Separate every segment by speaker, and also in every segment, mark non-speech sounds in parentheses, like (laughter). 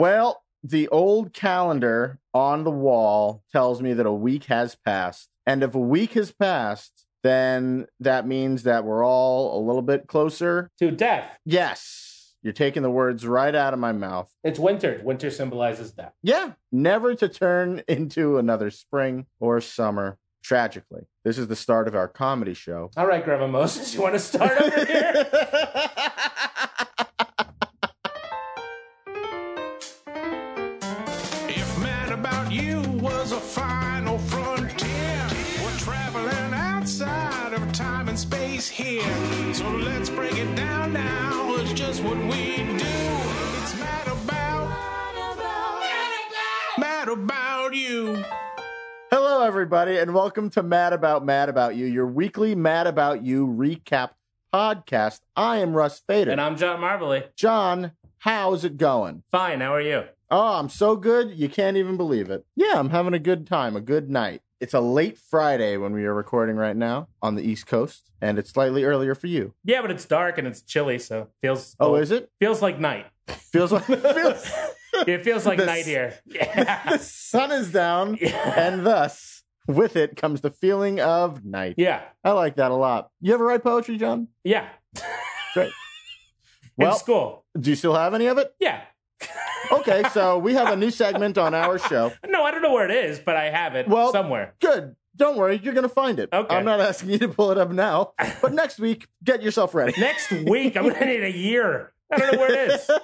Speaker 1: Well, the old calendar on the wall tells me that a week has passed. And if a week has passed, then that means that we're all a little bit closer.
Speaker 2: To death.
Speaker 1: Yes, you're taking the words right out of my mouth.
Speaker 2: It's winter. Winter symbolizes death.
Speaker 1: Yeah, never to turn (laughs) into another spring or summer. Tragically, this is the start of our comedy show.
Speaker 2: All right, Grandma Moses, you want to start
Speaker 1: (laughs)
Speaker 2: over here?
Speaker 3: If mad about you was a final frontier, we're traveling outside of time and space here. So let's break it down now. It's just what we do. It's mad about, mad about you.
Speaker 1: Hello, everybody, and welcome to Mad About Mad About You, your weekly Mad About You recap podcast. I am Russ Fader.
Speaker 2: and I'm John Marbley.
Speaker 1: John, how's it going?
Speaker 2: Fine, how are you?
Speaker 1: Oh, I'm so good. You can't even believe it. Yeah, I'm having a good time, a good night. It's a late Friday when we are recording right now on the East Coast, and it's slightly earlier for you.
Speaker 2: Yeah, but it's dark and it's chilly, so feels
Speaker 1: Oh, is it?
Speaker 2: feels like night.
Speaker 1: Feels
Speaker 2: (laughs)
Speaker 1: like feels, (laughs)
Speaker 2: It feels like
Speaker 1: This- (laughs)
Speaker 2: night here. Yeah. (laughs)
Speaker 1: the sun is down,
Speaker 2: yeah.
Speaker 1: and thus with it comes the feeling of night.
Speaker 2: Yeah.
Speaker 1: I like that a lot. You ever write poetry, John?
Speaker 2: Yeah. In
Speaker 1: Well,
Speaker 2: school.
Speaker 1: do you still have any of it?
Speaker 2: Yeah.
Speaker 1: Okay, so we have a new segment on our show.
Speaker 2: No, I don't know where it is, but I have it
Speaker 1: Well-
Speaker 2: somewhere.
Speaker 1: Good. Don't worry, you're going to find it.
Speaker 2: Okay.
Speaker 1: I'm not asking you to pull it up now, but next week, get yourself ready.
Speaker 2: (laughs) Next week, I'm going to need a year. I don't know where it is.
Speaker 1: (laughs)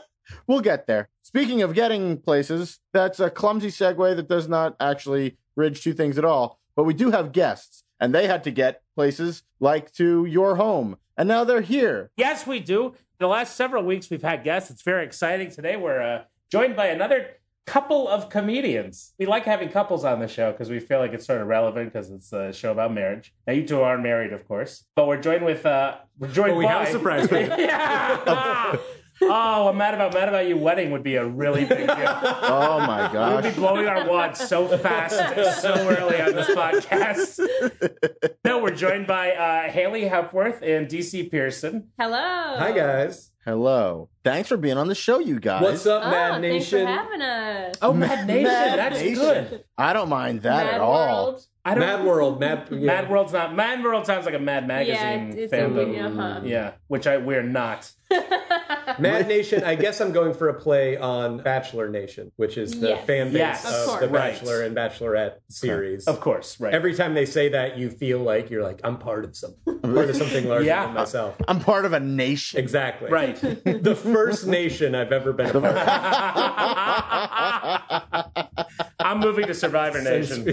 Speaker 1: We'll get there. Speaking of getting places, that's a clumsy segue that does not actually bridge two things at all. But we do have guests, and they had to get places like to your home, and now they're here.
Speaker 2: Yes, we do. The last several weeks we've had guests. It's very exciting. Today we're uh, joined by another couple of comedians. We like having couples on the show because we feel like it's sort of relevant because it's a show about marriage. Now you two aren't married, of course, but we're joined with uh, we're joined.
Speaker 4: But we
Speaker 2: by...
Speaker 4: have a surprise for you.
Speaker 2: (laughs) yeah. oh, I'm mad about mad about you. Wedding would be a really big deal.
Speaker 1: Oh my
Speaker 2: (laughs) We'll
Speaker 1: gosh!
Speaker 2: be blowing our wad so fast, so early on this podcast. No, we're joined by uh, Haley Hepworth and DC Pearson.
Speaker 5: Hello.
Speaker 4: Hi guys.
Speaker 1: Hello. Thanks for being on the show, you guys.
Speaker 4: What's up,
Speaker 5: Oh,
Speaker 4: Mad Nation?
Speaker 5: Thanks for having us.
Speaker 2: Oh, Mad Nation.
Speaker 1: Mad
Speaker 2: That's
Speaker 1: Nation.
Speaker 2: good.
Speaker 1: I don't mind that
Speaker 5: Mad
Speaker 1: at all.
Speaker 5: World.
Speaker 2: I don't.
Speaker 4: Mad World, Mad, yeah.
Speaker 2: Mad World's not. Mad World sounds like a Mad
Speaker 5: Yeah,
Speaker 2: Magazine
Speaker 5: it's, it's
Speaker 2: fandom.
Speaker 5: a uh-huh.
Speaker 2: Yeah, which I we're not.
Speaker 5: yeah.
Speaker 4: Mad Nation. I guess I'm going for a play on Bachelor Nation, which is the
Speaker 5: Yes.
Speaker 4: fan base
Speaker 2: Yes.
Speaker 5: Of
Speaker 4: of,
Speaker 5: course.
Speaker 4: the
Speaker 2: Right.
Speaker 4: Bachelor and Bachelorette series.
Speaker 2: Of course, right? (laughs)
Speaker 4: Every time they say that, you feel like you're like I'm part of something, part of something larger
Speaker 2: Yeah.
Speaker 4: than myself.
Speaker 1: I'm part of a nation.
Speaker 4: Exactly.
Speaker 2: right.
Speaker 4: (laughs) The first nation I've ever been a part
Speaker 2: (laughs)
Speaker 4: of.
Speaker 2: I'm moving to Survivor Nation.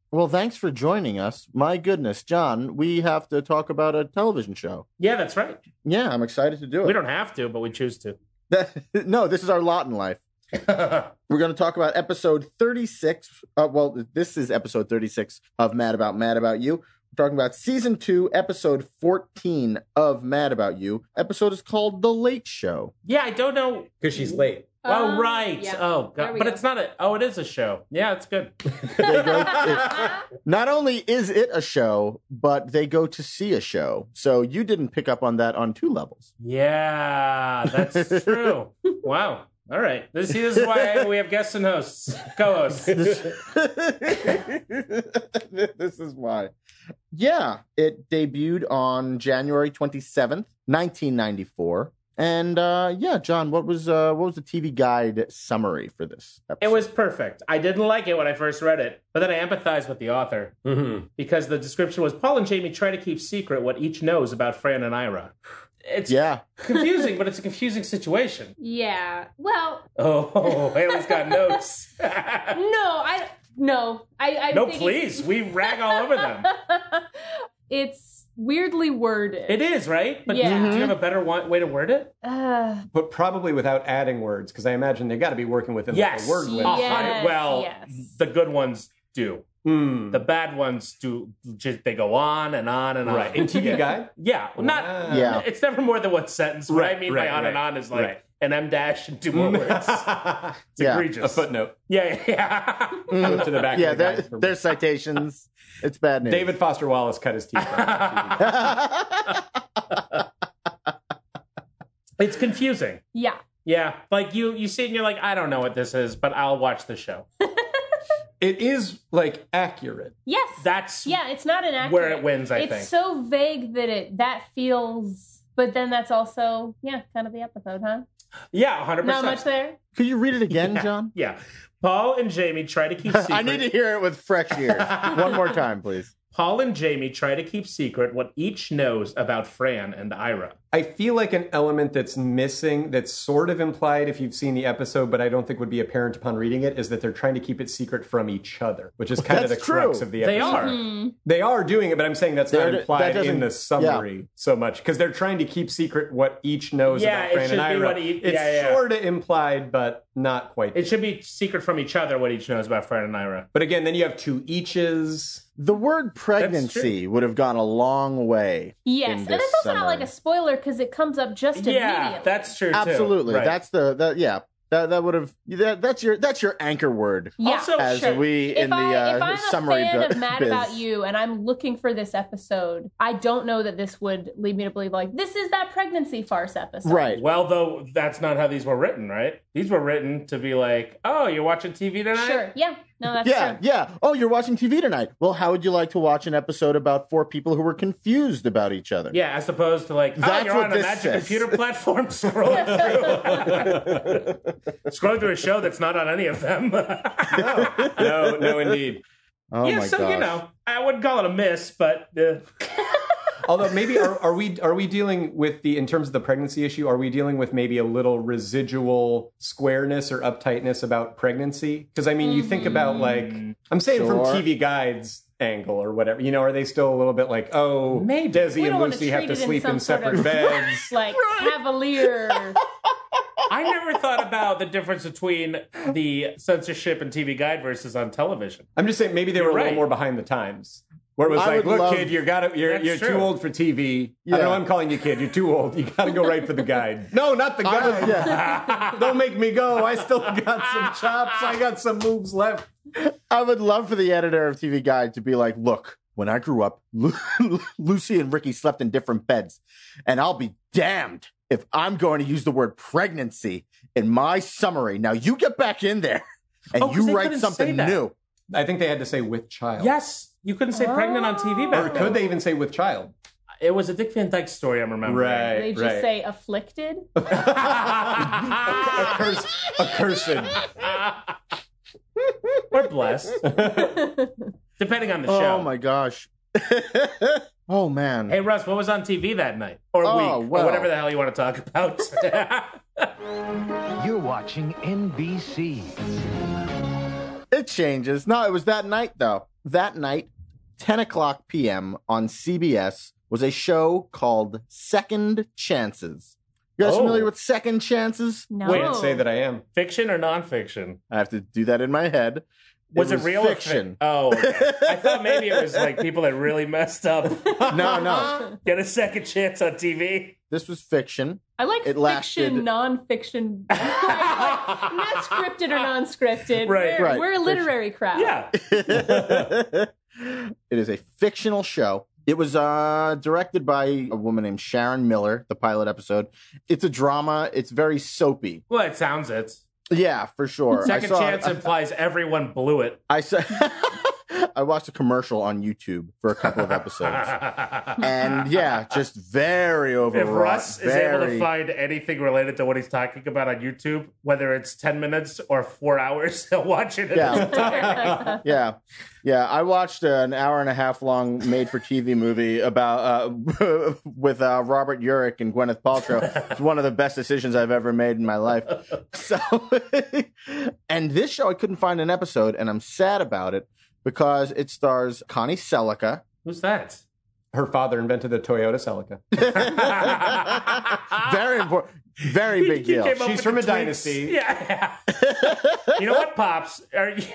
Speaker 1: (laughs) well, thanks for joining us. My goodness, John, we have to talk about a television show.
Speaker 2: (laughs) Yeah, that's right.
Speaker 1: Yeah, I'm excited to do it.
Speaker 2: We don't have to, but we choose
Speaker 4: (laughs)
Speaker 2: to.
Speaker 1: That- (laughs) no, this is our lot in life. We're going to talk about episode 36. Uh, well, this is episode 36 of Mad About Mad About You. We're talking about season two, episode 14 of Mad About You. Episode is called The Late Show.
Speaker 2: yeah, I don't know.
Speaker 4: Because she's late.
Speaker 2: Oh,
Speaker 5: Um,
Speaker 2: right.
Speaker 5: yeah.
Speaker 2: Oh,
Speaker 5: There
Speaker 2: God.
Speaker 5: we
Speaker 2: but
Speaker 5: go.
Speaker 2: it's not a. Oh, it is a show. Yeah, it's good.
Speaker 1: They go, not only is it a show, but they go to see a show. So you didn't pick up on that on two levels.
Speaker 2: Yeah,
Speaker 4: (laughs)
Speaker 2: that's true. wow. All right. This, see, this is why we have guests and hosts, co-hosts.
Speaker 1: this This is why. Yeah, it debuted on January 27th, 1994. And uh, yeah, John, what was uh, what was the TV guide summary for this?
Speaker 2: It was perfect. I didn't like it when I first read it, but then I empathized with the author
Speaker 4: Mm-hmm.
Speaker 2: because the description was Paul and Jamie try to keep secret what each knows about Fran and Ira. It's
Speaker 4: (laughs)
Speaker 1: Yeah,
Speaker 2: confusing, but it's a confusing situation.
Speaker 5: (laughs) yeah. Well,
Speaker 2: Oh, Haley's got
Speaker 5: (laughs)
Speaker 2: notes.
Speaker 5: no, I no, I. I'm
Speaker 2: no,
Speaker 5: thinking-
Speaker 2: please. We rag all over them.
Speaker 5: (laughs) it's weirdly worded.
Speaker 2: It is, right? But
Speaker 5: Yeah.
Speaker 2: do you have a better wa- way to word it?
Speaker 5: Uh,
Speaker 4: But probably without adding words, because I imagine they got to be working within
Speaker 2: Yes.
Speaker 4: the word
Speaker 5: Yeah.
Speaker 4: limit.
Speaker 2: A
Speaker 5: Yes,
Speaker 2: hundred- well,
Speaker 5: yes.
Speaker 2: the good ones do.
Speaker 4: Hmm.
Speaker 2: The bad ones do. Just, they go on and on and on.
Speaker 4: right. In TV
Speaker 2: Yeah.
Speaker 4: Guide?
Speaker 2: Yeah, well, not
Speaker 4: Wow.
Speaker 1: Yeah.
Speaker 2: (laughs) It's never more than one sentence. What
Speaker 4: Right,
Speaker 2: I mean
Speaker 4: right,
Speaker 2: by on and
Speaker 4: right,
Speaker 2: on is like
Speaker 4: right.
Speaker 2: an M dash and two
Speaker 1: (laughs)
Speaker 2: more words. It's
Speaker 1: Yeah.
Speaker 4: (laughs) a
Speaker 2: egregious.
Speaker 4: footnote.
Speaker 2: (laughs) Yeah, yeah.
Speaker 4: Go to the back.
Speaker 1: yeah.
Speaker 4: of the guide
Speaker 1: There,
Speaker 4: for me.
Speaker 1: there's
Speaker 2: (laughs)
Speaker 1: citations. It's bad news. (laughs)
Speaker 4: David Foster
Speaker 2: (laughs)
Speaker 4: (laughs) Wallace cut his teeth. on TV.
Speaker 1: David.
Speaker 2: It's confusing.
Speaker 5: Yeah.
Speaker 2: Yeah, like you you see it and you're like, I don't know what this is, but I'll watch the show.
Speaker 4: It is like accurate.
Speaker 5: Yes.
Speaker 2: That's
Speaker 5: yeah, it's not an
Speaker 2: where it wins, I
Speaker 5: it's
Speaker 2: think.
Speaker 5: so vague that it that feels but then that's also yeah, kind of the episode, huh?
Speaker 2: yeah, hundred
Speaker 5: Not much
Speaker 2: percent.
Speaker 5: there.
Speaker 1: Could you read it again, John?
Speaker 2: Yeah, Paul and Jamie try to
Speaker 1: (laughs)
Speaker 2: keep. Secret.
Speaker 1: I need to hear it with fresh
Speaker 2: (laughs)
Speaker 1: ears. One more time, please.
Speaker 2: Paul and Jamie try to keep secret what each knows about Fran and Ira.
Speaker 4: I feel like an element that's missing, that's sort of implied if you've seen the episode, but I don't think would be apparent upon reading it, is that they're trying to keep it secret from each other, which is kind of the
Speaker 1: that's
Speaker 4: crux
Speaker 1: true.
Speaker 4: of the
Speaker 2: They
Speaker 4: episode.
Speaker 2: are.
Speaker 5: Hmm.
Speaker 4: They are doing it, but I'm saying that's
Speaker 1: They're-
Speaker 4: not
Speaker 1: that
Speaker 4: implied
Speaker 1: doesn't-
Speaker 4: in the summary so much because they're trying to keep secret what each knows
Speaker 2: Yeah, it
Speaker 4: about Fran
Speaker 2: should
Speaker 4: and
Speaker 2: be
Speaker 4: Ira.
Speaker 2: what each-
Speaker 4: it's
Speaker 2: yeah, yeah.
Speaker 4: sort of implied, but not quite.
Speaker 2: It should be secret from each other what each knows about Fran and Ira.
Speaker 4: but again, then you have two eaches.
Speaker 1: The word pregnancy would have gone a long way.
Speaker 5: Yes.
Speaker 1: in
Speaker 5: And
Speaker 1: this
Speaker 5: it's also not
Speaker 1: summary.
Speaker 5: like a spoiler because it comes up just
Speaker 2: Yeah,
Speaker 5: immediately.
Speaker 2: that's true. too.
Speaker 1: Absolutely.
Speaker 2: Right.
Speaker 1: That's the that yeah. That that would have that, that's your that's your anchor word.
Speaker 5: yeah.
Speaker 2: Also-
Speaker 1: As
Speaker 2: Sure.
Speaker 1: we
Speaker 5: Oh, if
Speaker 1: in the
Speaker 5: I if
Speaker 1: uh,
Speaker 5: I'm a
Speaker 1: summary
Speaker 5: fan
Speaker 1: bu-
Speaker 5: of Mad
Speaker 1: biz.
Speaker 5: About You and I'm looking for this episode, I don't know that this would lead me to believe like this is that pregnancy farce episode.
Speaker 1: Right.
Speaker 2: Well, though that's not how these were written, right? These were written to be like, oh, you're watching TV tonight.
Speaker 5: Sure. Yeah. No, that's
Speaker 1: yeah,
Speaker 5: true.
Speaker 1: yeah. Oh, you're watching TV tonight. Well, how would you like to watch an episode about four people who were confused about each other?
Speaker 2: Yeah, as opposed to like, oh,
Speaker 1: That's
Speaker 2: you're
Speaker 1: what
Speaker 2: on a
Speaker 1: this
Speaker 2: magic
Speaker 1: says.
Speaker 2: computer platform (laughs) scrolling through.
Speaker 1: (laughs)
Speaker 2: scrolling through a show that's not on any of them. (laughs)
Speaker 4: No, no, indeed.
Speaker 1: Oh
Speaker 2: yeah,
Speaker 1: my
Speaker 2: so
Speaker 1: gosh.
Speaker 2: you know, I wouldn't call it a miss, but uh,
Speaker 4: Although maybe are, are we are we dealing with the in terms of the pregnancy issue? Are we dealing with maybe a little residual squareness or uptightness about pregnancy? Because I mean, you think about like
Speaker 5: Mm-hmm.
Speaker 4: I'm saying
Speaker 1: Sure.
Speaker 4: from TV Guides angle or whatever. You know, are they still a little bit like oh
Speaker 2: Maybe.
Speaker 4: Desi
Speaker 5: We
Speaker 4: and
Speaker 5: don't wanna
Speaker 4: Lucy have
Speaker 5: treat
Speaker 4: to
Speaker 5: it in
Speaker 4: sleep
Speaker 5: some
Speaker 4: in
Speaker 5: sort
Speaker 4: separate
Speaker 5: of-
Speaker 4: beds?
Speaker 5: (laughs) Like cavalier.
Speaker 2: I never thought about the difference between the censorship and TV guide versus on television.
Speaker 4: I'm just saying maybe they were a
Speaker 2: right.
Speaker 4: little more behind the times. Where it was
Speaker 1: I
Speaker 4: like,
Speaker 1: would
Speaker 4: look,
Speaker 1: love-
Speaker 4: kid, you gotta, you're,
Speaker 2: That's
Speaker 4: you're too
Speaker 2: true.
Speaker 4: old for TV. I
Speaker 1: Yeah.
Speaker 4: know I'm calling you kid. You're too old. You gotta go right for the (laughs) guide. No, not the
Speaker 1: I
Speaker 4: guide.
Speaker 1: would- yeah.
Speaker 4: (laughs) Don't make me go. I still got some chops. I got some moves left.
Speaker 1: I would love for the editor of TV Guide to be like, look, when I grew up, Lu- (laughs) Lucy and Ricky slept in different beds, and I'll be damned if I'm going to use the word pregnancy in my summary. Now you get back in
Speaker 2: (laughs)
Speaker 1: there and
Speaker 2: Oh, 'cause they
Speaker 1: you write
Speaker 2: couldn't say
Speaker 1: something
Speaker 2: that. (laughs)
Speaker 1: new.
Speaker 4: I think they had to say with child.
Speaker 2: Yes, you couldn't say pregnant on TV
Speaker 4: Or
Speaker 2: back
Speaker 4: could
Speaker 2: then.
Speaker 4: they even say with child?
Speaker 2: It was a Dick Van Dyke story. I'm remembering.
Speaker 4: Right.
Speaker 5: they just
Speaker 4: right.
Speaker 5: say afflicted.
Speaker 4: Accursed. Accursed.
Speaker 2: We're blessed, (laughs) depending on the show.
Speaker 1: Oh my gosh. (laughs) oh man.
Speaker 2: Hey Russ, what was on TV that night or
Speaker 1: Oh,
Speaker 2: week
Speaker 1: well.
Speaker 2: or whatever the hell you want to talk
Speaker 1: (laughs)
Speaker 2: about?
Speaker 6: You're watching NBC.
Speaker 1: It changes. No, it was that night though. That night, 10 o'clock p.m. on CBS was a show called Second Chances. You guys
Speaker 2: Oh.
Speaker 1: familiar with Second Chances?
Speaker 5: No.
Speaker 2: Wait,
Speaker 4: Can't say that I am.
Speaker 2: fiction or nonfiction?
Speaker 1: I have to do that in my head.
Speaker 2: Was it, real
Speaker 1: fiction?
Speaker 2: Or fi- oh, okay. I thought maybe it was like people that really messed up
Speaker 1: (laughs)
Speaker 2: (laughs)
Speaker 1: no, no.
Speaker 2: get a second chance
Speaker 1: (laughs)
Speaker 2: on TV.
Speaker 1: This was
Speaker 2: (laughs)
Speaker 1: fiction.
Speaker 5: I like
Speaker 1: It
Speaker 5: fiction,
Speaker 1: lasted-
Speaker 5: non-fiction, (laughs) like, not
Speaker 2: (laughs)
Speaker 5: scripted or non-scripted.
Speaker 2: Right,
Speaker 5: we're,
Speaker 1: right.
Speaker 5: We're a literary crowd.
Speaker 2: Yeah,
Speaker 1: it is a fictional show. It was uh, directed by a woman named Sharon Miller, the pilot episode. It's a drama. It's very soapy.
Speaker 2: well, it sounds it.
Speaker 1: Yeah, for sure.
Speaker 2: Second
Speaker 1: I saw,
Speaker 2: chance implies everyone blew it.
Speaker 1: I saw. (laughs) I watched a commercial on YouTube for a couple of
Speaker 2: (laughs)
Speaker 1: episodes, and yeah, just very
Speaker 2: If
Speaker 1: overwrought.
Speaker 2: Russ is able
Speaker 1: very-
Speaker 2: to find anything related to what he's talking about on YouTube, whether it's 10 minutes or four hours, (laughs) he'll watch it.
Speaker 1: Yeah.
Speaker 5: (laughs)
Speaker 1: yeah, yeah. I watched an hour and a half long made-for-TV movie about uh, (laughs) with uh, Robert Urich and Gwyneth Paltrow. It's one of the best decisions I've ever made in my
Speaker 2: (laughs)
Speaker 1: life. So, (laughs) and this show I couldn't find an episode, and I'm sad about it because it stars Connie Selica.
Speaker 2: (laughs) Who's that?
Speaker 4: Her father invented the Toyota Celica.
Speaker 1: (laughs) very important, very big
Speaker 2: He
Speaker 1: deal.
Speaker 2: came up
Speaker 4: She's
Speaker 2: with
Speaker 4: from
Speaker 2: the
Speaker 4: a
Speaker 2: tweets.
Speaker 4: dynasty.
Speaker 2: (laughs) Yeah. you know what, Pops? Are you- (laughs)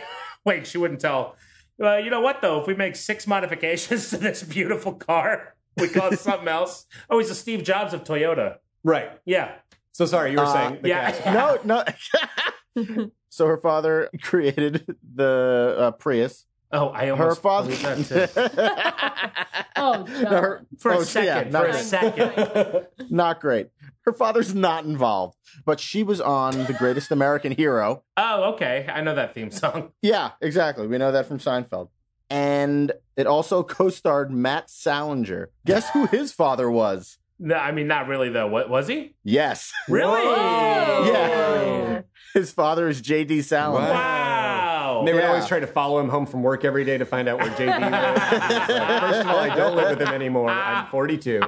Speaker 2: Wait, she wouldn't tell. Well, you know what, though? If we make six modifications (laughs) to this beautiful car, we
Speaker 1: (laughs)
Speaker 2: call it something else. Oh, he's the Steve Jobs of Toyota.
Speaker 4: Right.
Speaker 2: Yeah.
Speaker 4: So sorry, you were
Speaker 1: Uh,
Speaker 4: saying the
Speaker 2: yeah.
Speaker 4: cast.
Speaker 1: (laughs) no, no. so her father created the uh, Prius,
Speaker 2: Oh, I
Speaker 1: Her
Speaker 2: almost
Speaker 1: father.
Speaker 2: believe that too.
Speaker 1: (laughs)
Speaker 5: (laughs) Oh,
Speaker 1: No, her- (laughs)
Speaker 2: For
Speaker 1: oh,
Speaker 2: a
Speaker 1: yeah,
Speaker 2: second,
Speaker 1: not
Speaker 2: for a
Speaker 1: great.
Speaker 5: (laughs)
Speaker 2: second.
Speaker 1: not great. Her father's not involved, but she was on The Greatest American Hero.
Speaker 2: Oh, okay. I know that theme song.
Speaker 1: Yeah, exactly. We know that from Seinfeld. And it also co starred Matt Salinger. Guess who his father was?
Speaker 2: No, I mean not really though. What was he?
Speaker 1: Yes, (laughs)
Speaker 2: Really?
Speaker 1: Yeah. his father is J.D. Salinger.
Speaker 2: Wow.
Speaker 4: They would
Speaker 1: Yeah.
Speaker 4: always try to follow him home from work every day to find out where JD lives. Like, First of all, I don't live with him anymore. I'm 42.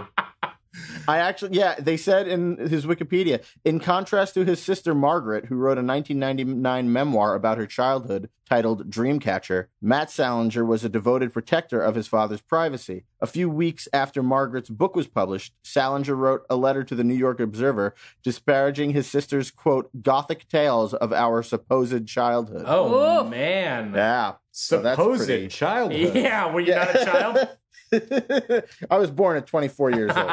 Speaker 1: I actually, yeah, they said in his Wikipedia, in contrast to his sister Margaret, who wrote a 1999 memoir about her childhood titled Dreamcatcher, Matt Salinger was a devoted protector of his father's privacy. A few weeks after Margaret's book was published, Salinger wrote a letter to the New York Observer disparaging his sister's, quote, gothic tales of our supposed childhood.
Speaker 2: Oh
Speaker 5: Oof.
Speaker 2: man.
Speaker 1: Yeah. So that's
Speaker 4: Supposed
Speaker 1: pretty-
Speaker 4: childhood.
Speaker 2: yeah, were you not a child?
Speaker 1: (laughs) I was born at 24 (laughs) years old.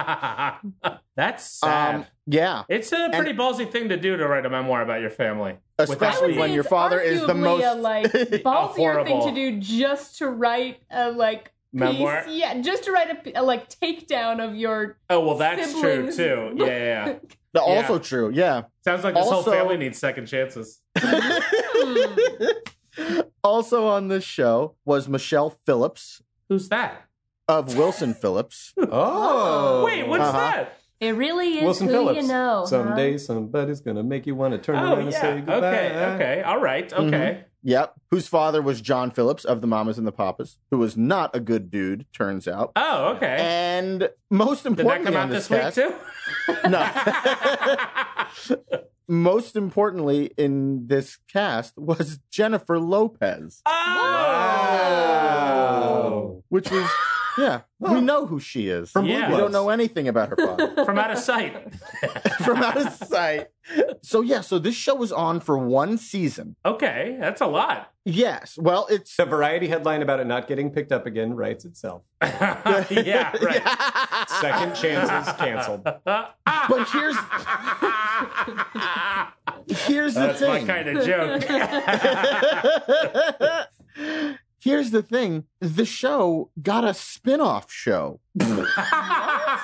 Speaker 2: That's (laughs) sad.
Speaker 1: um, yeah.
Speaker 2: it's a pretty ballsy thing to do to write a memoir about your family.
Speaker 5: I would
Speaker 1: Especially
Speaker 5: say
Speaker 1: when your
Speaker 5: it's
Speaker 1: father is the
Speaker 5: arguably
Speaker 1: most.
Speaker 5: a, like
Speaker 2: (laughs)
Speaker 5: ballsier thing
Speaker 2: horrible-
Speaker 5: to do just to write a like piece-
Speaker 2: Memoir?
Speaker 5: yeah, just to write a, p- a, like takedown of your.
Speaker 2: Oh well, that's
Speaker 5: Siblings.
Speaker 2: true too. Yeah, yeah.
Speaker 5: (laughs)
Speaker 2: yeah.
Speaker 1: The-
Speaker 2: Yeah.
Speaker 1: Also true, yeah. (laughs)
Speaker 2: Sounds like this
Speaker 1: Also-
Speaker 2: whole family needs second chances.
Speaker 5: Hmm.
Speaker 1: also on this show was Michelle Phillips
Speaker 2: Who's that?
Speaker 1: of
Speaker 2: (laughs)
Speaker 1: Wilson Phillips.
Speaker 4: (laughs) Oh.
Speaker 2: Wait, what's
Speaker 1: Uh-huh.
Speaker 2: that?
Speaker 5: (laughs) It really is
Speaker 4: Wilson
Speaker 5: who
Speaker 4: Phillips.
Speaker 5: you know. huh?
Speaker 4: Someday somebody's going to make you want to turn around
Speaker 2: Oh
Speaker 4: and say
Speaker 2: yeah.
Speaker 4: goodbye.
Speaker 2: Okay. Okay. All right.
Speaker 1: Mm-hmm.
Speaker 2: Okay.
Speaker 1: Yep, whose father was John Phillips of the Mamas and the Papas, who was not a good dude, turns out.
Speaker 2: Oh, okay.
Speaker 1: And most
Speaker 2: Did that
Speaker 1: importantly,
Speaker 2: come
Speaker 1: on
Speaker 2: out
Speaker 1: this,
Speaker 2: this
Speaker 1: cast-
Speaker 2: week too? (laughs)
Speaker 1: (laughs) most importantly in this cast was Jennifer Lopez,
Speaker 2: Oh.
Speaker 4: Wow.
Speaker 1: which was yeah, we know who she is.
Speaker 4: From
Speaker 2: Yeah.
Speaker 4: Blue
Speaker 1: we
Speaker 4: Bloods.
Speaker 1: don't know anything about her father.
Speaker 2: From out of sight.
Speaker 1: (laughs) from out of sight. So yeah, so this show was on for one season.
Speaker 2: Okay, that's a lot. (laughs)
Speaker 1: Yes. Well, it's
Speaker 4: The variety headline about it not getting picked up again writes itself.
Speaker 2: yeah,
Speaker 1: (laughs)
Speaker 2: right.
Speaker 4: Second chances
Speaker 2: (laughs)
Speaker 4: canceled.
Speaker 1: but here's here's the
Speaker 2: That's my
Speaker 1: thing.
Speaker 2: kind of (laughs) joke.
Speaker 1: (laughs) here's the thing. The show got a spin-off show.
Speaker 5: long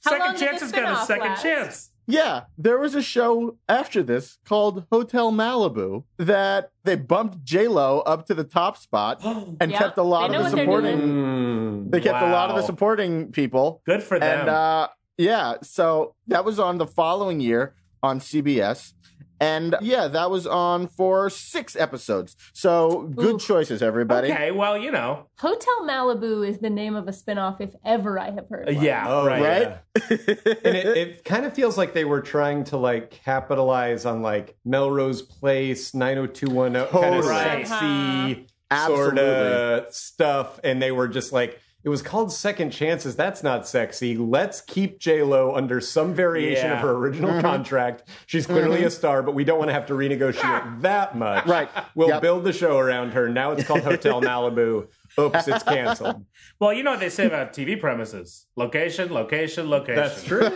Speaker 2: second chance
Speaker 5: did the
Speaker 2: has got a
Speaker 5: spin-off
Speaker 2: second
Speaker 5: last?
Speaker 2: chance. (gasps)
Speaker 1: Yeah, there was a show after this called Hotel Malibu that they bumped J Lo up to the top spot and
Speaker 5: (gasps) Yeah,
Speaker 1: kept a lot
Speaker 5: they
Speaker 1: of the
Speaker 5: know what they're
Speaker 1: supporting.
Speaker 5: doing.
Speaker 4: Mm.
Speaker 1: They kept a lot of the
Speaker 2: Wow.
Speaker 1: supporting people.
Speaker 2: Good for them.
Speaker 1: And uh, yeah, so that was on the following year on CBS. And yeah, that was on for six episodes. So good
Speaker 5: Oof.
Speaker 1: choices, everybody.
Speaker 2: okay, well, you know,
Speaker 5: Hotel Malibu is the name of a spinoff, if ever I have heard.
Speaker 2: Uh,
Speaker 5: one.
Speaker 2: yeah,
Speaker 4: Oh,
Speaker 2: right.
Speaker 1: Right?
Speaker 4: Yeah. and it, it kind of feels like they were trying to like capitalize on like Melrose Place, 90210 kind of
Speaker 1: Totally.
Speaker 4: sexy sort
Speaker 1: Absolutely.
Speaker 4: of stuff, and they were just like. It was called Second Chances. That's not sexy. Let's keep J Lo under some variation
Speaker 2: Yeah.
Speaker 4: of her original
Speaker 1: Mm-hmm.
Speaker 4: contract. She's clearly a star, but we don't want to have to renegotiate that much.
Speaker 1: Right.
Speaker 4: We'll
Speaker 1: Yep.
Speaker 4: build the show around her. Now it's called
Speaker 1: (laughs)
Speaker 4: Hotel Malibu. Oops, it's canceled.
Speaker 2: Well, you know what they say about TV premises: location, location, location.
Speaker 4: That's true.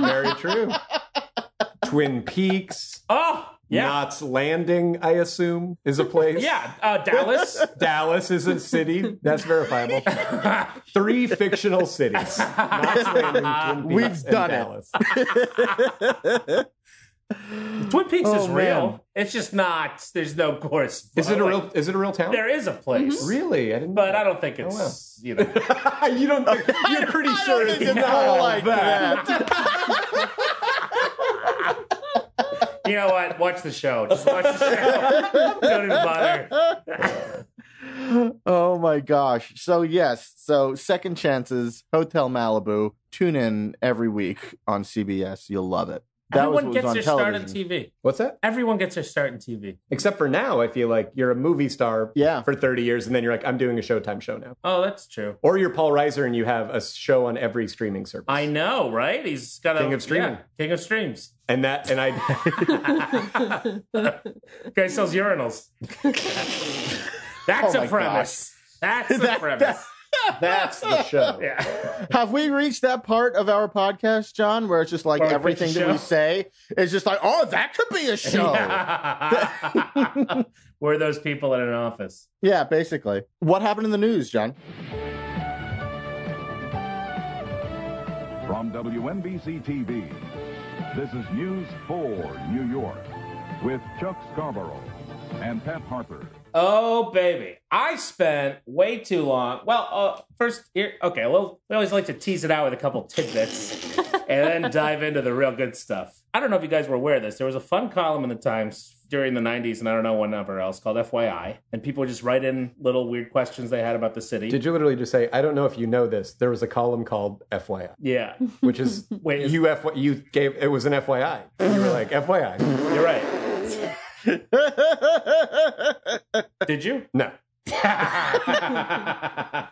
Speaker 4: Very true. Twin Peaks,
Speaker 2: Oh, yeah,
Speaker 4: Knott's Landing, I assume, is a place.
Speaker 2: yeah. Uh,
Speaker 4: (laughs)
Speaker 2: Dallas.
Speaker 4: Dallas is a city. That's verifiable. Three fictional cities. Knott's Landing, Twin
Speaker 1: We've
Speaker 4: Peaks, and
Speaker 1: done it.
Speaker 4: Dallas.
Speaker 2: Twin Peaks
Speaker 1: Oh,
Speaker 2: is real.
Speaker 1: man.
Speaker 2: It's just not. There's no course.
Speaker 4: Is it a
Speaker 2: Like,
Speaker 4: real is it a real town?
Speaker 2: There is a place.
Speaker 1: Mm-hmm.
Speaker 4: Really? I didn't
Speaker 2: But I don't think
Speaker 1: Oh,
Speaker 2: it's
Speaker 4: wow.
Speaker 2: you know.
Speaker 4: (laughs) you don't think, you're pretty sure
Speaker 1: It's
Speaker 4: it's
Speaker 1: not
Speaker 4: not
Speaker 1: like
Speaker 4: like that.
Speaker 1: that.
Speaker 2: you know what? Watch the show. Just watch the
Speaker 1: (laughs)
Speaker 2: show. (laughs) don't even bother.
Speaker 1: oh my gosh. So, yes. So, Second Chances, Hotel Malibu. Tune in every week on CBS. You'll love it. That was what
Speaker 2: Everyone gets
Speaker 1: was on
Speaker 2: their
Speaker 1: television.
Speaker 2: start in TV.
Speaker 4: What's that?
Speaker 2: Everyone gets their start in TV.
Speaker 4: Except for now, I feel like you're a movie star
Speaker 1: Yeah.
Speaker 4: for 30 years, and then you're like, I'm doing a Showtime show now.
Speaker 2: Oh, that's true.
Speaker 4: Or you're Paul Reiser and you have a show on every streaming service.
Speaker 2: I know, right? He's got a
Speaker 4: King of streaming.
Speaker 2: yeah, king of streams.
Speaker 4: and that, and I,
Speaker 1: (laughs)
Speaker 2: Guy sells urinals. that's
Speaker 1: Oh my
Speaker 2: a premise. That's a
Speaker 1: That-
Speaker 2: premise.
Speaker 1: That's the show.
Speaker 2: (laughs) Yeah.
Speaker 1: Have we reached that part of our podcast, John, where it's just like
Speaker 2: Where we pick
Speaker 1: everything
Speaker 2: a
Speaker 1: that we
Speaker 2: show?
Speaker 1: say is just like, oh, that could be a show. yeah. (laughs)
Speaker 2: Yeah. (laughs) We're those people in an office.
Speaker 1: basically. What happened in the news, John? (laughs)
Speaker 7: From WNBC TV, this is News 4 New York with Chuck Scarborough and Pat Harper.
Speaker 2: Oh baby, I spent way too long. Well, uh, first here, okay. Well, we always like to tease it out with a couple tidbits, and then dive into the real good stuff. I don't know if you guys were aware of this. There was a fun column in the Times during the '90s, and I don't know what number else called FYI, and people would just write in little weird questions they had about the city.
Speaker 4: Did you literally just say, I don't know if you know this? There was a column called FYI,
Speaker 2: yeah,
Speaker 4: which is
Speaker 2: (laughs) Wait, is-
Speaker 4: you F- you gave it was an FYI. You were like FYI.
Speaker 2: you're right. Did you?
Speaker 4: No,
Speaker 2: (laughs)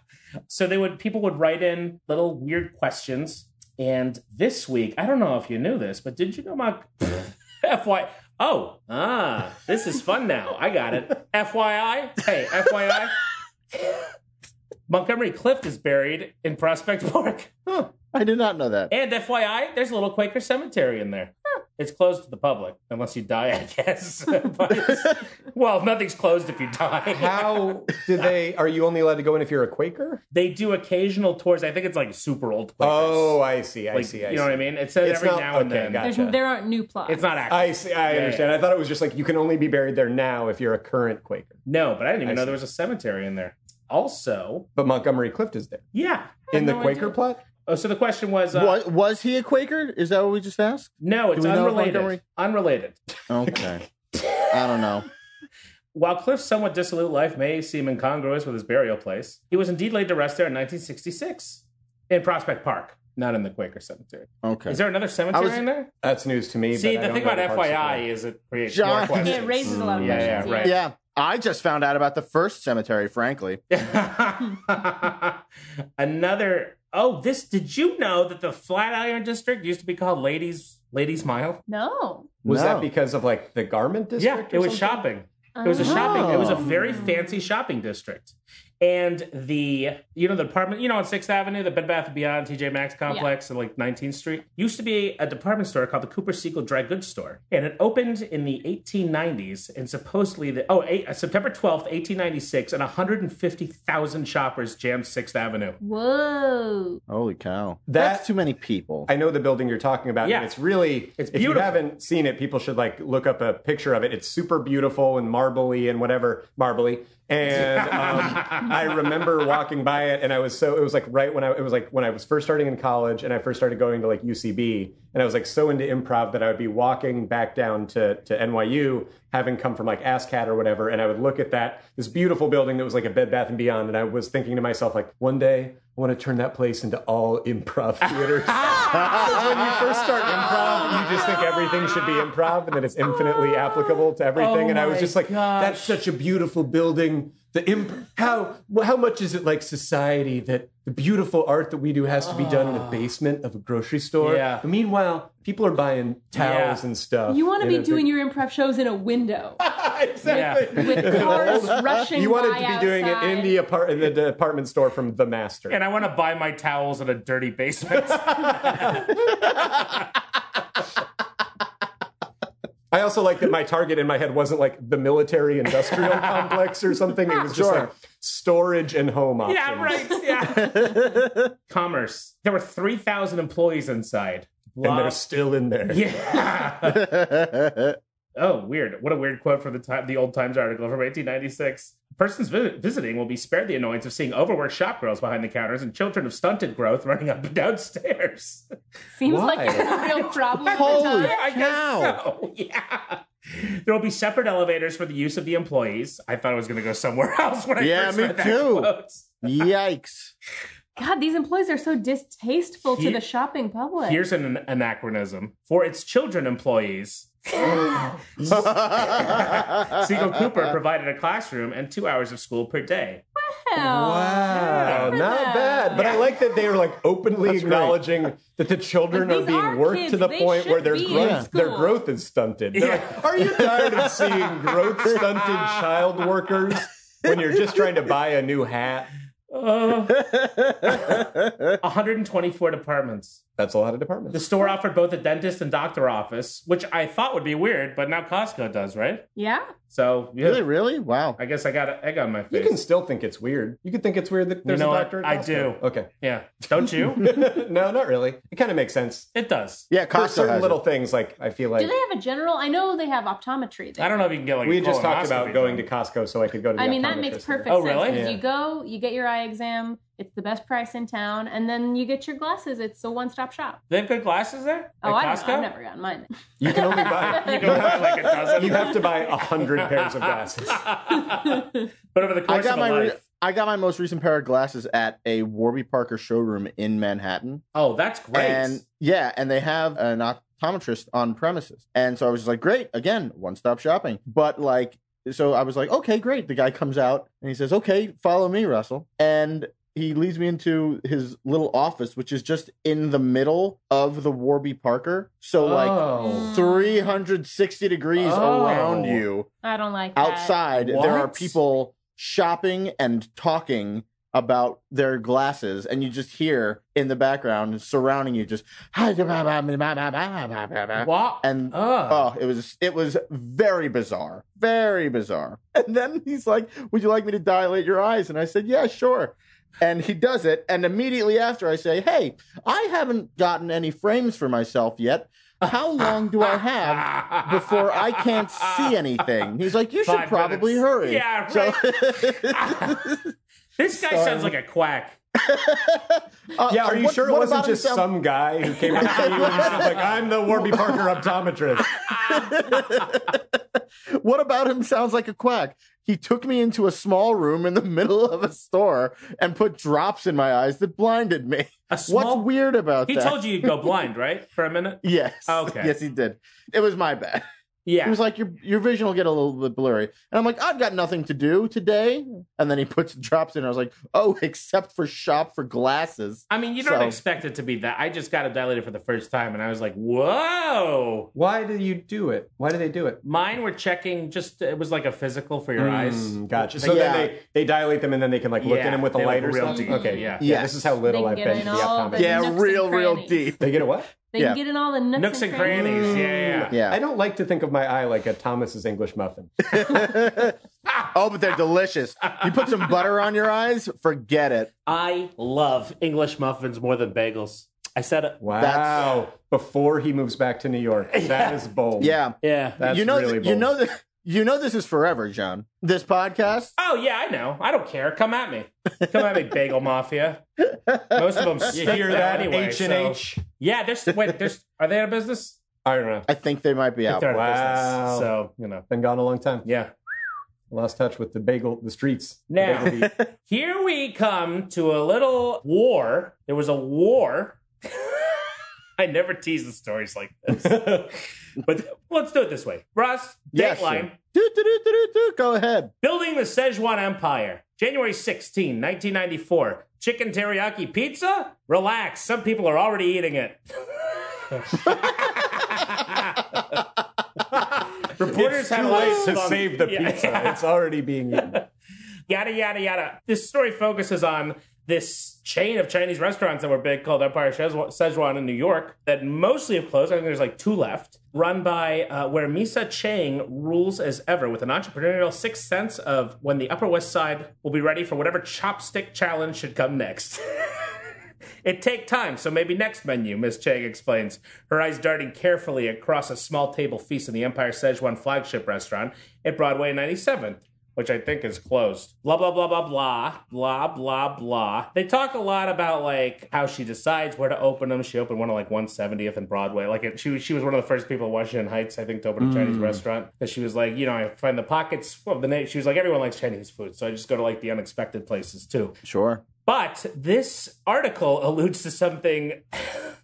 Speaker 2: so they would people would write in little weird questions and this week i don't know if you knew this but did you know my (laughs) fyi oh ah this is fun now i got it fyi hey fyi (laughs) montgomery clift is buried in prospect park Huh.
Speaker 1: I did not know that.
Speaker 2: and fyi there's a little quaker cemetery in there it's closed to the public unless you die i guess (laughs) But it's- well nothing's closed if you die
Speaker 4: how did they? Are you only allowed to go in if you're a Quaker?
Speaker 2: they do occasional tours. I think it's like super old Quakers.
Speaker 4: Oh, I see. I
Speaker 2: like,
Speaker 4: see. I
Speaker 2: you know
Speaker 4: see.
Speaker 2: what I mean? It says
Speaker 4: It's
Speaker 2: every
Speaker 4: not-
Speaker 2: now and
Speaker 4: okay,
Speaker 2: then.
Speaker 4: got it.
Speaker 5: There's,
Speaker 4: Gotcha.
Speaker 5: there aren't new plots.
Speaker 2: It's not active.
Speaker 4: I see. I
Speaker 2: yeah.
Speaker 4: understand. I thought it was just like you can only be buried there now if you're a current Quaker.
Speaker 2: no, but I didn't even
Speaker 4: I
Speaker 2: know
Speaker 4: see.
Speaker 2: there was a cemetery in there. Also,
Speaker 4: But Montgomery Clift is there
Speaker 2: yeah. I
Speaker 4: in
Speaker 2: had
Speaker 4: the
Speaker 2: no
Speaker 4: Quaker
Speaker 2: idea.
Speaker 4: plot.
Speaker 2: Oh, so the question was uh,
Speaker 1: was, was he a Quaker? Is that what we just asked?
Speaker 2: No, it's
Speaker 1: we know if
Speaker 2: unrelated.
Speaker 1: Montgomery-
Speaker 2: Unrelated.
Speaker 1: Okay. (laughs) I don't know.
Speaker 2: While Cliff's somewhat dissolute life may seem incongruous with his burial place, he was indeed laid to rest there in 1966 in Prospect Park, not in the Quaker Cemetery.
Speaker 1: Okay.
Speaker 2: Is there another cemetery
Speaker 1: was-
Speaker 2: in there?
Speaker 4: That's news to me.
Speaker 2: See,
Speaker 4: but
Speaker 2: the
Speaker 4: I don't
Speaker 2: thing
Speaker 4: know
Speaker 2: about
Speaker 4: the parts of
Speaker 2: FYI
Speaker 4: it.
Speaker 2: is it creates
Speaker 1: John-
Speaker 2: more questions.
Speaker 5: It raises a lot of
Speaker 2: Mm, Yeah, yeah,
Speaker 5: questions. Yeah,
Speaker 2: right.
Speaker 1: yeah. I just found out about the first cemetery, frankly.
Speaker 2: (laughs) Another. Oh, this. Did you know that the Flatiron District used to be called Ladies Ladies Mile?
Speaker 5: No.
Speaker 4: was
Speaker 1: No.
Speaker 4: that because of like the garment district?
Speaker 2: Yeah,
Speaker 4: or
Speaker 2: it was
Speaker 4: something? Oh.
Speaker 2: shopping. It was a
Speaker 5: Uh-huh.
Speaker 2: shopping. It was a very fancy shopping district. And the you know the department you know on Sixth Avenue, the Bed Bath and Beyond, TJ Maxx complex, and like 19th Street used to be a department store called the Cooper Siegel Dry Goods Store, and it opened in the 1890s. And supposedly the oh eight, September 12th, 1896, and 150,000 shoppers jammed Sixth Avenue.
Speaker 5: Whoa.
Speaker 1: Holy cow.
Speaker 4: That-
Speaker 1: That's too many people.
Speaker 4: I know the building you're talking about.
Speaker 2: Yeah.
Speaker 4: And it's really,
Speaker 2: It's
Speaker 4: if you
Speaker 2: beautiful.
Speaker 4: haven't seen it, people should like look up a picture of it. It's super beautiful and marbly and whatever, marbly.
Speaker 2: (laughs)
Speaker 4: And um, I remember walking by it and I was so, it was like right when I, it was like when I was first starting in college and I first started going to like UCB and I was like so into improv that I would be walking back down to, to NYU having come from like ASCAT or whatever. And I would look at that, this beautiful building that was like a Bed Bath and Beyond. And I was thinking to myself, like, one day I want to turn that place into all
Speaker 2: (laughs)
Speaker 4: improv theaters. when you first start
Speaker 2: Oh
Speaker 4: improv, you just think everything should be improv and that it's infinitely applicable to everything.
Speaker 2: Oh
Speaker 4: and I was
Speaker 2: my
Speaker 4: just like,
Speaker 2: gosh.
Speaker 4: that's such a beautiful building. The imp- how well, how much is it like society that the beautiful art that we do has to be done in the basement of a grocery store?
Speaker 2: Ah. Yeah.
Speaker 4: But meanwhile, people are buying towels
Speaker 2: Yeah.
Speaker 4: and stuff.
Speaker 5: You want to
Speaker 4: in
Speaker 5: be
Speaker 4: a
Speaker 5: doing
Speaker 4: (laughs) big-
Speaker 5: your improv shows in a window
Speaker 4: exactly.
Speaker 5: with
Speaker 4: (laughs)
Speaker 5: cars rushing
Speaker 4: You wanted
Speaker 5: by
Speaker 4: to be doing it in
Speaker 5: outside.
Speaker 4: the apart in the department store from the master.
Speaker 2: And I want to buy my towels in a dirty (laughs) basement.
Speaker 4: I also like that my target in my head wasn't like the military
Speaker 2: (laughs)
Speaker 4: industrial complex or something. It was just
Speaker 1: Sure.
Speaker 4: like storage and home options.
Speaker 2: yeah, right. Yeah. (laughs) Commerce. There were 3,000 employees inside.
Speaker 4: And they're
Speaker 2: Lots-
Speaker 4: still in there.
Speaker 2: Yeah. (laughs) Oh, weird. What a weird quote from the time, the old Times article from 1896. Persons vi- visiting will be spared the annoyance of seeing overworked shop girls behind the counters and children of stunted growth running up and down stairs.
Speaker 5: Seems
Speaker 4: Why?
Speaker 5: like it's a real problem at the
Speaker 1: Holy
Speaker 5: time.
Speaker 2: I guess (laughs)
Speaker 1: cow.
Speaker 4: Uh,
Speaker 2: so. Oh, Yeah. There will be separate elevators for the use of the employees. I thought I was going to go somewhere (laughs) else when I
Speaker 1: Yeah,
Speaker 2: first
Speaker 1: me
Speaker 2: read that
Speaker 1: too.
Speaker 2: quote.
Speaker 1: (laughs) Yikes.
Speaker 5: God, these employees are so distasteful to
Speaker 2: Here-
Speaker 5: the shopping public.
Speaker 2: Here's an anachronism for its children employees.
Speaker 4: Ah,
Speaker 2: Siegel Cooper provided a classroom and two hours of school per day.
Speaker 5: Hell.
Speaker 4: Wow, not bad. But I like that they are like openly
Speaker 1: That's great.
Speaker 4: acknowledging that the children
Speaker 5: Like,
Speaker 4: are
Speaker 5: these
Speaker 4: being
Speaker 5: are
Speaker 4: worked
Speaker 5: kids.
Speaker 4: to the
Speaker 5: They
Speaker 4: point where
Speaker 5: should
Speaker 4: their
Speaker 5: be in
Speaker 4: growth, their
Speaker 5: school.
Speaker 4: growth is stunted. They're
Speaker 2: Yeah.
Speaker 1: (laughs)
Speaker 4: like, are you tired
Speaker 2: (laughs)
Speaker 4: of seeing growth stunted child workers when you're just trying to buy a new hat? (laughs)
Speaker 2: Uh, 124 departments.
Speaker 4: That's a lot of
Speaker 2: The
Speaker 4: departments.
Speaker 2: store offered both a dentist and doctor office, which I thought would be weird, but now Costco does, right?
Speaker 5: Yeah.
Speaker 2: So yeah,
Speaker 1: really, really? Wow.
Speaker 2: I guess I got an egg on my
Speaker 4: You
Speaker 2: face.
Speaker 4: can still think it's weird. You could think it's weird that there's
Speaker 2: know
Speaker 4: a
Speaker 2: what?
Speaker 4: doctor. at
Speaker 2: I
Speaker 4: Costco.
Speaker 2: do.
Speaker 4: Okay.
Speaker 2: yeah, don't
Speaker 4: (laughs)
Speaker 2: you?
Speaker 4: no, not really. It kind of makes sense.
Speaker 2: it does.
Speaker 1: Yeah,
Speaker 4: For
Speaker 1: Costco
Speaker 4: certain
Speaker 1: has
Speaker 4: little
Speaker 1: it.
Speaker 4: things, like I feel like
Speaker 5: Do they have a general? I know they have optometry there.
Speaker 2: I don't know if you can get like.
Speaker 4: we
Speaker 2: a
Speaker 4: just talked about
Speaker 2: colonoscopy
Speaker 4: going to
Speaker 2: done.
Speaker 4: Costco so I could go to. The
Speaker 5: I mean, that makes
Speaker 4: optometrist there.
Speaker 5: perfect
Speaker 2: Oh,
Speaker 5: sense.
Speaker 2: really?
Speaker 5: 'cause
Speaker 4: Yeah.
Speaker 5: You go, you get your eye exam. It's the best price in town, and then you get your glasses. It's a one-stop shop.
Speaker 2: They have good glasses there.
Speaker 5: Oh,
Speaker 2: at
Speaker 5: I
Speaker 2: Costco?
Speaker 5: don't know. I've never gotten mine.
Speaker 4: You can only (laughs) buy.
Speaker 2: You can buy like a dozen.
Speaker 4: you have to buy a hundred pairs of glasses.
Speaker 2: (laughs) but over the course
Speaker 1: I got
Speaker 2: of a
Speaker 1: my re-
Speaker 2: life.
Speaker 1: I got my most recent pair of glasses at a Warby Parker showroom in Manhattan.
Speaker 2: oh, that's great.
Speaker 1: And yeah, and they have an optometrist on premises. And so I was just like, great, again, one stop shopping. But like, so I was like, okay, great. The guy comes out and he says, okay, follow me, Russell. And he leads me into his little office, which is just in the middle of the Warby Parker. So like
Speaker 4: oh.
Speaker 1: 360 degrees
Speaker 2: Oh.
Speaker 1: around you
Speaker 5: I don't like that.
Speaker 1: outside there are
Speaker 2: What?
Speaker 1: people shopping and talking about their glasses and you just hear in the background surrounding you just and
Speaker 2: Wow.
Speaker 1: oh it was it was very bizarre very bizarre (laughs) and then he's like would you like me to dilate your eyes and i said yeah sure and he does it and immediately after i say hey i haven't gotten any frames for myself yet how long do i have before I can't see anything. He's like, you should
Speaker 2: Five
Speaker 1: probably
Speaker 2: minutes.
Speaker 1: hurry.
Speaker 2: Yeah,
Speaker 1: So-
Speaker 2: This guy
Speaker 1: Sorry.
Speaker 2: sounds like a quack.
Speaker 1: (laughs) Uh,
Speaker 4: Yeah, are you
Speaker 1: what-
Speaker 4: sure it
Speaker 1: what
Speaker 4: wasn't
Speaker 1: about
Speaker 4: just
Speaker 1: himself?
Speaker 4: some guy who came up to you and said, like, I'm the Warby Parker optometrist?
Speaker 1: What about him sounds like a quack? He took me into a small room in the (laughs) middle of a store and put drops in my eyes that blinded me.
Speaker 2: A small.
Speaker 1: What's weird about
Speaker 2: (laughs) He
Speaker 1: that?
Speaker 2: told you you'd go blind, right? For a minute.
Speaker 1: (laughs) Yes.
Speaker 2: Okay.
Speaker 1: Yes, he did. It was my bad.
Speaker 2: Yeah.
Speaker 1: He was like, your your vision will get a little bit blurry. And I'm like, I've got nothing to do today. And then he puts drops in. I was like, oh, (laughs) except for shop for glasses.
Speaker 2: I mean, you don't
Speaker 1: So-
Speaker 2: expect it to be that. I just got it dilated for the first time, and I was like, "Whoa!"
Speaker 4: (laughs) Why do you do it? Why do they do it?
Speaker 2: Mine were checking. Just it was like a physical for your
Speaker 1: Hmm,
Speaker 2: eyes.
Speaker 4: Mm, gotcha. So
Speaker 1: Yeah.
Speaker 4: then they, they dilate them and then they can like look
Speaker 2: Yeah,
Speaker 4: in them with a
Speaker 2: they look
Speaker 4: light or
Speaker 2: real
Speaker 4: something.
Speaker 2: deep,
Speaker 4: Okay,
Speaker 2: yeah.
Speaker 4: yeah.
Speaker 1: Yes.
Speaker 4: This is how
Speaker 5: They
Speaker 4: little
Speaker 5: can
Speaker 4: I've
Speaker 5: get
Speaker 4: been
Speaker 5: in
Speaker 4: to the
Speaker 5: all the
Speaker 4: optometrist.
Speaker 1: Yeah,
Speaker 5: nooks and
Speaker 1: real, real
Speaker 5: crannies.
Speaker 1: deep.
Speaker 4: They get a what?
Speaker 5: They can
Speaker 1: Yeah.
Speaker 5: get in all the nooks,
Speaker 2: Nooks and
Speaker 5: crannies.
Speaker 2: crannies. Yeah, yeah. yeah.
Speaker 1: Yeah.
Speaker 4: I don't like to think of my eye like a Thomas's
Speaker 1: (laughs)
Speaker 4: English muffin.
Speaker 1: Oh, but they're delicious. You put some butter on your eyes, forget it.
Speaker 2: I love English muffins more than bagels. I said it.
Speaker 4: Wow.
Speaker 1: That's-
Speaker 4: Before he moves back to
Speaker 1: (laughs)
Speaker 4: New York. That is bold.
Speaker 1: Yeah.
Speaker 2: Yeah.
Speaker 4: That's
Speaker 1: you know
Speaker 4: really
Speaker 1: that-
Speaker 4: bold.
Speaker 1: you know that you know this is forever, John. This podcast?
Speaker 2: Oh yeah, I know. I don't care. Come at me. Come
Speaker 4: (laughs)
Speaker 2: at me, bagel mafia. Most of them
Speaker 4: you
Speaker 2: stick
Speaker 4: hear that?
Speaker 2: anyway.
Speaker 4: H and
Speaker 2: so-
Speaker 4: H.
Speaker 2: Yeah, there's wait, there's are they out of business?
Speaker 4: I don't know.
Speaker 1: I think they might be out.
Speaker 2: They're out of business.
Speaker 4: Oh, Wow.
Speaker 2: So you know,
Speaker 4: Been gone a long time.
Speaker 2: yeah.
Speaker 4: Lost touch with the bagel, the streets. The
Speaker 2: Now-
Speaker 4: bagel
Speaker 2: (laughs)
Speaker 4: beat.
Speaker 2: Here we come to a little war. There was a war. (laughs) I never tease the stories like
Speaker 4: (laughs)
Speaker 2: this. but let's do it this way. Russ,
Speaker 1: Yes,
Speaker 2: Dateline,
Speaker 1: sir. Do, do, do, do, do, do. Go ahead.
Speaker 2: Building the Szechuan Empire. January 16, 1994. Chicken teriyaki pizza? Relax, some people are already eating it. Reporters
Speaker 4: It's
Speaker 2: have
Speaker 4: too
Speaker 2: lots
Speaker 4: late to
Speaker 2: of-
Speaker 4: save the
Speaker 2: Yeah.
Speaker 4: pizza.
Speaker 2: (laughs)
Speaker 4: It's already being eaten.
Speaker 2: yada yada yada. This story focuses on this chain of Chinese restaurants that were big called Empire Szechua- Szechuan in New York that mostly have closed. I think there's like two left, run by uh, where Misa Chang rules as ever with an entrepreneurial sixth sense of when the Upper West Side will be ready for whatever chopstick challenge should come next. (laughs) It take time, so maybe next menu, Miss Chang explains, her eyes darting carefully across a small table feast in the Empire Szechuan flagship restaurant at Broadway and 97th, which I think is closed. Blah, blah, blah, blah, blah, blah, blah, blah. They talk a lot about, like, how she decides where to open them. She opened one on, like, 170th and Broadway. Like, it, she, was- she was one of the first people in Washington Heights, I think, to open a Chinese restaurant. Because she was like, you know, I find the pockets of the name. She was like, everyone likes Chinese food, so I just go to, like, the unexpected places, too.
Speaker 1: Sure.
Speaker 2: But this article alludes to something.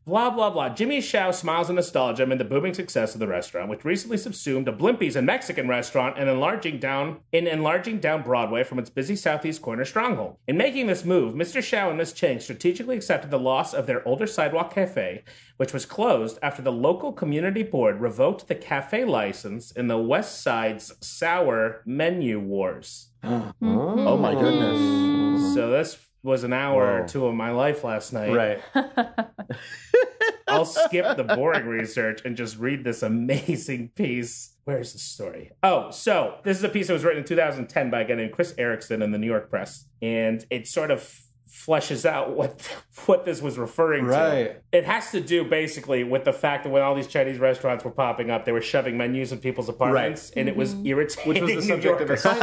Speaker 2: Blah blah blah. Jimmy Shao smiles in nostalgia amid the booming success of the restaurant, which recently subsumed a Blimpies and Mexican restaurant and enlarging down in enlarging down Broadway from its busy southeast corner stronghold. In making this move, Mr. Shao and Miss Chang strategically accepted the loss of their older sidewalk cafe, which was closed after the local community board revoked the cafe license in the West Side's sour menu wars.
Speaker 1: Oh my goodness.
Speaker 2: So this was an hour
Speaker 4: Mm-hmm. Whoa.
Speaker 2: or two of my life last night.
Speaker 4: Right. (laughs)
Speaker 2: I'll skip the boring research and just read this amazing piece. Where's the story? Oh, so this is a piece that was written in 2010 by a guy named Chris Erickson in the New York Press, and it sort of fleshes out what (laughs) what this was referring to
Speaker 4: Right.
Speaker 2: it has to do basically with the fact that when all these Chinese restaurants were popping up, they were shoving menus in people's apartments, and it was irritating.
Speaker 4: Which was the
Speaker 2: New
Speaker 4: subject of a,
Speaker 2: Yorkers.
Speaker 4: Sein-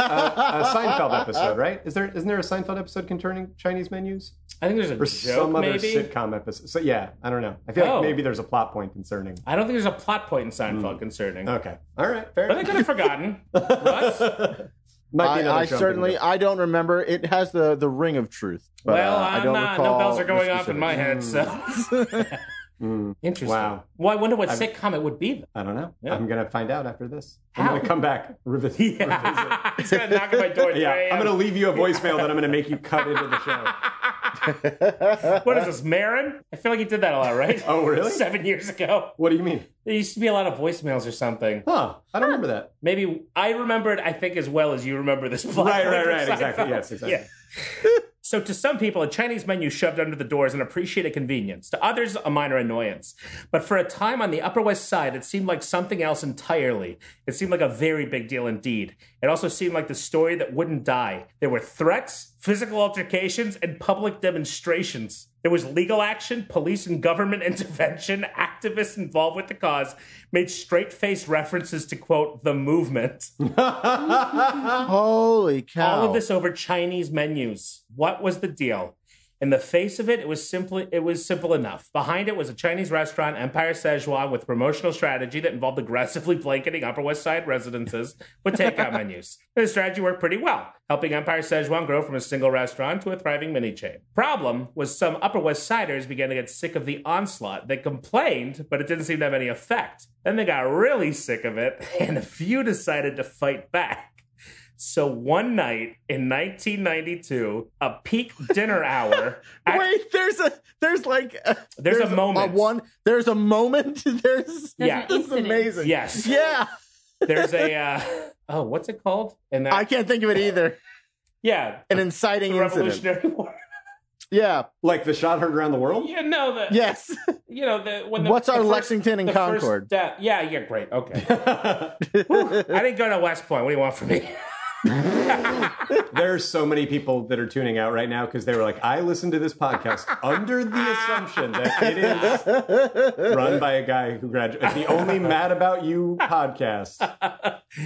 Speaker 1: (laughs)
Speaker 4: uh, a Seinfeld episode, right? Is there isn't there a Seinfeld episode concerning Chinese menus
Speaker 2: I think there's a
Speaker 4: or
Speaker 2: joke,
Speaker 4: some other
Speaker 2: maybe.
Speaker 4: sitcom episode? So yeah, I don't know. I feel
Speaker 2: Oh.
Speaker 4: like maybe there's a plot point concerning.
Speaker 2: I don't think there's a plot point in
Speaker 4: Mm.
Speaker 2: Seinfeld concerning.
Speaker 4: Okay, all right, fair
Speaker 2: But they
Speaker 4: enough.
Speaker 2: could have forgotten.
Speaker 4: (laughs)
Speaker 2: Russ?
Speaker 4: Uh, Might be
Speaker 1: I,
Speaker 4: another
Speaker 1: I
Speaker 4: jump
Speaker 1: certainly
Speaker 4: into
Speaker 1: I don't remember. It has the the ring of truth. But,
Speaker 2: well,
Speaker 1: uh,
Speaker 2: I'm
Speaker 1: I don't
Speaker 2: not.
Speaker 1: recall
Speaker 2: No bells are
Speaker 1: the
Speaker 2: going off in my
Speaker 1: specifics.
Speaker 2: head. So
Speaker 4: (laughs)
Speaker 2: (laughs) interesting.
Speaker 4: Wow.
Speaker 2: Well, I wonder what
Speaker 4: I've-
Speaker 2: sitcom it would be.
Speaker 4: (laughs)
Speaker 2: Then.
Speaker 4: the- I don't know.
Speaker 2: Yeah.
Speaker 4: I'm gonna find out after this.
Speaker 2: How?
Speaker 4: I'm gonna come back (laughs) revisit.
Speaker 2: (laughs)
Speaker 4: revisit.
Speaker 2: Yeah. He's gonna knock on my door. um, At
Speaker 4: (laughs) Yeah,
Speaker 2: 3
Speaker 4: I'm gonna leave you a voicemail that I'm gonna make you cut into the show.
Speaker 1: (laughs)
Speaker 2: What is this, Marin? I feel like he did that a lot, right?
Speaker 4: (laughs) Oh,
Speaker 2: (laughs)
Speaker 4: really?
Speaker 2: Seven years ago.
Speaker 4: What do you mean?
Speaker 2: There used to be a lot of voicemails or something.
Speaker 4: Huh? I don't remember that.
Speaker 2: Maybe I remember it, I think, as well as you remember this plot. (laughs)
Speaker 4: Right,
Speaker 2: point
Speaker 4: right,
Speaker 2: from
Speaker 4: right, exactly,
Speaker 2: Seinfeld.
Speaker 4: yes, exactly.
Speaker 2: Yeah. so, to some people, a Chinese menu shoved under the door is an appreciated convenience. To others, a minor annoyance. But for a time on the Upper West Side, it seemed like something else entirely. It seemed like a very big deal indeed. It also seemed like the story that wouldn't die. There were threats, physical altercations, and public demonstrations. There was legal action, police and government (laughs) intervention, activists involved with the cause made straight faced references to, quote, the movement.
Speaker 1: Holy cow!
Speaker 2: All of this over Chinese menus. What was the deal? In the face of it, it was simply it was simple enough. Behind it was a Chinese restaurant, Empire Szechuan, with promotional strategy that involved aggressively (laughs) blanketing Upper West Side residences with takeout menus. (laughs) The strategy worked pretty well, helping Empire Szechuan grow from a single restaurant to a thriving mini chain. Problem was some Upper West Siders began to get sick of the onslaught. They complained, but it didn't seem to have any effect. Then they got really sick of it, (laughs) and a few decided to fight back. So one night in 1992, a peak dinner hour.
Speaker 1: (laughs)
Speaker 2: at-
Speaker 1: Wait, there's a there's like uh, a,
Speaker 2: There's a moment.
Speaker 1: one there's a moment. (laughs) There's
Speaker 2: Yeah.
Speaker 1: This is amazing.
Speaker 2: Yes.
Speaker 1: Yeah. (laughs)
Speaker 2: There's a uh, oh, what's it called? And that
Speaker 1: I can't think of it either.
Speaker 2: yeah,
Speaker 1: An inciting
Speaker 2: the
Speaker 1: incident.
Speaker 2: Revolutionary War. (laughs)
Speaker 1: Yeah.
Speaker 4: (laughs) Like the shot heard around the world.
Speaker 2: You know the
Speaker 1: Yes.
Speaker 2: you know the when the,
Speaker 1: What's
Speaker 2: the
Speaker 1: our
Speaker 2: first-
Speaker 1: Lexington and
Speaker 2: the first
Speaker 1: Concord?
Speaker 2: death- yeah, yeah, great. Okay,
Speaker 1: (laughs)
Speaker 2: Whew, I didn't go to West Point. What do you want from me?
Speaker 4: (laughs) There's so many people that are tuning out right now because they were like, I listened to this podcast under the assumption that it is run by a guy who graduated the only Mad About You (laughs) podcast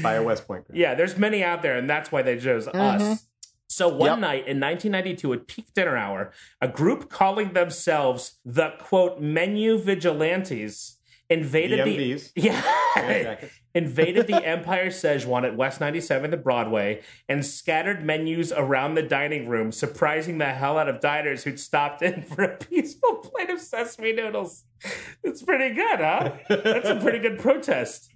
Speaker 4: by a West Point grad.
Speaker 2: Yeah, there's many out there, and that's why they chose us. So one night in 1992 at peak dinner hour, a group calling themselves the quote menu vigilantes invaded the,
Speaker 4: EMVs.
Speaker 2: yeah
Speaker 4: Exactly.
Speaker 2: invaded the Empire Szechuan at West 97th and Broadway and scattered menus around the dining room, surprising the hell out of diners who'd stopped in for a peaceful plate of sesame noodles. It's pretty good, huh? That's a pretty good protest.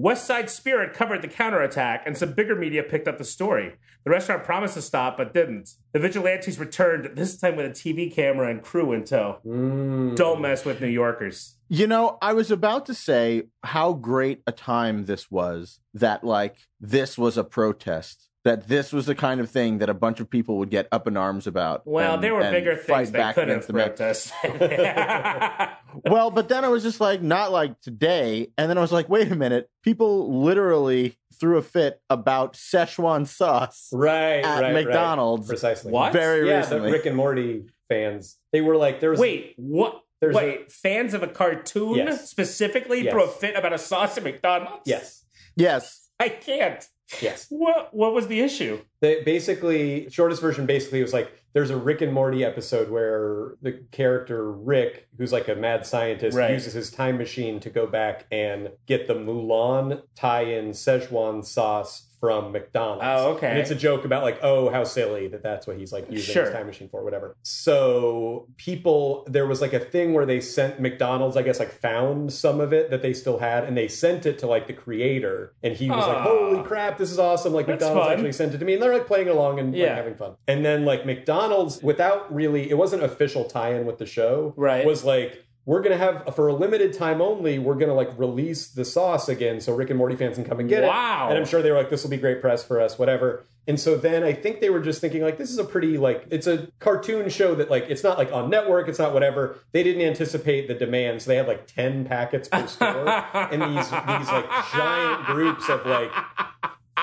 Speaker 2: West Side Spirit covered the counterattack, and some bigger media picked up the story. The restaurant promised to stop, but didn't. The vigilantes returned, this time with a TV camera and crew in tow.
Speaker 4: Mm.
Speaker 1: Mm.
Speaker 2: Don't mess with New Yorkers.
Speaker 1: You know, I was about to say how great a time this was that, like, this was a protest, that this was the kind of thing that a bunch of people would get up in arms about.
Speaker 2: Well,
Speaker 1: and-
Speaker 2: there were
Speaker 1: and
Speaker 2: bigger
Speaker 1: fight
Speaker 2: things they
Speaker 1: back
Speaker 2: could
Speaker 1: against
Speaker 2: have
Speaker 1: the Met.
Speaker 2: protested.
Speaker 4: (laughs)
Speaker 2: (laughs)
Speaker 1: (laughs) Well, but then I was just like, not like today. And then I was like, wait a minute. People literally threw a fit about Szechuan sauce
Speaker 4: Right,
Speaker 1: at McDonald's.
Speaker 4: Precisely.
Speaker 2: What?
Speaker 1: Very
Speaker 4: Yeah,
Speaker 1: recently.
Speaker 4: the Rick and Morty fans. They were like, there was
Speaker 2: Wait, what?
Speaker 4: There's
Speaker 2: Wait, fans of a cartoon
Speaker 4: Yes.
Speaker 2: specifically
Speaker 4: Yes.
Speaker 2: threw a fit about a sauce at McDonald's?
Speaker 4: Yes.
Speaker 1: yes.
Speaker 2: I can't.
Speaker 4: Yes.
Speaker 2: What What was the issue?
Speaker 4: They basically, shortest version basically was like there's a Rick and Morty episode where the character Rick, who's like a mad scientist,
Speaker 2: Right.
Speaker 4: uses his time machine to go back and get the Mulan tie in Szechuan sauce from McDonald's.
Speaker 2: Oh, okay.
Speaker 4: And it's a joke about like, oh, how silly that that's what he's like using
Speaker 2: Sure.
Speaker 4: his time machine for, whatever. So people, there was like a thing where they sent McDonald's, I guess, like found some of it that they still had and they sent it to like the creator. And he was
Speaker 2: Aw.
Speaker 4: like, holy crap, this is awesome. Like,
Speaker 2: Ah. That's
Speaker 4: McDonald's
Speaker 2: fun.
Speaker 4: actually sent it to me, and they're like playing along and like,
Speaker 2: Yeah.
Speaker 4: having fun. And then like McDonald's, without really, it wasn't official tie-in with the show,
Speaker 2: Right.
Speaker 4: Was like. we're gonna have for a limited time only, we're gonna like release the sauce again so Rick and Morty fans can come and get it.
Speaker 2: Wow.
Speaker 4: And I'm sure they were like, this will be great press for us, whatever. And so then I think they were just thinking like this is a pretty like it's a cartoon show that like it's not like on network, it's not whatever. They didn't anticipate the demand, so they had like ten packets per store
Speaker 2: (laughs)
Speaker 4: and these these like giant groups of like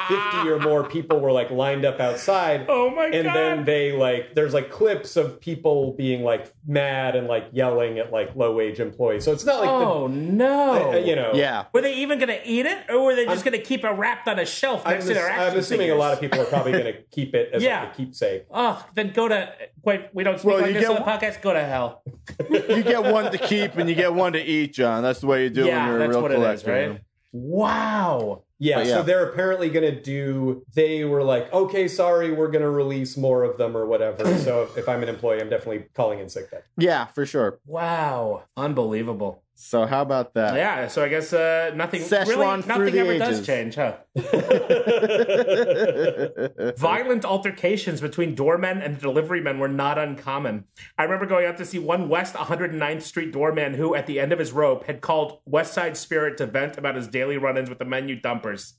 Speaker 4: 50 or more people were like lined up outside.
Speaker 2: Oh my
Speaker 4: and
Speaker 2: god.
Speaker 4: then they like there's like clips of people being like mad and like yelling at like low wage employees. So it's not like the-
Speaker 2: oh no.
Speaker 4: uh, you know
Speaker 1: Yeah.
Speaker 2: Were they even going to eat it, or were they just going to keep it wrapped on a shelf
Speaker 4: I'm,
Speaker 2: next to their
Speaker 4: ass-
Speaker 2: action
Speaker 4: I'm assuming a
Speaker 2: figures?
Speaker 4: lot of people are probably going
Speaker 2: (laughs)
Speaker 4: to keep it as
Speaker 2: Yeah.
Speaker 4: like a keepsake.
Speaker 2: Oh, then go to wait. We don't speak
Speaker 1: Well,
Speaker 2: like
Speaker 1: you
Speaker 2: this on the
Speaker 1: get-
Speaker 2: podcast. Go to hell.
Speaker 1: You get one to keep and you get one to eat, John. That's the way you do it when
Speaker 2: yeah,
Speaker 1: you're a
Speaker 2: that's
Speaker 1: real
Speaker 2: what
Speaker 1: collector.
Speaker 2: it is, right? Wow.
Speaker 4: Yeah,
Speaker 1: But yeah.
Speaker 4: so they're apparently going to do. They were like, okay, sorry, we're going to release more of them or whatever. so if I'm an employee, I'm definitely calling in sick. Then
Speaker 1: Yeah, for sure.
Speaker 2: Wow. Unbelievable.
Speaker 1: So how about that?
Speaker 2: Yeah. So I guess uh, nothing.
Speaker 1: Szechuan
Speaker 2: really,
Speaker 1: through
Speaker 2: nothing
Speaker 1: the
Speaker 2: ever
Speaker 1: ages.
Speaker 2: does
Speaker 1: (laughs)
Speaker 2: change, huh?
Speaker 4: (laughs)
Speaker 2: Violent altercations between doormen and delivery men were not uncommon. I remember going out to see one West 109th Street doorman who, at the end of his rope, had called West Side Spirit to vent about his daily run ins with the menu dumpers.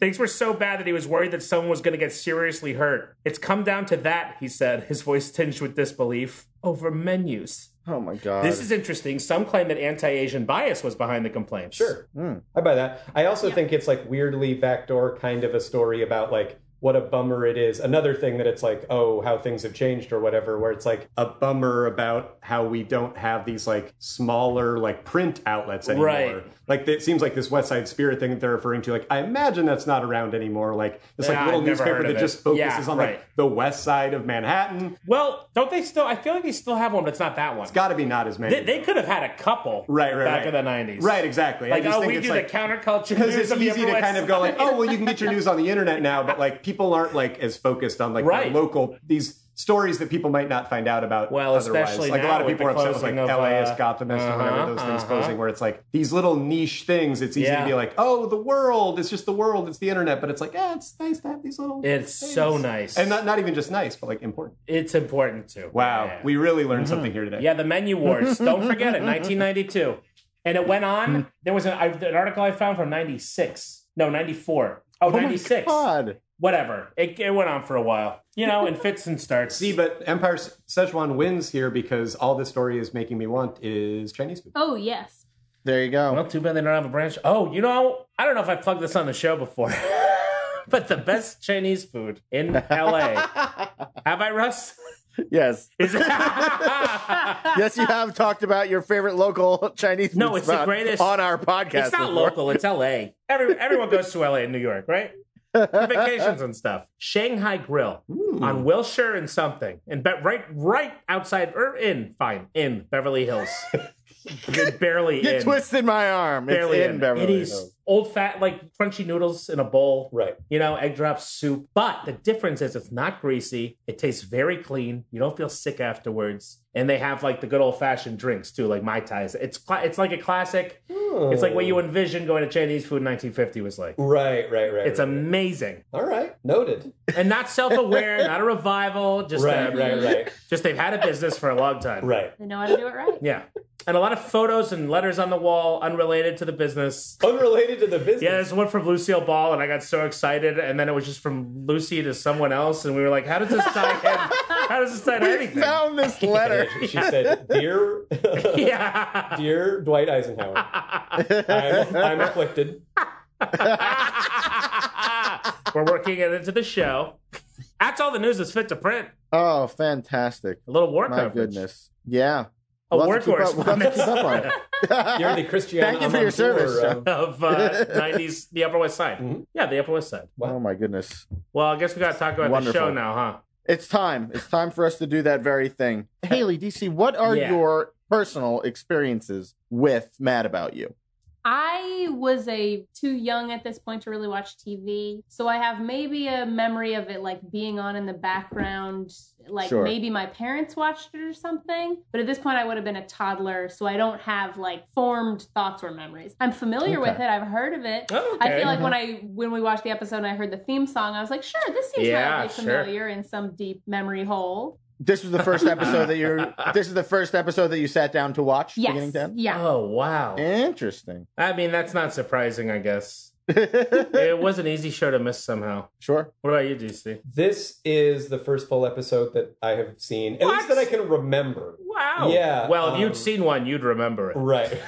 Speaker 2: Things were so bad that he was worried that someone was going to get seriously hurt. It's come down to that, he said, his voice tinged with disbelief, over menus.
Speaker 1: Oh my god.
Speaker 2: This is interesting. Some claim that anti Asian bias was behind the complaints.
Speaker 4: Sure.
Speaker 2: Hmm.
Speaker 4: I buy that. I also think it's like weirdly backdoor kind of a story about like what a bummer it is. Another thing that it's like, oh, how things have changed or whatever, where it's like a bummer about how we don't have these like smaller like print outlets anymore.
Speaker 2: Right.
Speaker 4: Like it seems like this West Side Spirit thing that they're referring to, like I imagine that's not around anymore. Like it's like
Speaker 2: Yeah,
Speaker 4: little
Speaker 2: I've never
Speaker 4: newspaper
Speaker 2: heard of
Speaker 4: that
Speaker 2: it.
Speaker 4: just focuses
Speaker 2: Yeah,
Speaker 4: on
Speaker 2: right.
Speaker 4: like the west side of Manhattan.
Speaker 2: Well, don't they still? I feel like they still have one, but it's not that one.
Speaker 4: It's gotta be not as many.
Speaker 2: They, they could have had a couple
Speaker 4: Right, right,
Speaker 2: back
Speaker 4: right.
Speaker 2: in the 90s.
Speaker 4: Right, exactly. I
Speaker 2: Like,
Speaker 4: just
Speaker 2: oh,
Speaker 4: think
Speaker 2: we
Speaker 4: it's
Speaker 2: do
Speaker 4: like-
Speaker 2: the counterculture.
Speaker 4: because
Speaker 2: news
Speaker 4: it's
Speaker 2: of the
Speaker 4: easy
Speaker 2: Upper
Speaker 4: to
Speaker 2: West
Speaker 4: kind of go like,
Speaker 2: Side.
Speaker 4: oh, well, you can get your news on the internet now, but like people aren't like as focused on like
Speaker 2: Right.
Speaker 4: the local these stories that people might not find out about.
Speaker 2: Well,
Speaker 4: otherwise.
Speaker 2: especially
Speaker 4: like a
Speaker 2: now
Speaker 4: lot of
Speaker 2: with
Speaker 4: people are
Speaker 2: the
Speaker 4: upset with like
Speaker 2: closing of,
Speaker 4: LAS,
Speaker 2: uh,
Speaker 4: Gothamist, or whatever
Speaker 2: uh-huh,
Speaker 4: those things
Speaker 2: uh-huh.
Speaker 4: closing, where it's like these little niche things. It's easy
Speaker 2: Yeah.
Speaker 4: to be like, oh, the world, it's just the world, it's the internet, but it's like, yeah, it's nice to have these little.
Speaker 2: It's
Speaker 4: things.
Speaker 2: so nice.
Speaker 4: and not not even just nice, but like important.
Speaker 2: It's important too.
Speaker 4: Wow,
Speaker 2: Yeah. Mm-hmm.
Speaker 4: we really learned something here today.
Speaker 2: Yeah, the menu wars. Don't forget it, 1992. And it went
Speaker 4: Hmm.
Speaker 2: on. There was an, I, an article I found from 96. No, 94. Oh,
Speaker 1: oh
Speaker 2: 96.
Speaker 1: My god.
Speaker 2: Whatever. It, it went on for a while. You know, in fits and starts.
Speaker 4: See, but Empire Se- Szechuan wins here because all this story is making me want is Chinese food.
Speaker 5: Oh, yes.
Speaker 1: There you go.
Speaker 2: Well, too bad they don't have a branch. Oh, you know, I don't know if I plugged this on the show before, (laughs) but the best Chinese food
Speaker 1: (laughs)
Speaker 2: in LA. have I, Russ? (laughs)
Speaker 1: yes.
Speaker 2: Is it?
Speaker 1: Yes, you have talked about your favorite local (laughs) Chinese
Speaker 2: No,
Speaker 1: food
Speaker 2: it's the
Speaker 1: spot
Speaker 2: greatest-
Speaker 1: on our podcast.
Speaker 2: it's not
Speaker 1: before.
Speaker 2: local. It's LA. Every, everyone goes to LA in New York, right? For vacations and stuff. Shanghai Grill
Speaker 1: Hmm.
Speaker 2: on Wilshire and something, and be- right, right outside or in, fine, in Beverly Hills. (laughs) barely
Speaker 1: You
Speaker 2: in.
Speaker 1: twisted my arm. It's
Speaker 2: barely
Speaker 1: in, Beverly.
Speaker 2: It is
Speaker 1: Hills.
Speaker 2: old fat, like crunchy noodles in a bowl.
Speaker 4: Right.
Speaker 2: You know, egg drop soup. But the difference is it's not greasy. It tastes very clean. You don't feel sick afterwards. And they have like the good old fashioned drinks too, like mai tais. It's cla- it's like a classic. It's like what you envisioned going to Chinese food in 1950 was like.
Speaker 4: Hmm. Right, right, right.
Speaker 2: It's
Speaker 4: right.
Speaker 2: amazing
Speaker 4: all right. Noted.
Speaker 2: and not self
Speaker 4: (laughs)
Speaker 2: aware, not a revival. Just
Speaker 4: Right,
Speaker 2: um,
Speaker 4: right,
Speaker 2: (laughs)
Speaker 4: right,
Speaker 2: Just they've had a business for a long time.
Speaker 4: right.
Speaker 5: They know how to do it right.
Speaker 2: Yeah. And a lot of photos and letters on the wall, unrelated to the business.
Speaker 4: Unrelated to the business.
Speaker 2: Yeah, there's one from Lucille Ball, and I got so excited, and then it was just from Lucy to someone else, and we were like, "How does this tie in? How does this tie to anything?"
Speaker 1: Found this
Speaker 2: (laughs)
Speaker 1: letter.
Speaker 4: She said, "Dear,
Speaker 2: Yeah, (laughs)
Speaker 4: dear Dwight Eisenhower, I'm, I'm afflicted.
Speaker 2: we're working it into the show. That's all the news is fit to print.
Speaker 1: (laughs) oh, fantastic.
Speaker 2: A little war
Speaker 1: My
Speaker 2: coverage.
Speaker 1: goodness. Yeah.
Speaker 2: a
Speaker 1: We'll
Speaker 2: war
Speaker 1: have to keep up- we'll have to
Speaker 2: correspondent
Speaker 1: keep up on (laughs) it.
Speaker 2: (laughs)
Speaker 4: You're the Christiana.
Speaker 1: Thank you for your
Speaker 4: Amanpour
Speaker 1: service,
Speaker 4: of-
Speaker 2: of uh, '90s, the Upper West Side.
Speaker 5: Mm-hmm.
Speaker 4: Mhm.
Speaker 2: Yeah, the Upper West Side.
Speaker 1: Oh my goodness.
Speaker 2: Well, I guess we got to talk about
Speaker 1: Wonderful.
Speaker 2: the show now, huh?
Speaker 1: It's time. It's time for us to do that very thing. Haley, DC, what are
Speaker 2: Yeah.
Speaker 1: your personal experiences with Mad About You?
Speaker 5: I was a too young at this point to really watch TV, so I have maybe a memory of it like being on in the background, like
Speaker 1: Sure.
Speaker 5: maybe my parents watched it or something. But at this point, I would have been a toddler, so I don't have like formed thoughts or memories. I'm familiar with
Speaker 1: Okay.
Speaker 5: it; I've heard of it.
Speaker 2: Oh,
Speaker 5: I
Speaker 2: okay.
Speaker 5: feel like when I when we watched the episode and I heard the theme song, I was like, "Sure, this seems
Speaker 2: Yeah,
Speaker 5: relatively
Speaker 2: sure.
Speaker 5: familiar in some deep memory hole."
Speaker 1: This was the
Speaker 2: (laughs)
Speaker 1: first episode that you. This is the first episode that you sat down to watch. Beginning
Speaker 5: Yes.
Speaker 1: to end?
Speaker 5: Yeah.
Speaker 2: Oh wow.
Speaker 1: Interesting.
Speaker 2: I mean, that's not surprising,
Speaker 1: (laughs)
Speaker 2: I guess. it was an easy show to miss somehow.
Speaker 1: Sure.
Speaker 2: What about you, DC?
Speaker 4: This is the first full episode that I have seen, at least
Speaker 2: What?
Speaker 4: that I can remember.
Speaker 2: Wow.
Speaker 4: Yeah,
Speaker 2: Oh, Well, if
Speaker 4: um,
Speaker 2: you'd seen one, you'd remember it. (laughs)
Speaker 4: Right. (laughs)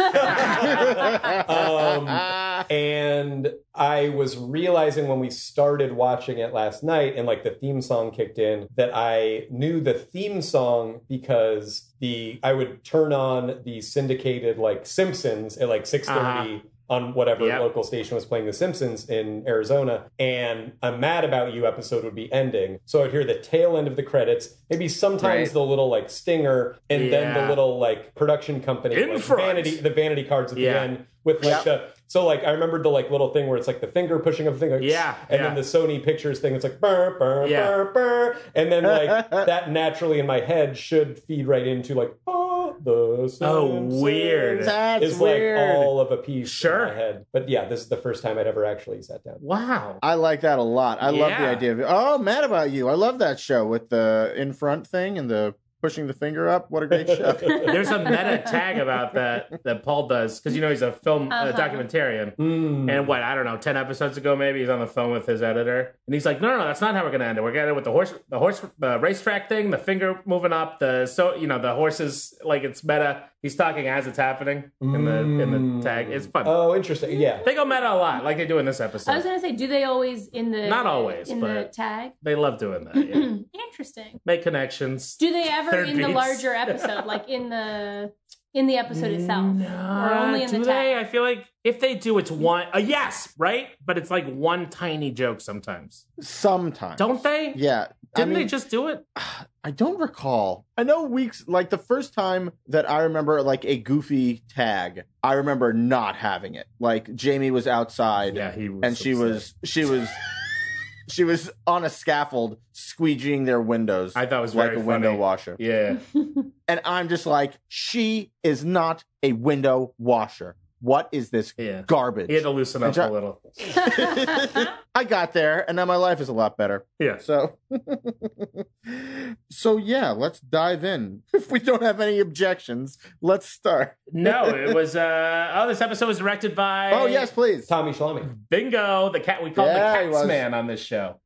Speaker 4: Um, (laughs) and I was realizing when we started watching it last night and like the theme song kicked in that I knew the theme song because the I would turn on the syndicated like Simpsons at like 6:30 on whatever
Speaker 2: Uh-huh. Yep.
Speaker 4: local station was playing the Simpsons in Arizona and a Mad About You episode would be ending. So I'd hear the tail end of the credits, maybe sometimes
Speaker 1: Right.
Speaker 4: the little like stinger and then
Speaker 2: Yeah.
Speaker 4: the little like production company
Speaker 2: In
Speaker 4: like,
Speaker 2: front.
Speaker 4: vanity the vanity cards at
Speaker 2: Yeah.
Speaker 4: the end with like the so like I remembered the like little thing where it's like the finger pushing of the thing, like,
Speaker 2: Yeah,
Speaker 4: and
Speaker 2: yeah.
Speaker 4: then the Sony Pictures thing. It's like burr burr
Speaker 2: Yeah.
Speaker 4: burr burr, and
Speaker 1: (laughs)
Speaker 4: then like that naturally in my head should feed right into like oh the Simpsons
Speaker 2: weird.
Speaker 1: That's
Speaker 4: is like
Speaker 1: weird.
Speaker 4: all of a piece
Speaker 2: Sure.
Speaker 4: in my head. But yeah, this is the first time I'd ever actually
Speaker 2: (laughs)
Speaker 4: sat down.
Speaker 2: Wow.
Speaker 1: I like that a lot. I love the
Speaker 2: Yeah.
Speaker 1: idea of oh, mad about you. I love that show with the in front thing and the pushing the finger up. What a great
Speaker 2: (laughs)
Speaker 1: show.
Speaker 4: Mm.
Speaker 2: There's a meta tag about that that Paul does because you know he's a film uh
Speaker 5: Uh-huh.
Speaker 2: documentarian.
Speaker 4: Mm.
Speaker 2: And what I don't know, ten episodes ago maybe he's on the phone with his editor, and he's like, "No, no, no that's not how we're gonna end it. We're gonna end it with the horse, the horse, the racetrack thing, the finger moving up, the so you know the horses like it's meta." He's talking as it's happening in the in the
Speaker 4: Mm.
Speaker 2: tag. It's fun.
Speaker 4: oh, interesting. Yeah.
Speaker 2: they go meta a lot, like they do in this episode.
Speaker 5: I was gonna say, do they always in the
Speaker 2: Not always,
Speaker 5: in the
Speaker 2: but-
Speaker 5: tag? Hmm,
Speaker 2: they love doing that. yeah.
Speaker 5: Interesting.
Speaker 2: Make connections.
Speaker 5: Do they ever
Speaker 2: Third
Speaker 5: in the
Speaker 2: piece. (laughs)
Speaker 5: larger episode, like in the in the episode itself,
Speaker 2: No,
Speaker 5: or only in
Speaker 2: Mm, do
Speaker 5: the
Speaker 2: they? I
Speaker 5: tag?
Speaker 2: feel like if they do, it's one. A yes, right? But it's like one tiny joke sometimes,
Speaker 1: Sometimes.
Speaker 2: don't they?
Speaker 1: Yeah. I
Speaker 2: Didn't
Speaker 1: mean, ah,
Speaker 2: they just do it?
Speaker 1: I don't recall. I know weeks like the first time that I remember like a goofy tag, I remember not having it. Like Jamie was outside
Speaker 2: he was
Speaker 1: and she was she was she was on a scaffold squeegeeing their windows
Speaker 2: I thought it was
Speaker 1: like a
Speaker 2: very
Speaker 1: window
Speaker 2: funny.
Speaker 1: washer.
Speaker 2: Yeah,
Speaker 1: And I'm just like, she is not a window washer. What is this
Speaker 2: yeah.
Speaker 1: garbage?
Speaker 2: (laughs) He had to loosen up
Speaker 1: Enjoy-
Speaker 2: a little.
Speaker 1: (laughs) I got there and now my life is a lot better.
Speaker 2: Yeah.
Speaker 1: So (laughs) So yeah, let's dive in. (laughs) If we don't have any objections, let's start.
Speaker 2: No, it was. uh Oh, this episode was directed by.
Speaker 1: Oh yes, please.
Speaker 4: Tommy Shalami.
Speaker 2: Bingo, the cat. We called
Speaker 1: Yeah, he
Speaker 2: him the
Speaker 1: was.
Speaker 2: Cat's Man on this show.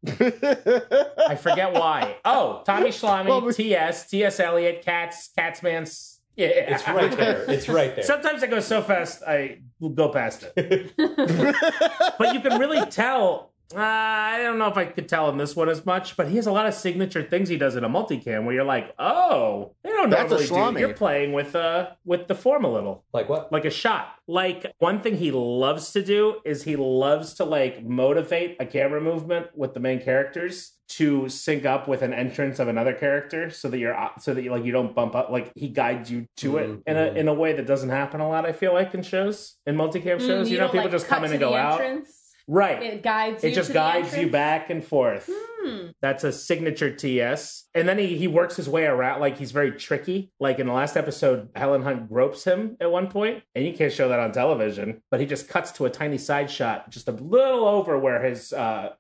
Speaker 2: I forget why. Oh, Tommy
Speaker 1: (laughs)
Speaker 2: Schlamme,
Speaker 1: Well, we-
Speaker 2: T.S. T.S. Eliot, Cats, Cats Man's. Yeah,
Speaker 4: It's right there.
Speaker 2: (laughs)
Speaker 4: It's right there.
Speaker 2: Sometimes I go so fast, I will go past it.
Speaker 1: (laughs)
Speaker 2: but you can really tell. Uh, I don't know if I could tell in this one as much, but he has a lot of signature things he does in a multicam where you're like, oh, they don't
Speaker 1: That's a
Speaker 2: normally
Speaker 1: salami.
Speaker 2: do. You're playing with uh with the form a little,
Speaker 4: like what?
Speaker 2: like a shot. Like one thing he loves to do is he loves to like motivate a camera movement with the main characters to sync up with an entrance of another character, so that you're uh, so that you like you don't bump up. Like he guides you to it in a in a way that doesn't happen a lot. I feel like in shows in multicam
Speaker 5: Mm,
Speaker 2: shows, you, know,
Speaker 5: don't,
Speaker 2: people
Speaker 5: like,
Speaker 2: just
Speaker 5: cut
Speaker 2: come in
Speaker 5: to
Speaker 2: and
Speaker 5: the
Speaker 2: go out.
Speaker 5: entrance?
Speaker 2: Right,
Speaker 5: It guides you.
Speaker 2: it just
Speaker 5: to the
Speaker 2: guides you
Speaker 5: entrance?
Speaker 2: back and forth.
Speaker 5: Hmm.
Speaker 2: That's a signature TS. And then he, he works his way around. Like he's very tricky. Like in the last episode, Helen Hunt gropes him at one point, and you can't show that on television. But he just cuts to a tiny side shot, just a little over where his uh,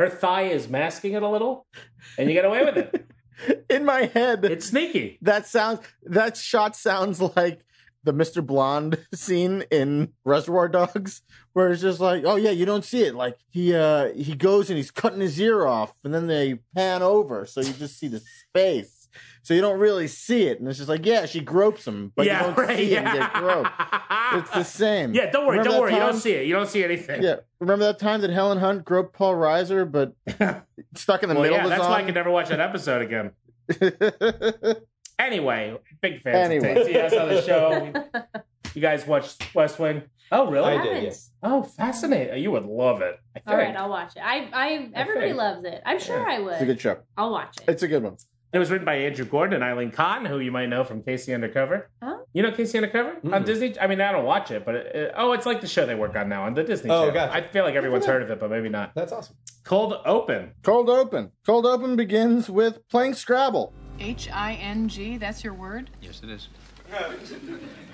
Speaker 2: her thigh is masking it a little, and you get away with
Speaker 1: (laughs)
Speaker 2: it.
Speaker 1: (laughs) In my head,
Speaker 2: It's sneaky.
Speaker 1: that sounds that shot sounds (laughs) like the Mr. Blonde (laughs) scene in Reservoir Dogs, where it's just like, oh yeah, you don't see it. Like he uh he goes and he's cutting his ear off, and then they pan over, so you just see the space. So you don't really see it, and it's just like, yeah, she gropes him, but
Speaker 2: yeah,
Speaker 1: you don't
Speaker 2: right.
Speaker 1: see
Speaker 2: yeah.
Speaker 1: him get groped. It's (laughs) the same.
Speaker 2: yeah, don't worry,
Speaker 1: Remember
Speaker 2: don't
Speaker 1: that
Speaker 2: worry. You don't
Speaker 1: time?
Speaker 2: see it. You don't see anything.
Speaker 1: Yeah, remember that time that Helen Hunt groped Paul Reiser,
Speaker 2: (laughs)
Speaker 1: but stuck in the
Speaker 2: Well,
Speaker 1: middle
Speaker 2: yeah,
Speaker 1: was
Speaker 2: that's
Speaker 1: on.
Speaker 2: why I could never watch that episode again. Anyway, big fans
Speaker 1: Anyway.
Speaker 2: of TCS on the
Speaker 5: (laughs)
Speaker 2: show. you guys watched West Wing? Oh, really?
Speaker 4: I did,
Speaker 5: Haven't.
Speaker 4: yes.
Speaker 2: Oh, fascinating. You would love it. I think.
Speaker 5: All right, I'll watch it. I, I, everybody
Speaker 2: think.
Speaker 5: loves it. I'm sure
Speaker 1: (laughs)
Speaker 5: I
Speaker 1: it's a
Speaker 5: would.
Speaker 1: good show.
Speaker 5: I'll watch it.
Speaker 1: It's a good one.
Speaker 2: It was written by Andrew Gordon and Eileen Kahn, who you might know from Casey Undercover.
Speaker 5: Oh.
Speaker 2: You know Casey Undercover on
Speaker 4: Mm-mm.
Speaker 2: Disney? I mean, I don't watch it, but it, it- oh, it's like the show they work on now on the Disney
Speaker 4: Oh,
Speaker 2: Channel.
Speaker 4: gotcha.
Speaker 2: I feel like everyone's
Speaker 4: them.
Speaker 2: heard of it, but maybe not.
Speaker 4: That's awesome.
Speaker 2: Cold Open.
Speaker 1: Cold Open. Cold Open begins with playing Scrabble.
Speaker 8: H I N G, that's your word? Yes, it is.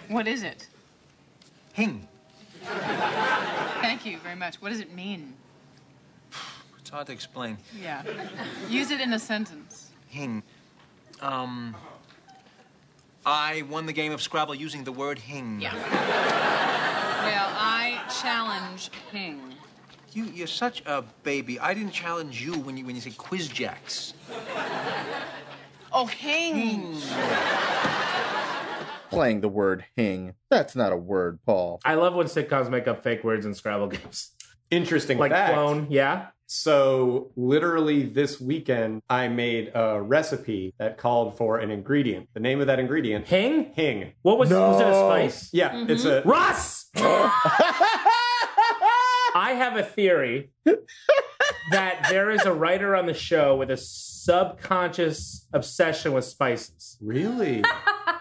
Speaker 8: What is it?
Speaker 6: Hing.
Speaker 8: Thank you very much. What does it mean?
Speaker 6: It's hard to explain.
Speaker 9: (laughs)
Speaker 8: Yeah. Use it in a sentence.
Speaker 6: Hing
Speaker 10: Um, I won the game of Scrabble using the word hing.
Speaker 8: Yeah. Well, I challenge Hing.
Speaker 10: You, you're such a baby. I didn't challenge you when you when you said quiz jacks.
Speaker 8: Oh, Hing.
Speaker 1: Playing the word hing. That's not a word, Paul.
Speaker 2: I love when sitcoms make up fake words in Scrabble games. (laughs)
Speaker 4: Interesting
Speaker 2: Like
Speaker 4: fact.
Speaker 2: clone, yeah.
Speaker 4: So literally this weekend, I made a recipe that called for an ingredient. The name of that ingredient,
Speaker 2: Hing? Mm-hmm.
Speaker 4: hing.
Speaker 2: What was, was it a spice?
Speaker 4: Yeah, it's a (laughs)
Speaker 2: Russ! I have a theory that there is a writer on the show with a subconscious obsession with spices.
Speaker 4: really.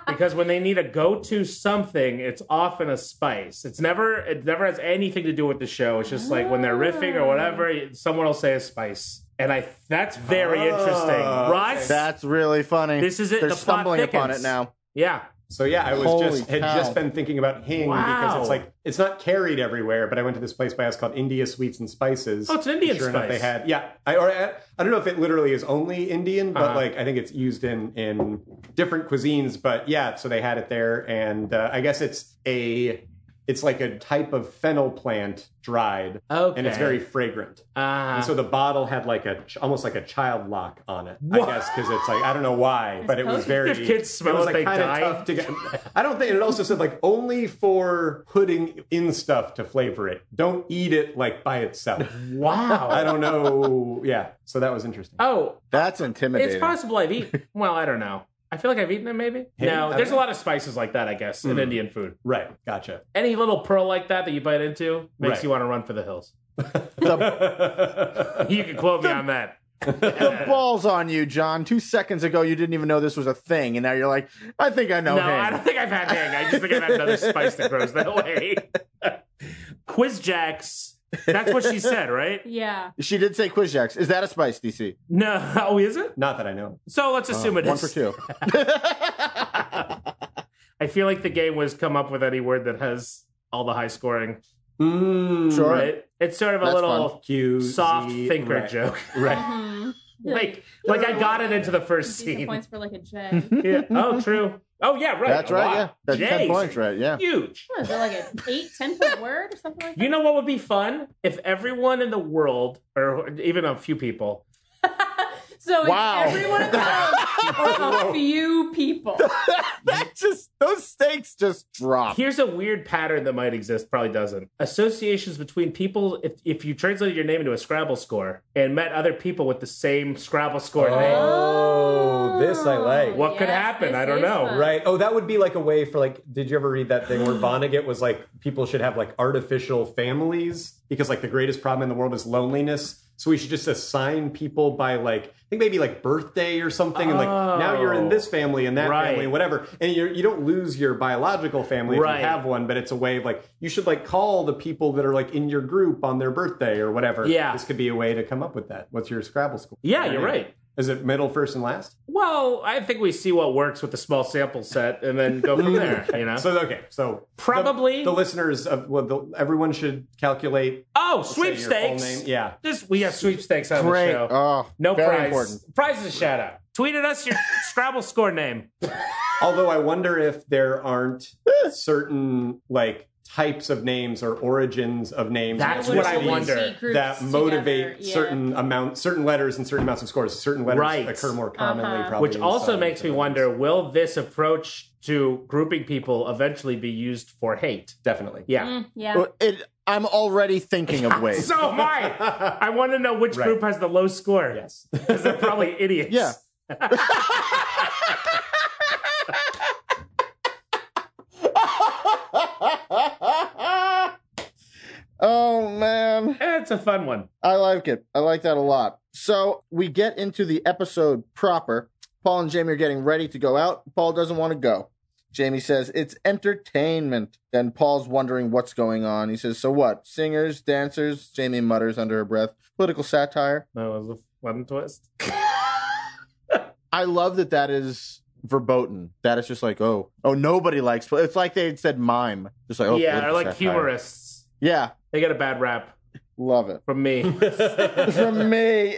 Speaker 2: Because when they need a go-to something, it's often a spice. It's never it never has anything to do with the show. It's just like when they're riffing or whatever, someone will say a spice. And I that's very interesting.
Speaker 4: Oh, okay.
Speaker 2: Russ?
Speaker 1: That's really funny.
Speaker 2: This is it.
Speaker 1: They're
Speaker 2: The plot
Speaker 1: stumbling upon it
Speaker 2: thickens.
Speaker 1: now.
Speaker 2: yeah.
Speaker 4: So yeah, I was
Speaker 1: Holy
Speaker 4: just had
Speaker 1: cow.
Speaker 4: just been thinking about hing because
Speaker 2: Wow.
Speaker 4: it's like it's not carried everywhere. But I went to this place by us called India Sweets and Spices.
Speaker 2: Oh, it's an Indian
Speaker 4: And sure Enough, they
Speaker 2: spice.
Speaker 4: had yeah. I, or I I don't know if it literally is only Indian, but
Speaker 2: Uh-huh.
Speaker 4: like I think it's used in in different cuisines. But yeah, so they had it there, and uh, I guess it's a it's like a type of fennel plant dried,
Speaker 2: Okay.
Speaker 4: and it's very fragrant.
Speaker 2: uh,
Speaker 4: And so the bottle had like a ch- almost like a child lock on it,
Speaker 2: What?
Speaker 4: I guess, because it's like I don't know why, but it was
Speaker 5: potent.
Speaker 4: very.
Speaker 2: If kids smell
Speaker 4: it was
Speaker 2: it,
Speaker 4: like
Speaker 2: they
Speaker 4: kinda
Speaker 2: die.
Speaker 4: tough to get. I don't think and it also said like only for putting in stuff to flavor it. Don't eat it like by itself.
Speaker 2: wow.
Speaker 4: I don't know. Yeah, so that was interesting.
Speaker 2: oh,
Speaker 1: That's
Speaker 2: It's
Speaker 1: intimidating.
Speaker 2: possible I've eaten. Well, I don't know. I feel like I've eaten it. Maybe
Speaker 4: Hey, I
Speaker 2: no.
Speaker 4: don't
Speaker 2: There's a
Speaker 4: know.
Speaker 2: lot of spices like that, I guess, in
Speaker 4: Mm.
Speaker 2: Indian food.
Speaker 4: Right, gotcha.
Speaker 2: Any little pearl like that that you bite into makes
Speaker 4: Right.
Speaker 2: you want to run for the hills.
Speaker 1: The,
Speaker 2: You can quote me on that.
Speaker 1: the balls on you, John. Two seconds ago, you didn't even know this was a thing, and now you're like, I think I know
Speaker 2: No,
Speaker 1: him.
Speaker 2: I don't think I've had hang. I just think I've had another spice that grows that way. (laughs) Quiz jacks. That's what she said, right? (laughs)
Speaker 5: Yeah.
Speaker 1: She did say Quizjacks. Is that a spice, DC?
Speaker 2: No. (laughs) Oh, is it?
Speaker 4: (laughs) Not that I know.
Speaker 2: So let's assume it is.
Speaker 1: One for
Speaker 2: (laughs)
Speaker 1: two. (laughs)
Speaker 2: I feel like the game was come up with any word that has all the high scoring.
Speaker 4: Mm,
Speaker 1: Sure.
Speaker 2: Right? It's sort of a
Speaker 1: That's
Speaker 2: little
Speaker 4: Q,
Speaker 2: soft
Speaker 4: Z,
Speaker 2: thinker
Speaker 4: right.
Speaker 2: joke.
Speaker 4: Right.
Speaker 2: like like I got it into the first
Speaker 5: Decent
Speaker 2: scene.
Speaker 5: Hmm. points for like
Speaker 2: (laughs)
Speaker 5: a J. No,
Speaker 2: Yeah. Oh, true. Oh, yeah, right.
Speaker 1: That's
Speaker 2: A
Speaker 1: right.
Speaker 2: lot.
Speaker 1: Yeah. That's 10
Speaker 2: Jeez.
Speaker 1: points, right? Yeah.
Speaker 2: Huge.
Speaker 5: Is it like an eight, ten foot word or something like that?
Speaker 2: You know what would be fun if everyone in the world, or even a few people,
Speaker 5: so it's
Speaker 1: Wow. (laughs)
Speaker 5: everyone involved or
Speaker 2: (laughs)
Speaker 5: a few people.
Speaker 2: Oh.
Speaker 1: that just, those stakes just drop.
Speaker 2: here's a weird pattern that might exist, probably doesn't. Associations between people. If, if you translated your name into a Scrabble score and met other people with the same Scrabble score name,
Speaker 4: Oh, this I like.
Speaker 2: What could happen?
Speaker 5: this
Speaker 2: I don't
Speaker 5: is
Speaker 2: know.
Speaker 5: fun.
Speaker 4: Right. Oh, that would be like a way for like. Did you ever read that thing where Vonnegut was like, people should have like artificial families because like the greatest problem in the world is loneliness. So we should just assign people by like, I think maybe like birthday or something, and like now you're in this family and that
Speaker 2: Right.
Speaker 4: family, whatever, and you you don't lose your biological family if
Speaker 2: Right.
Speaker 4: you have one, but it's a way of like you should like call the people that are like in your group on their birthday or whatever.
Speaker 2: Yeah.
Speaker 4: this could be a way to come up with that. What's your Scrabble score?
Speaker 2: Yeah, you're right.
Speaker 4: Is it middle, first, and last?
Speaker 2: well, I think we see what works with the small sample set and then go from there. You know.
Speaker 4: So okay, so
Speaker 2: Probably-
Speaker 4: the, the listeners of well, the, everyone should calculate
Speaker 2: oh,
Speaker 4: say your full
Speaker 2: sweepstakes.
Speaker 4: name. Yeah.
Speaker 2: This we have sweepstakes on the
Speaker 1: Great.
Speaker 2: show.
Speaker 1: Oh,
Speaker 2: No
Speaker 1: very
Speaker 2: prize.
Speaker 1: important.
Speaker 2: Prize is a shout out. Tweeted us
Speaker 4: (laughs)
Speaker 2: your Scrabble score name.
Speaker 4: Although I wonder if there aren't certain like types of names or origins of names. in
Speaker 2: That's
Speaker 4: each
Speaker 2: what
Speaker 4: of
Speaker 2: I
Speaker 4: these
Speaker 2: wonder.
Speaker 5: Groups
Speaker 4: That
Speaker 5: together,
Speaker 4: motivate
Speaker 5: yeah.
Speaker 4: certain amount, certain letters and certain amounts of scores. Certain letters
Speaker 2: Right.
Speaker 4: occur more commonly,
Speaker 5: Uh-huh.
Speaker 4: probably.
Speaker 2: Which
Speaker 4: in
Speaker 2: also
Speaker 4: some
Speaker 2: makes me
Speaker 4: different
Speaker 2: wonder
Speaker 4: ones.
Speaker 2: will this approach to grouping people eventually be used for hate?
Speaker 4: Definitely. Mm.
Speaker 2: Yeah.
Speaker 5: Mm, yeah.
Speaker 1: Well, It, I'm already thinking of ways.
Speaker 2: So am
Speaker 4: (laughs)
Speaker 2: I. I want to know which
Speaker 4: Right.
Speaker 2: group has the low score.
Speaker 4: Yes.
Speaker 2: Because they're
Speaker 4: (laughs)
Speaker 2: probably idiots.
Speaker 1: Yeah. (laughs) oh, man.
Speaker 2: Eh, It's a fun one.
Speaker 1: I like it. I like that a lot. So we get into the episode proper. Paul and Jamie are getting ready to go out. Paul doesn't want to go. Jamie says, It's entertainment. Then Paul's wondering what's going on. He says, So what? Singers, dancers? Jamie mutters under her breath, political satire.
Speaker 2: That was a fun twist.
Speaker 1: I love that that is verboten. That is just like, oh, oh, nobody likes. It's like they said mime. Just like, oh,
Speaker 2: yeah, or
Speaker 1: political
Speaker 2: like
Speaker 1: satire.
Speaker 2: humorists.
Speaker 1: Yeah,
Speaker 2: They get a bad rap.
Speaker 1: Love it.
Speaker 2: from
Speaker 4: (laughs)
Speaker 2: me.
Speaker 1: From me.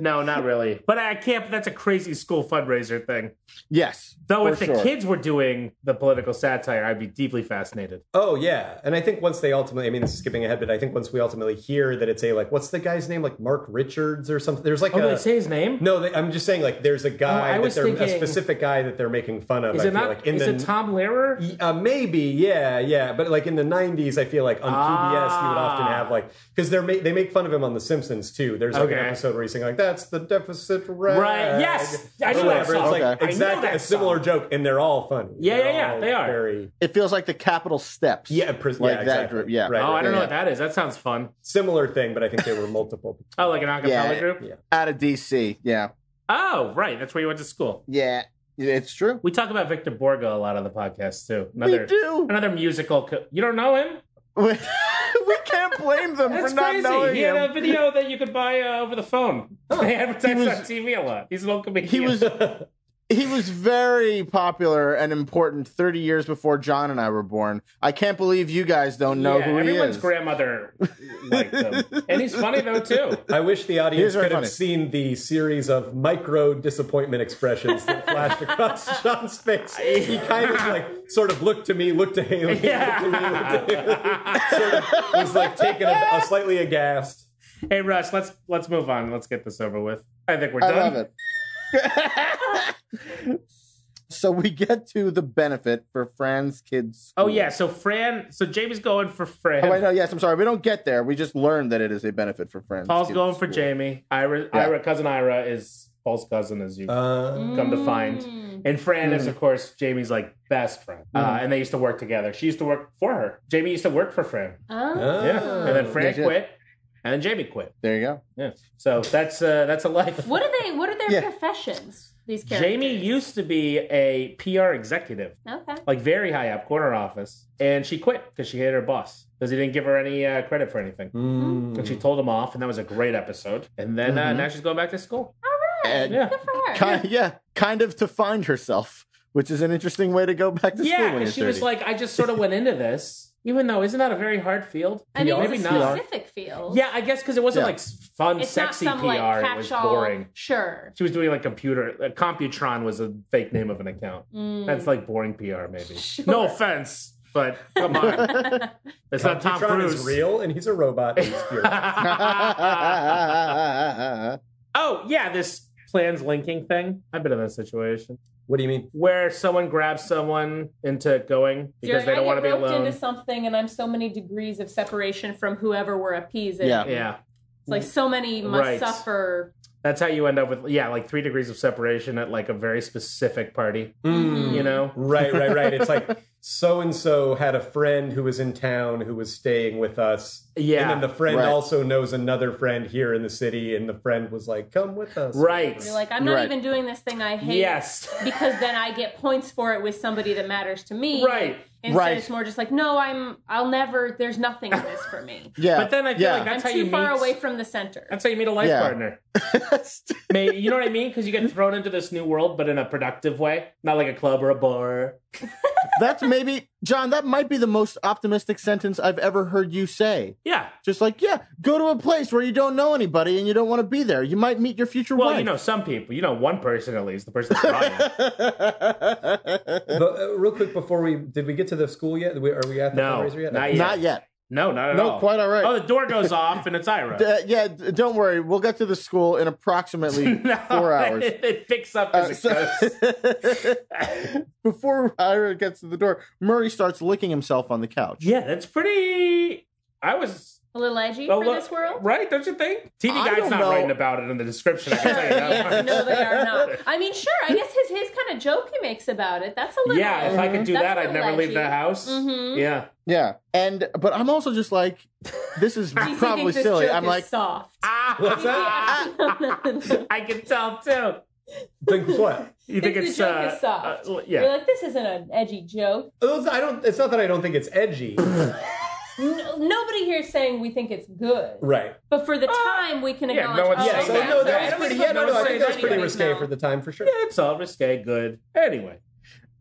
Speaker 2: no, not really. But I can't. That's a crazy school fundraiser thing.
Speaker 1: (laughs) yes.
Speaker 2: Though
Speaker 1: for
Speaker 2: if the
Speaker 1: sure.
Speaker 2: kids were doing the political satire, I'd be deeply fascinated.
Speaker 4: Oh yeah, and I think once they ultimately, I mean, this is skipping ahead, but I think once we ultimately hear that it's a like, what's the guy's name? Like Mark Richards or something. There's like
Speaker 2: Oh,
Speaker 4: a
Speaker 2: they say his name?
Speaker 4: no. They, I'm just saying like there's a
Speaker 2: Oh, I
Speaker 4: guy that
Speaker 2: was
Speaker 4: they're a
Speaker 2: thinking-
Speaker 4: specific guy that they're making fun of.
Speaker 2: Is
Speaker 4: I
Speaker 2: it
Speaker 4: feel
Speaker 2: not?
Speaker 4: like in
Speaker 2: is
Speaker 4: the
Speaker 2: it Tom Lehrer?
Speaker 4: Uh, maybe, yeah, yeah, but like in the '90s, I feel like on PBS you would often
Speaker 2: Ah.
Speaker 4: have like because they're ma- they make fun of him on The Simpsons too. There's like an
Speaker 2: Okay.
Speaker 4: episode where he's saying like that's the deficit rag,
Speaker 2: Right, yes! I
Speaker 4: or
Speaker 2: know that
Speaker 4: whatever. It's
Speaker 2: song.
Speaker 4: like
Speaker 1: Okay.
Speaker 2: I know
Speaker 4: exactly
Speaker 2: that
Speaker 4: a similar
Speaker 2: song.
Speaker 4: joke, and they're all funny.
Speaker 2: Yeah, yeah,
Speaker 4: They're
Speaker 2: yeah,
Speaker 4: all
Speaker 2: they are.
Speaker 4: very
Speaker 1: It feels like the capital steps.
Speaker 4: yeah, pres-
Speaker 1: Like
Speaker 4: yeah,
Speaker 1: that
Speaker 4: exactly.
Speaker 1: group, yeah.
Speaker 4: Right,
Speaker 2: oh,
Speaker 4: right,
Speaker 2: I don't know
Speaker 4: right.
Speaker 2: what that is. That sounds fun.
Speaker 4: Similar thing, but I think there were multiple.
Speaker 2: Oh, like an acapella
Speaker 1: Yeah.
Speaker 2: group?
Speaker 4: Yeah.
Speaker 1: Out of DC. Yeah.
Speaker 2: Oh, right. That's where you went to school.
Speaker 1: Yeah. It's true.
Speaker 2: We talk about Victor Borgo a lot on the podcast too. Another
Speaker 1: we do.
Speaker 2: another musical. Co- you don't know him?
Speaker 1: we (laughs) can't blame them
Speaker 2: That's
Speaker 1: for not
Speaker 2: crazy.
Speaker 1: knowing
Speaker 2: He
Speaker 1: him.
Speaker 2: had a video that you could buy uh, over the phone. They advertise
Speaker 1: He
Speaker 2: on
Speaker 1: was-
Speaker 2: TV a lot. He's an old comedian.
Speaker 1: He
Speaker 2: (laughs)
Speaker 1: was he was very popular and important 30 years before John and I were born. I can't believe you guys don't know
Speaker 2: yeah,
Speaker 1: who he
Speaker 2: everyone's
Speaker 1: is.
Speaker 2: grandmother liked him, and he's funny
Speaker 1: (laughs)
Speaker 2: though too.
Speaker 4: I wish the
Speaker 1: Here's
Speaker 4: audience
Speaker 1: very
Speaker 4: could have
Speaker 1: funny.
Speaker 4: seen the series of micro disappointment expressions that
Speaker 2: (laughs)
Speaker 4: flashed across Sean's face. He kind of like sort of looked to me, looked to Haley,
Speaker 2: Yeah.
Speaker 4: looked to me, looked to Haley. sort of was like taken a, a slightly aghast.
Speaker 2: Hey Russ, let's let's move on. Let's get this over with. I think we're
Speaker 1: I
Speaker 2: done.
Speaker 1: love it. (laughs) so we get to the benefit for Fran's kids.
Speaker 2: Oh
Speaker 1: school.
Speaker 2: yeah, so Fran, so Jamie's going for Fran.
Speaker 1: Oh, I know. Yes, I'm sorry. We don't get there. We just learned that it is a benefit for Fran's.
Speaker 2: Paul's
Speaker 1: kids
Speaker 2: going for
Speaker 1: school.
Speaker 2: Jamie. Ira,
Speaker 1: Yeah.
Speaker 2: Ira, cousin Ira is Paul's cousin, as you
Speaker 4: Uh,
Speaker 2: come to find.
Speaker 5: Mm.
Speaker 2: And Fran
Speaker 1: hmm.
Speaker 2: is, of course, Jamie's like best friend, uh, and they used to work together. She used to work for her. Jamie used to work for Fran.
Speaker 5: Oh.
Speaker 4: uh,
Speaker 2: Yeah, and then Fran
Speaker 1: Yes, yes.
Speaker 2: quit, and then Jamie quit.
Speaker 1: There you go.
Speaker 2: Yeah, so that's uh, that's a life.
Speaker 5: What are they? What are their
Speaker 1: Yeah.
Speaker 5: professions? These characters.
Speaker 2: Jamie used to be a PR executive,
Speaker 5: Okay.
Speaker 2: like very high up, corner office, and she quit because she hated her boss because he didn't give her any uh, credit for anything.
Speaker 4: mm.
Speaker 2: And she told him off, and that was a great episode. And then
Speaker 1: Mm-hmm.
Speaker 2: uh, now she's going back to school.
Speaker 1: And
Speaker 2: Yeah.
Speaker 5: Good for her.
Speaker 1: kind, yeah, kind of to find herself, which is an interesting way to go back to school.
Speaker 2: Yeah,
Speaker 1: when you're
Speaker 2: because she was
Speaker 1: 30.
Speaker 2: like, I just sort of went into this, even though isn't that a very hard field?
Speaker 5: I mean,
Speaker 2: maybe
Speaker 5: it's a
Speaker 2: not.
Speaker 5: specific field.
Speaker 2: Yeah, I guess because it wasn't
Speaker 1: Yeah.
Speaker 2: like s- fun,
Speaker 5: It's
Speaker 2: sexy
Speaker 5: not some
Speaker 2: PR.
Speaker 5: like
Speaker 2: it was
Speaker 5: catch-all.
Speaker 2: boring. (laughs)
Speaker 5: Sure.
Speaker 2: She was doing like computer. Uh, Computron was a fake name of an account. That's like boring PR, maybe.
Speaker 5: Mm. Sure.
Speaker 2: No offense, but come
Speaker 1: (laughs)
Speaker 2: on, it's not Tom
Speaker 4: Neutron
Speaker 2: Cruise.
Speaker 4: is real, and he's a robot. And he's pure.
Speaker 2: "Ah, (laughs) oh yeah, this plans linking thing. I've been in that situation
Speaker 4: what do you mean?
Speaker 2: where someone grabs someone into going because
Speaker 5: During-
Speaker 2: they don't
Speaker 5: I
Speaker 2: want to
Speaker 5: get
Speaker 2: be
Speaker 5: roped
Speaker 2: alone.
Speaker 5: into something, and I'm so many degrees of separation from whoever we're appeasing.
Speaker 1: Yeah.
Speaker 2: Yeah.
Speaker 5: It's like so many must
Speaker 2: Right.
Speaker 5: suffer.
Speaker 2: That's how you end up with yeah, like three degrees of separation at like a very specific party.
Speaker 5: Mm-hmm.
Speaker 2: You know?
Speaker 4: Right, right, right. It's like so and so had a friend who was in town who was staying with us.
Speaker 2: Yeah.
Speaker 4: And then the friend
Speaker 1: Right.
Speaker 4: also knows another friend here in the city, and the friend was like, come with us.
Speaker 2: Right.
Speaker 5: You're like, I'm not
Speaker 1: Right.
Speaker 5: even doing this thing I hate.
Speaker 2: yes. (laughs)
Speaker 5: Because then I get points for it with somebody that matters to me.
Speaker 2: Right.
Speaker 5: Instead,
Speaker 1: Right.
Speaker 5: it's more just like, no, I'm. I'll never. There's nothing in this
Speaker 2: (laughs)
Speaker 5: for me.
Speaker 1: (laughs) yeah,
Speaker 2: But then I feel
Speaker 1: yeah. (laughs)
Speaker 2: like that's
Speaker 5: I'm
Speaker 2: how
Speaker 5: too
Speaker 2: you
Speaker 5: far
Speaker 2: meet,
Speaker 5: away from the center.
Speaker 2: That's how you meet a life
Speaker 1: Yeah.
Speaker 2: partner. May, you know what I mean? Because
Speaker 1: (laughs)
Speaker 2: you get thrown into this new world, but in a productive way, not like a club or a bar.
Speaker 1: that's maybe John. That might be the most optimistic sentence I've ever heard you say.
Speaker 2: Yeah.
Speaker 1: Just like, yeah, go to a place where you don't know anybody and you don't want to be there. You might meet your future
Speaker 2: Well,
Speaker 1: wife.
Speaker 2: you know, some people, you know, one person at least, the person that
Speaker 1: (laughs)
Speaker 2: brought you.
Speaker 4: But uh, real quick before we did we get to the school yet? We- Are we at the
Speaker 2: No,
Speaker 4: fundraiser yet?
Speaker 2: not
Speaker 1: Not yet.
Speaker 2: No, not at
Speaker 1: No,
Speaker 2: all.
Speaker 1: quite all right.
Speaker 2: Oh, the door goes off and it's
Speaker 1: (laughs)
Speaker 2: Ira.
Speaker 1: Uh, yeah, d- don't worry. We'll get to the school in
Speaker 2: (laughs)
Speaker 1: approximately
Speaker 2: No,
Speaker 1: four hours.
Speaker 2: It, picks up
Speaker 1: Uh,
Speaker 2: as it goes.
Speaker 1: so- (laughs) before Ira gets to the door, Murray starts licking himself on the couch.
Speaker 2: (laughs) Yeah, that's pretty. I was
Speaker 5: A little edgy
Speaker 2: Oh,
Speaker 5: for
Speaker 2: look-
Speaker 5: this world.
Speaker 2: right, don't you think? TV
Speaker 1: I
Speaker 2: Guide's
Speaker 1: don't
Speaker 2: not
Speaker 1: know.
Speaker 2: writing about it in the description. I can tell you (laughs) that
Speaker 5: Yes,
Speaker 2: much.
Speaker 5: no, they are not.
Speaker 2: (laughs)
Speaker 5: I mean, sure. I guess his his kind of joke he makes about it. That's a little.
Speaker 2: Yeah, if I could do
Speaker 5: That's
Speaker 2: that,
Speaker 5: a
Speaker 2: I'd
Speaker 5: little
Speaker 2: never leave the
Speaker 5: edgy.
Speaker 2: house.
Speaker 5: Mhm.
Speaker 2: Yeah,
Speaker 1: Yeah, and but I'm also just like, this
Speaker 2: (laughs)
Speaker 1: is
Speaker 5: He
Speaker 1: probably
Speaker 5: thinks this
Speaker 1: silly.
Speaker 5: joke
Speaker 1: I'm
Speaker 5: is
Speaker 1: like,
Speaker 5: soft.
Speaker 2: Ah,
Speaker 5: (laughs)
Speaker 4: What's that?
Speaker 2: (laughs) I can tell too.
Speaker 4: Think what?
Speaker 2: You think
Speaker 5: Thinks
Speaker 2: it's
Speaker 5: the joke
Speaker 2: uh,
Speaker 5: is soft.
Speaker 2: uh,
Speaker 5: You're
Speaker 2: yeah,
Speaker 5: like, this isn't an edgy joke.
Speaker 4: Those- I don't. It's not that I don't think it's edgy.
Speaker 5: N- nobody here is saying we think it's good,
Speaker 4: right.
Speaker 5: but for the time, we can
Speaker 2: Ah. yeah,
Speaker 5: acknowledge.
Speaker 2: no one's
Speaker 5: oh,
Speaker 4: Yeah. So
Speaker 5: okay.
Speaker 4: no,
Speaker 5: Right.
Speaker 4: that was
Speaker 5: I don't
Speaker 4: pretty.
Speaker 5: think
Speaker 4: Yeah.
Speaker 5: no
Speaker 4: No, no. I
Speaker 5: one's
Speaker 4: think that was
Speaker 5: saying
Speaker 4: pretty
Speaker 5: anybody's
Speaker 4: risque
Speaker 5: no.
Speaker 4: for the time for sure.
Speaker 2: it's all risque. Good. Anyway,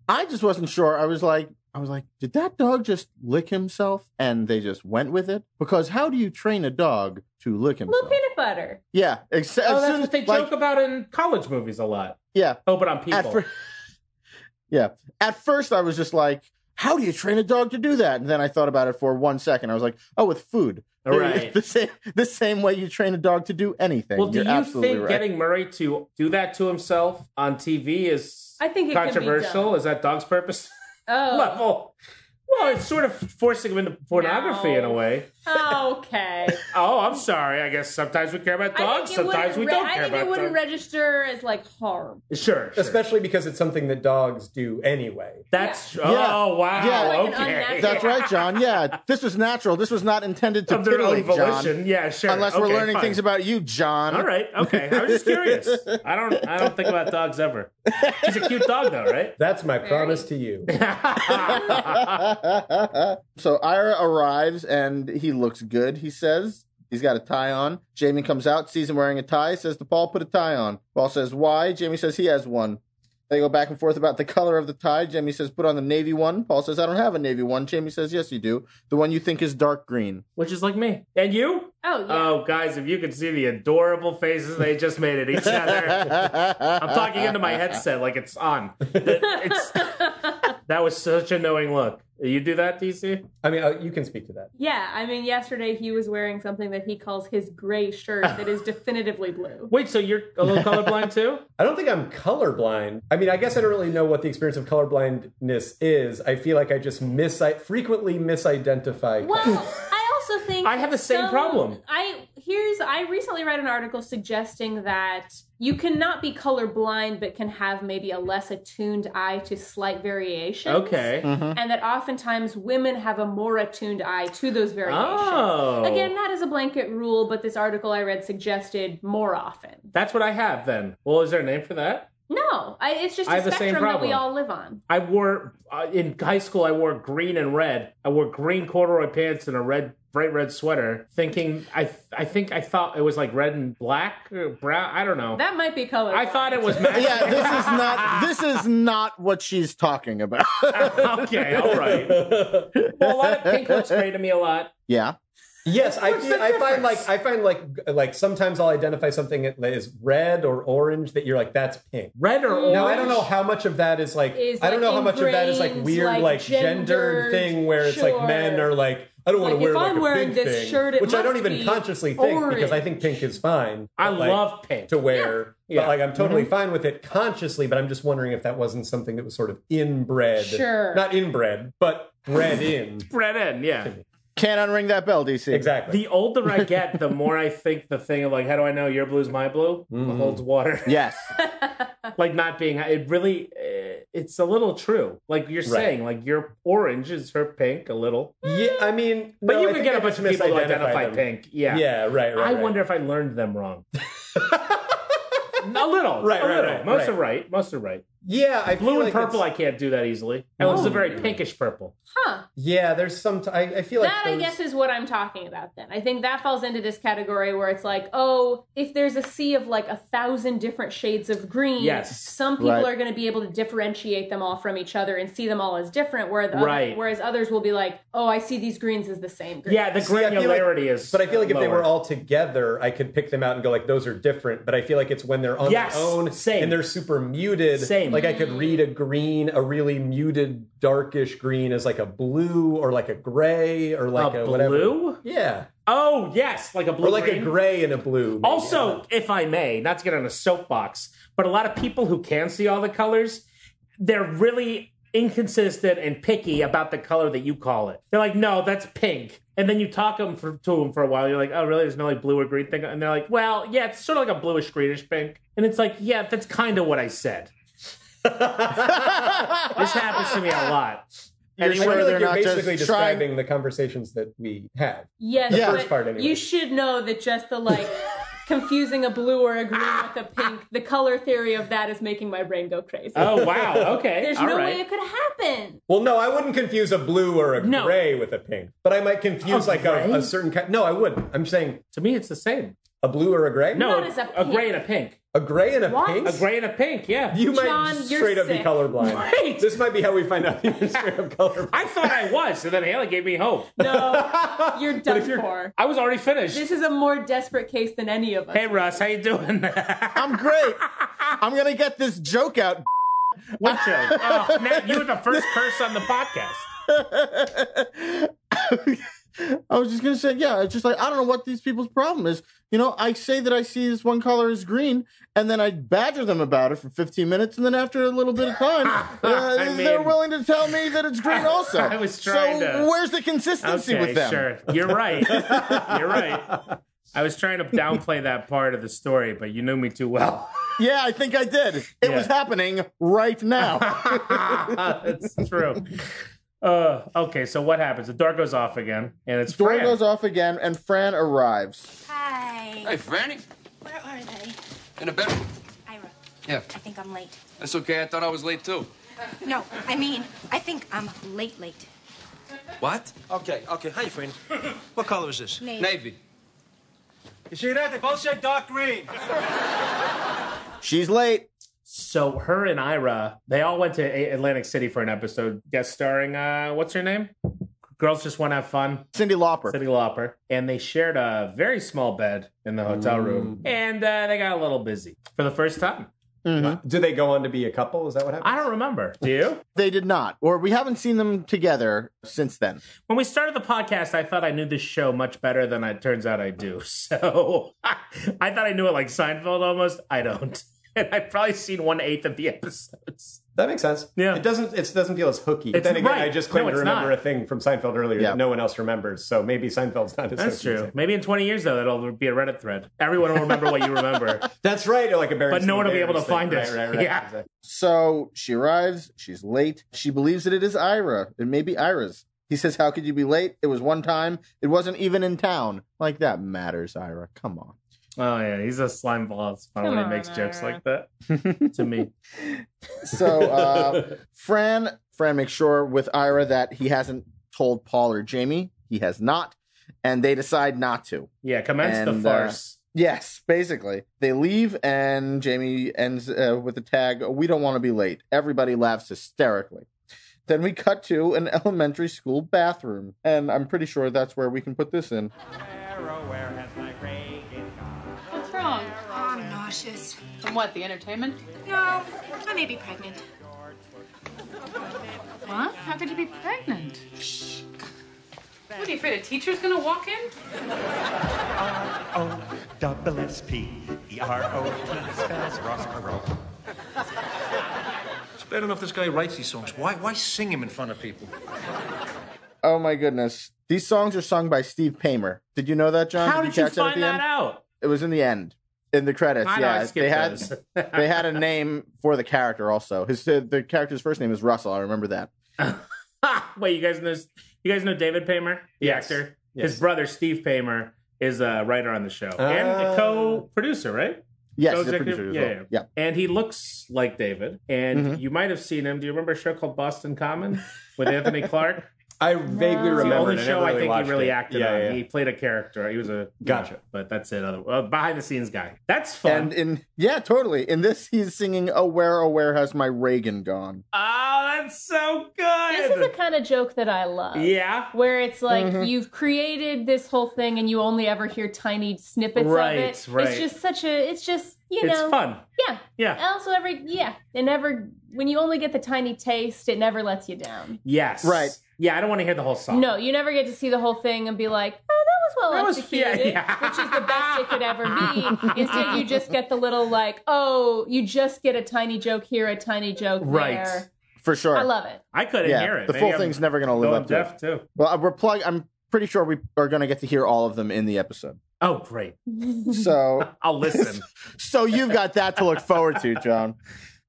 Speaker 1: I just wasn't sure. I was like, I was like, did that dog just lick himself? And they just went with it? Because how do you train a dog to lick
Speaker 5: A little
Speaker 1: himself?
Speaker 5: peanut butter.
Speaker 1: Yeah. Ex-
Speaker 2: Oh,
Speaker 1: as
Speaker 2: that's
Speaker 1: soon
Speaker 2: what
Speaker 1: as-
Speaker 2: they
Speaker 1: like,
Speaker 2: joke about in college movies a lot.
Speaker 1: Yeah.
Speaker 2: Open Oh, on people.
Speaker 1: At fir- (laughs) yeah. At first, I was just like, how do you train a dog to do that? And then I thought about it for one second. I was like, oh, with food. (laughs)
Speaker 2: Right.
Speaker 1: the, same, the same way you train a dog to do anything.
Speaker 2: well, do
Speaker 1: You're
Speaker 2: you
Speaker 1: absolutely
Speaker 2: think
Speaker 1: right.
Speaker 2: getting Murray to do that to himself on TV is
Speaker 5: I think it could be
Speaker 2: controversial?
Speaker 5: done.
Speaker 2: Is that dog's purpose (laughs)
Speaker 5: Oh,
Speaker 2: level? Well, it's sort of forcing him into pornography in a
Speaker 5: No.
Speaker 2: way.
Speaker 5: (laughs) okay.
Speaker 2: Oh, I'm sorry. I guess sometimes we care about (laughs)
Speaker 5: I
Speaker 2: dogs,
Speaker 5: think it
Speaker 2: sometimes
Speaker 5: wouldn't.
Speaker 2: we
Speaker 5: re-
Speaker 2: don't
Speaker 5: I
Speaker 2: care
Speaker 5: think
Speaker 2: about
Speaker 5: it wouldn't
Speaker 2: dogs.
Speaker 5: register as like harm.
Speaker 2: sure, sure.
Speaker 4: Especially because it's something that dogs do anyway.
Speaker 2: That's
Speaker 1: Yeah. Yeah.
Speaker 2: oh wow.
Speaker 1: Yeah. Like
Speaker 5: an
Speaker 2: okay.
Speaker 1: (laughs)
Speaker 5: unnatural-
Speaker 1: That's right,
Speaker 2: (laughs)
Speaker 1: John. Yeah. This was natural. This was not intended to
Speaker 2: Of their own
Speaker 1: titillate, John.
Speaker 2: volition. Yeah, sure.
Speaker 1: Unless we're
Speaker 2: Okay,
Speaker 1: learning
Speaker 2: fine.
Speaker 1: things about you, John.
Speaker 2: All right. Okay. I was just curious. I don't. I don't think about dogs ever. He's a cute dog,
Speaker 1: (laughs)
Speaker 2: though, right? Ah,
Speaker 4: That's my
Speaker 5: Very.
Speaker 4: promise to you.
Speaker 1: (laughs) so Ira arrives and he looks good, he says. He's got a tie on. Jamie comes out, sees him wearing a tie, says to Paul, put a tie on. Paul says, why? Jamie says he has one. They go back and forth about the color of the tie. Jamie says, put on the navy one. Paul says, I don't have a navy one. Jamie says, yes, you do. The one you think is dark green.
Speaker 2: Which is like me and you.
Speaker 5: Oh yeah.
Speaker 2: Oh, guys, if you could see the adorable faces they just made at each other.
Speaker 1: (laughs)
Speaker 2: I'm talking into my headset like it's on. It's, that was such a knowing look. You do that, DC?
Speaker 4: I mean, uh, you can speak to that.
Speaker 5: yeah, I mean, yesterday he was wearing something that he calls his gray shirt
Speaker 2: (laughs)
Speaker 5: that is definitively blue.
Speaker 2: Wait, so you're a little
Speaker 1: (laughs)
Speaker 2: colorblind too?
Speaker 4: I don't think I'm colorblind. I mean, I guess I don't really know what the experience of colorblindness is. I feel like I just mis- I frequently misidentify.
Speaker 5: Well, I also think
Speaker 2: I have the same
Speaker 5: some-
Speaker 2: problem.
Speaker 5: I here's I recently read an article suggesting that you cannot be colorblind but can have maybe a less attuned eye to slight variations.
Speaker 2: Okay.
Speaker 5: And that oftentimes women have a more attuned eye to those variations.
Speaker 2: Oh.
Speaker 5: Again, that is a blanket rule, but this article I read suggested more often.
Speaker 2: That's what I have then. Well, is there a name for that?
Speaker 5: No, I, it's just a
Speaker 2: I have the same
Speaker 5: spectrum that we
Speaker 2: problem.
Speaker 5: all live on.
Speaker 2: I wore uh, in high school. I wore green and red. I wore green corduroy pants and a red, bright red sweater, thinking I. I think I thought it was like red and black or brown. I don't know.
Speaker 5: That might be color.
Speaker 2: I thought it was
Speaker 1: (laughs)
Speaker 2: magic.
Speaker 1: yeah, this is not this is not what she's talking about. (laughs)
Speaker 2: okay, all right. (laughs)
Speaker 4: (laughs)
Speaker 2: Well, a lot of pink looks gray to me a lot.
Speaker 1: yeah.
Speaker 4: Yes, I,
Speaker 2: What's the
Speaker 4: I find
Speaker 2: difference?
Speaker 4: like I find like like sometimes I'll identify something that is red or orange that you're like that's pink.
Speaker 2: Red or orange?
Speaker 4: Now I don't know how much of that is like
Speaker 5: Is,
Speaker 4: I don't
Speaker 5: like,
Speaker 4: know how much of that is like
Speaker 5: ingrained,
Speaker 4: weird
Speaker 5: like,
Speaker 4: like, gendered
Speaker 5: gendered,
Speaker 4: thing where it's like men
Speaker 5: sure.
Speaker 4: are like I
Speaker 5: It's
Speaker 4: don't want to
Speaker 5: like,
Speaker 4: wear
Speaker 5: if
Speaker 4: like
Speaker 5: I'm
Speaker 4: a
Speaker 5: wearing
Speaker 4: pink
Speaker 5: this
Speaker 4: thing,
Speaker 5: shirt, it
Speaker 4: which I don't
Speaker 5: must
Speaker 4: even
Speaker 5: be
Speaker 4: consciously think because I think pink is fine.
Speaker 2: I
Speaker 4: but, like,
Speaker 2: love pink.
Speaker 4: to wear,
Speaker 2: Yeah.
Speaker 4: but like I'm totally
Speaker 5: Mm-hmm.
Speaker 4: fine with it consciously. But I'm just wondering if that wasn't something that was sort of inbred,
Speaker 5: Sure.
Speaker 4: not inbred, but
Speaker 5: (laughs)
Speaker 4: bred in
Speaker 2: Red in, yeah.
Speaker 1: Can't unring that bell, DC.
Speaker 4: exactly.
Speaker 2: The older I get, (laughs) the more I think the thing of like, how do I know your blue's my blue holds water. (laughs)
Speaker 1: Yes.
Speaker 2: like not being it really eh, it's a little true like you're saying like your orange is her pink a little
Speaker 4: Yeah, I mean,
Speaker 2: but
Speaker 4: no, I
Speaker 2: you can
Speaker 4: think
Speaker 2: get
Speaker 4: I
Speaker 2: a bunch
Speaker 4: just
Speaker 2: of people to identify
Speaker 4: misidentify them.
Speaker 2: pink yeah
Speaker 4: Yeah, right, right.
Speaker 2: i
Speaker 4: right.
Speaker 2: wonder if i learned them wrong
Speaker 4: (laughs)
Speaker 2: a little
Speaker 4: Right,
Speaker 2: a
Speaker 4: right,
Speaker 2: little.
Speaker 4: right,
Speaker 2: most
Speaker 4: right.
Speaker 2: are right most are right
Speaker 4: Yeah, I feel
Speaker 2: blue and
Speaker 4: like
Speaker 2: purple i
Speaker 4: it's- Oh.
Speaker 2: can't do that easily and this is a very pinkish purple
Speaker 5: huh.
Speaker 4: yeah, there's some. T- I, I feel like
Speaker 5: that I
Speaker 4: those-
Speaker 5: guess is what I'm talking about then. I think that falls into this category where it's like, oh, if there's a sea of like a thousand different shades of green,
Speaker 2: Yes.
Speaker 5: some people
Speaker 1: Right.
Speaker 5: are going to be able to differentiate them all from each other and see them all as different, where the
Speaker 2: Right.
Speaker 5: whereas others will be like, oh, I see these greens as the same green.
Speaker 2: yeah the
Speaker 4: See, I feel like-
Speaker 2: granularity is uh,
Speaker 4: But I feel like if they
Speaker 2: lower.
Speaker 4: were all together, I could pick them out and go like, "Those are different." But I feel like it's when they're on
Speaker 2: Yes,
Speaker 4: their own
Speaker 2: same.
Speaker 4: and they're super muted.
Speaker 2: Same.
Speaker 4: Like I could read a green, a really muted, darkish green as like a blue or like a gray or like
Speaker 2: a
Speaker 4: a,
Speaker 2: blue
Speaker 4: whatever. Yeah,
Speaker 2: oh yes like a blue
Speaker 4: or like a
Speaker 2: green.
Speaker 4: gray and a blue. maybe.
Speaker 2: Also, if I may, not to get on a soapbox, but a lot of people who can see all the colors, they're really inconsistent and picky about the color that you call it. They're like, no, that's pink. And then you talk 'em for, to them for a while. You're like, oh, really? There's no like blue or green thing. And they're like, well, yeah, it's sort of like a bluish greenish pink. And it's like, yeah, that's kind of what I said. (laughs) this happens to me a lot.
Speaker 1: You're
Speaker 4: I feel
Speaker 1: sure
Speaker 4: like
Speaker 1: they're
Speaker 4: you're
Speaker 1: not
Speaker 4: basically
Speaker 1: just trying
Speaker 4: describing the conversations that we have.
Speaker 5: yes,
Speaker 1: The
Speaker 5: but
Speaker 4: first part anyway.
Speaker 5: you should know that just the
Speaker 2: (laughs)
Speaker 5: like confusing a blue or a green
Speaker 2: Ah!
Speaker 5: with a pink, the color theory of that is making my brain go crazy.
Speaker 2: Oh, wow. Okay.
Speaker 5: There's
Speaker 2: All
Speaker 5: no
Speaker 2: right.
Speaker 5: way it
Speaker 2: (laughs)
Speaker 5: could happen.
Speaker 4: Well, no, I wouldn't confuse a blue or a
Speaker 2: No.
Speaker 4: gray with a pink, but I might confuse
Speaker 2: A
Speaker 4: like a,
Speaker 2: gray?
Speaker 4: a certain kind. No, I wouldn't. I'm saying
Speaker 2: to me, it's the same.
Speaker 4: a blue or a gray.
Speaker 2: No,
Speaker 5: Not as a
Speaker 2: a, gray and a pink.
Speaker 4: A gray and a
Speaker 5: What?
Speaker 4: pink?
Speaker 2: A gray and a pink, yeah.
Speaker 4: You might
Speaker 5: John, you're
Speaker 4: straight up be
Speaker 5: sick.
Speaker 4: colorblind.
Speaker 2: Right.
Speaker 4: This might be how we find out that you're straight up colorblind.
Speaker 2: I thought I was, and then Haley gave me hope.
Speaker 5: No, you're done
Speaker 4: you're-
Speaker 5: for.
Speaker 2: I was already finished.
Speaker 5: This is a more desperate case than any of us.
Speaker 2: hey, Russ, how you doing? (laughs)
Speaker 1: I'm great. I'm gonna get this joke out.
Speaker 2: what show? Oh, Matt, you were the first curse on the
Speaker 1: (laughs)
Speaker 2: podcast.
Speaker 1: I was just gonna say, yeah, it's just like I don't know what these people's problem is. You know, I say that I see this one color is green, and then I badger them about it for 15 minutes, and then after a little bit of
Speaker 2: (laughs)
Speaker 1: time, uh,
Speaker 2: I
Speaker 1: they're
Speaker 2: mean-
Speaker 1: willing to tell me that it's green also.
Speaker 2: (laughs) I was trying
Speaker 1: so
Speaker 2: to-
Speaker 1: where's the consistency
Speaker 2: Okay,
Speaker 1: with them?
Speaker 2: sure.
Speaker 1: (laughs)
Speaker 2: You're right. You're right. I was trying to downplay that part of the story, but you knew me too well. (laughs)
Speaker 1: Yeah, I think I did. It
Speaker 2: Yeah.
Speaker 1: was happening right
Speaker 2: (laughs)
Speaker 1: now.
Speaker 2: That's true. Uh, okay, so what happens? The door goes off again, and it's
Speaker 1: Door
Speaker 2: Fran.
Speaker 1: goes off again, and Fran arrives.
Speaker 11: Hi.
Speaker 10: Hey, Franny,
Speaker 11: Where are they?
Speaker 10: in the bedroom.
Speaker 11: Ira,
Speaker 10: Yeah,
Speaker 11: I think I'm late.
Speaker 10: that's okay. I thought I was late too.
Speaker 11: No, I mean, I think I'm late, late.
Speaker 10: What? Okay, okay. Hi, Franny. What color is this?
Speaker 11: Navy.
Speaker 10: Navy.
Speaker 9: You see that? They both said dark green.
Speaker 1: She's late.
Speaker 2: So her and Ira, they all went to A- Atlantic City for an episode, guest starring uh, what's her name? Girls just want to have fun.
Speaker 1: Cindy Lauper.
Speaker 2: Cindy Lauper, and they shared a very small bed in the hotel room, and uh, they got a little busy for the first time. Mm-hmm.
Speaker 4: Uh, Do they go on to be a couple? Is that what happened?
Speaker 2: I don't remember. Do you?
Speaker 1: They did not, or we haven't seen them together since then.
Speaker 2: (laughs) When we started the podcast, I thought I knew this show much better than it turns out I do. (laughs) So I thought I knew it like Seinfeld almost. I don't. (laughs) And I've probably seen one eighth of the episodes.
Speaker 4: That makes sense.
Speaker 2: Yeah.
Speaker 4: It doesn't it doesn't feel as hooky.
Speaker 2: It's
Speaker 4: but then again,
Speaker 2: right.
Speaker 4: I just claim
Speaker 2: No,
Speaker 4: to
Speaker 2: it's
Speaker 4: remember
Speaker 2: not.
Speaker 4: a thing from Seinfeld earlier
Speaker 1: Yeah.
Speaker 4: that no one else remembers. So maybe Seinfeld's not
Speaker 2: (laughs)
Speaker 4: as
Speaker 2: That's
Speaker 4: hooky as
Speaker 2: true.
Speaker 4: it-
Speaker 2: Maybe in 20 years, though, it'll be a Reddit thread. Everyone will remember what you (laughs) remember.
Speaker 4: That's right. Like a
Speaker 2: But no one will be able to find
Speaker 4: right,
Speaker 2: it.
Speaker 4: Right,
Speaker 2: (laughs)
Speaker 4: right,
Speaker 2: Yeah.
Speaker 4: Exactly.
Speaker 1: So she arrives. She's late. She believes that it is Ira. It may be Ira's. He says, How could you be late? It was one time. It wasn't even in town. Like, that matters, Ira. Come on.
Speaker 2: Oh, yeah. He's a slime ball. It's funny
Speaker 5: Come
Speaker 2: when he
Speaker 5: on,
Speaker 2: makes jokes
Speaker 5: Ira.
Speaker 2: like that (laughs) to me.
Speaker 1: So uh, Fran, Fran makes sure with Ira that he hasn't told Paul or Jamie. He has not. And they decide not to.
Speaker 2: Yeah. Commence the
Speaker 1: And, uh,
Speaker 2: farce.
Speaker 1: Yes, basically. They leave, and Jamie ends uh, with the tag, We don't want to be late. Everybody laughs hysterically. Then we cut to an (laughs) elementary school bathroom, and I'm pretty sure that's where we can put this in.
Speaker 9: What's wrong?
Speaker 11: Oh, I'm nauseous.
Speaker 9: From what? The entertainment?
Speaker 11: No, I may be pregnant.
Speaker 9: What? How could you be pregnant? Shh. What are you afraid a teacher's gonna walk in?
Speaker 3: O double S P E R O T spells Rospero.
Speaker 10: It's bad enough this guy writes these songs. Why? Why sing him in front of people?
Speaker 1: Oh my goodness. These songs are sung by Steve Paymer. Did you know that, John?
Speaker 2: How did you
Speaker 1: catch at
Speaker 2: find
Speaker 1: the
Speaker 2: that
Speaker 1: end?
Speaker 2: out?
Speaker 1: It was in the end, in the credits.
Speaker 2: I know, I
Speaker 1: yeah,
Speaker 2: skipped
Speaker 1: they had
Speaker 2: those.
Speaker 1: (laughs) they had a name for the character also. His the, the character's first name is Russell. I remember that.
Speaker 2: Ha! (laughs) Wait, you guys know you guys know David Paymer, the actor. His brother Steve Paymer is a writer on the show and a
Speaker 4: Ah.
Speaker 2: co-producer, right?
Speaker 1: Yes,
Speaker 2: So
Speaker 1: he's a
Speaker 2: executive-
Speaker 1: producer as
Speaker 2: yeah,
Speaker 1: well.
Speaker 2: yeah. And he looks like David. And you might have seen him. Do you remember a show called Boston Common with Anthony Clark?
Speaker 4: I vaguely
Speaker 5: It's
Speaker 4: remember.
Speaker 2: It's the only
Speaker 4: it. I
Speaker 2: show
Speaker 4: never
Speaker 2: I
Speaker 4: really
Speaker 2: think
Speaker 4: watched
Speaker 2: he really
Speaker 4: it.
Speaker 2: acted
Speaker 4: yeah,
Speaker 2: on.
Speaker 4: Yeah,
Speaker 2: He played a character. He was a
Speaker 4: Gotcha.
Speaker 2: but that's it. Other well, behind the scenes guy. That's fun.
Speaker 1: And in yeah, totally. In this, he's singing "Oh where, oh where has my Reagan gone?"
Speaker 2: oh, that's so
Speaker 5: This is the
Speaker 2: good.
Speaker 5: kind of joke that I love.
Speaker 2: yeah. Mm-hmm.
Speaker 5: Where it's like you've created this whole thing and you only ever hear tiny snippets
Speaker 2: Right,
Speaker 5: of it.
Speaker 2: right.
Speaker 5: It's just such a. It's just you
Speaker 2: It's
Speaker 5: know. Oh.
Speaker 2: fun.
Speaker 5: Yeah.
Speaker 2: Yeah.
Speaker 5: Also, every yeah, it never when you only get the tiny taste, it never lets you down.
Speaker 2: Yes.
Speaker 1: Right.
Speaker 2: Yeah, I don't want to hear the whole song.
Speaker 5: No, you never get to see the whole thing and be like, oh, that was well
Speaker 2: That was-
Speaker 5: executed,
Speaker 2: yeah, yeah.
Speaker 5: which is the best it could ever
Speaker 2: (laughs)
Speaker 5: be. Instead, you just get the little like, oh, you just get a tiny joke here, a tiny joke
Speaker 2: Right.
Speaker 5: there.
Speaker 1: For sure.
Speaker 5: I love it.
Speaker 2: I couldn't
Speaker 1: yeah,
Speaker 2: hear it.
Speaker 1: The
Speaker 2: Maybe
Speaker 1: full
Speaker 2: I'm
Speaker 1: thing's never going to live
Speaker 2: going
Speaker 1: up to. It.
Speaker 2: deaf too.
Speaker 1: Well, uh, we're plug. I'm pretty sure we are going to get to hear all of them in the
Speaker 5: (laughs)
Speaker 1: episode.
Speaker 2: Oh, great.
Speaker 1: So, (laughs)
Speaker 2: I'll listen.
Speaker 1: so you've got that to look forward to, John.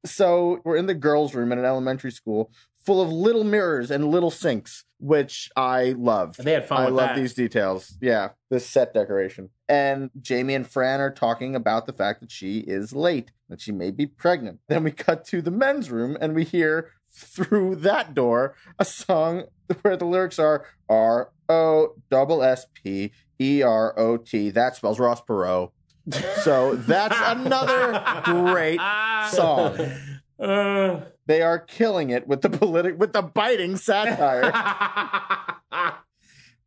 Speaker 1: So we're in the girls' room in an elementary school, full of little mirrors and little sinks, which I love.
Speaker 2: They had fun
Speaker 1: I
Speaker 2: with
Speaker 1: love
Speaker 2: that.
Speaker 1: these details. Yeah, this set decoration. And Jamie and Fran are talking about the fact that she is late, that she may be pregnant. (laughs) Then we cut to the men's room and we hear through that door a song (laughs) where the lyrics are R O S S P E R O T. That spells Ross Perot. So that's another
Speaker 2: (laughs)
Speaker 1: great
Speaker 2: Ah.
Speaker 1: (laughs) song. they are killing it with the politic with the biting satire.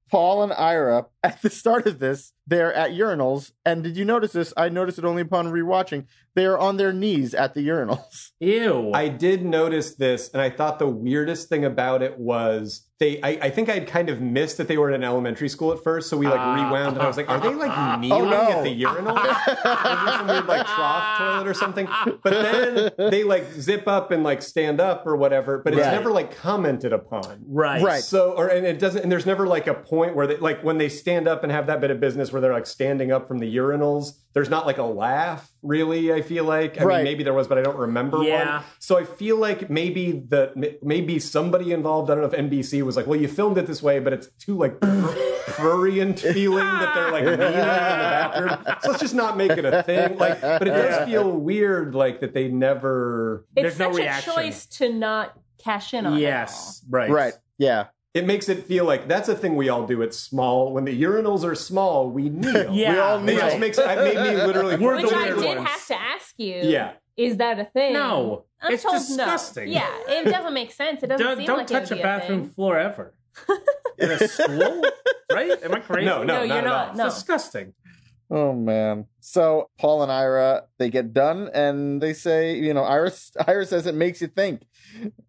Speaker 1: Paul and Ira (laughs) at the start of this, they're at urinals, and did you notice this? I noticed it only upon rewatching. They are on their knees at the urinals. (laughs)
Speaker 2: Ew.
Speaker 4: I did notice this, and I thought the weirdest thing about it was they. I, I think I'd kind of missed that they were in an elementary school at first, so we
Speaker 2: Ah.
Speaker 4: like rewound, and I was like, "Are
Speaker 2: (laughs)
Speaker 4: they
Speaker 2: Oh,
Speaker 4: like kneeling at the urinal? Is there some weird like trough toilet or something?" But then they like zip up and like stand up or whatever, but it's
Speaker 2: Right.
Speaker 4: never like commented upon,
Speaker 2: Right. Right.
Speaker 4: So, or and it doesn't, and there's never like a point where they like when they stand up and have that bit of business where they're like standing up from the urinals. There's not like a laugh, really. I feel like, I
Speaker 1: Right.
Speaker 4: mean, maybe there was, but I don't remember
Speaker 2: Yeah.
Speaker 4: one. So I feel like maybe the m- maybe somebody involved. I don't know if NBC was like, well, you filmed it this way, but it's too like pr-
Speaker 2: (laughs)
Speaker 4: prurient feeling that they're like kneeling in the bathroom. So let's just not make it a thing. Like, but it does feel weird, like that they never.
Speaker 5: It's such a choice to not cash in on. it.
Speaker 2: Yes, right.
Speaker 1: Right. Yeah.
Speaker 4: It makes it feel like that's a thing we all do. It's small. When the urinals are small, we
Speaker 2: (laughs)
Speaker 4: kneel.
Speaker 2: Yeah, We all
Speaker 4: It just
Speaker 2: kneel.
Speaker 4: makes it made me
Speaker 2: (laughs)
Speaker 4: literally.
Speaker 2: We're
Speaker 4: the
Speaker 5: Which I
Speaker 4: weird
Speaker 5: did
Speaker 4: ones.
Speaker 5: have to ask you.
Speaker 4: Yeah.
Speaker 5: Is that a thing?
Speaker 2: No.
Speaker 5: I'm
Speaker 2: It's
Speaker 5: told
Speaker 2: disgusting.
Speaker 5: no. Yeah, it doesn't make sense. It doesn't
Speaker 2: Don't,
Speaker 5: seem
Speaker 2: don't
Speaker 5: like
Speaker 2: touch
Speaker 5: it
Speaker 2: a
Speaker 5: would be
Speaker 2: bathroom
Speaker 5: thing.
Speaker 2: floor
Speaker 5: (laughs)
Speaker 2: ever. In
Speaker 1: (laughs)
Speaker 2: a school, right? Am I crazy?
Speaker 4: No, no, No,
Speaker 5: you're not at not, all. no.
Speaker 2: It's disgusting.
Speaker 1: Oh man. So Paul and Ira, they get done and they say, you know, Ira (laughs) Ira says it makes you think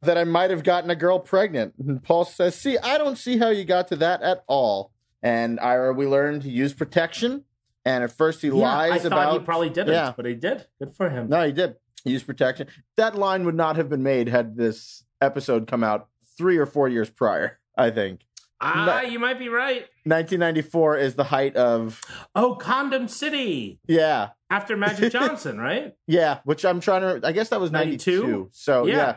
Speaker 1: that I might have gotten a girl pregnant. And Paul says, "See, I don't see how you got to that at all." And Ira, we learned to use protection, and at first he
Speaker 2: I
Speaker 1: lies
Speaker 2: thought
Speaker 1: about
Speaker 2: he probably didn't,
Speaker 1: Yeah.
Speaker 2: but he did. Good for him.
Speaker 1: No, he did use protection. That line would not have been made had this episode come out 3 or 4 years prior, I think.
Speaker 2: Ah, you might be right.
Speaker 1: 1994 is the height of
Speaker 2: Oh, Condom City
Speaker 1: yeah. (laughs)
Speaker 2: after Magic Johnson, right?
Speaker 1: Yeah, which I'm trying to. I guess that was 92.
Speaker 2: 92?
Speaker 1: So yeah.
Speaker 2: Yeah.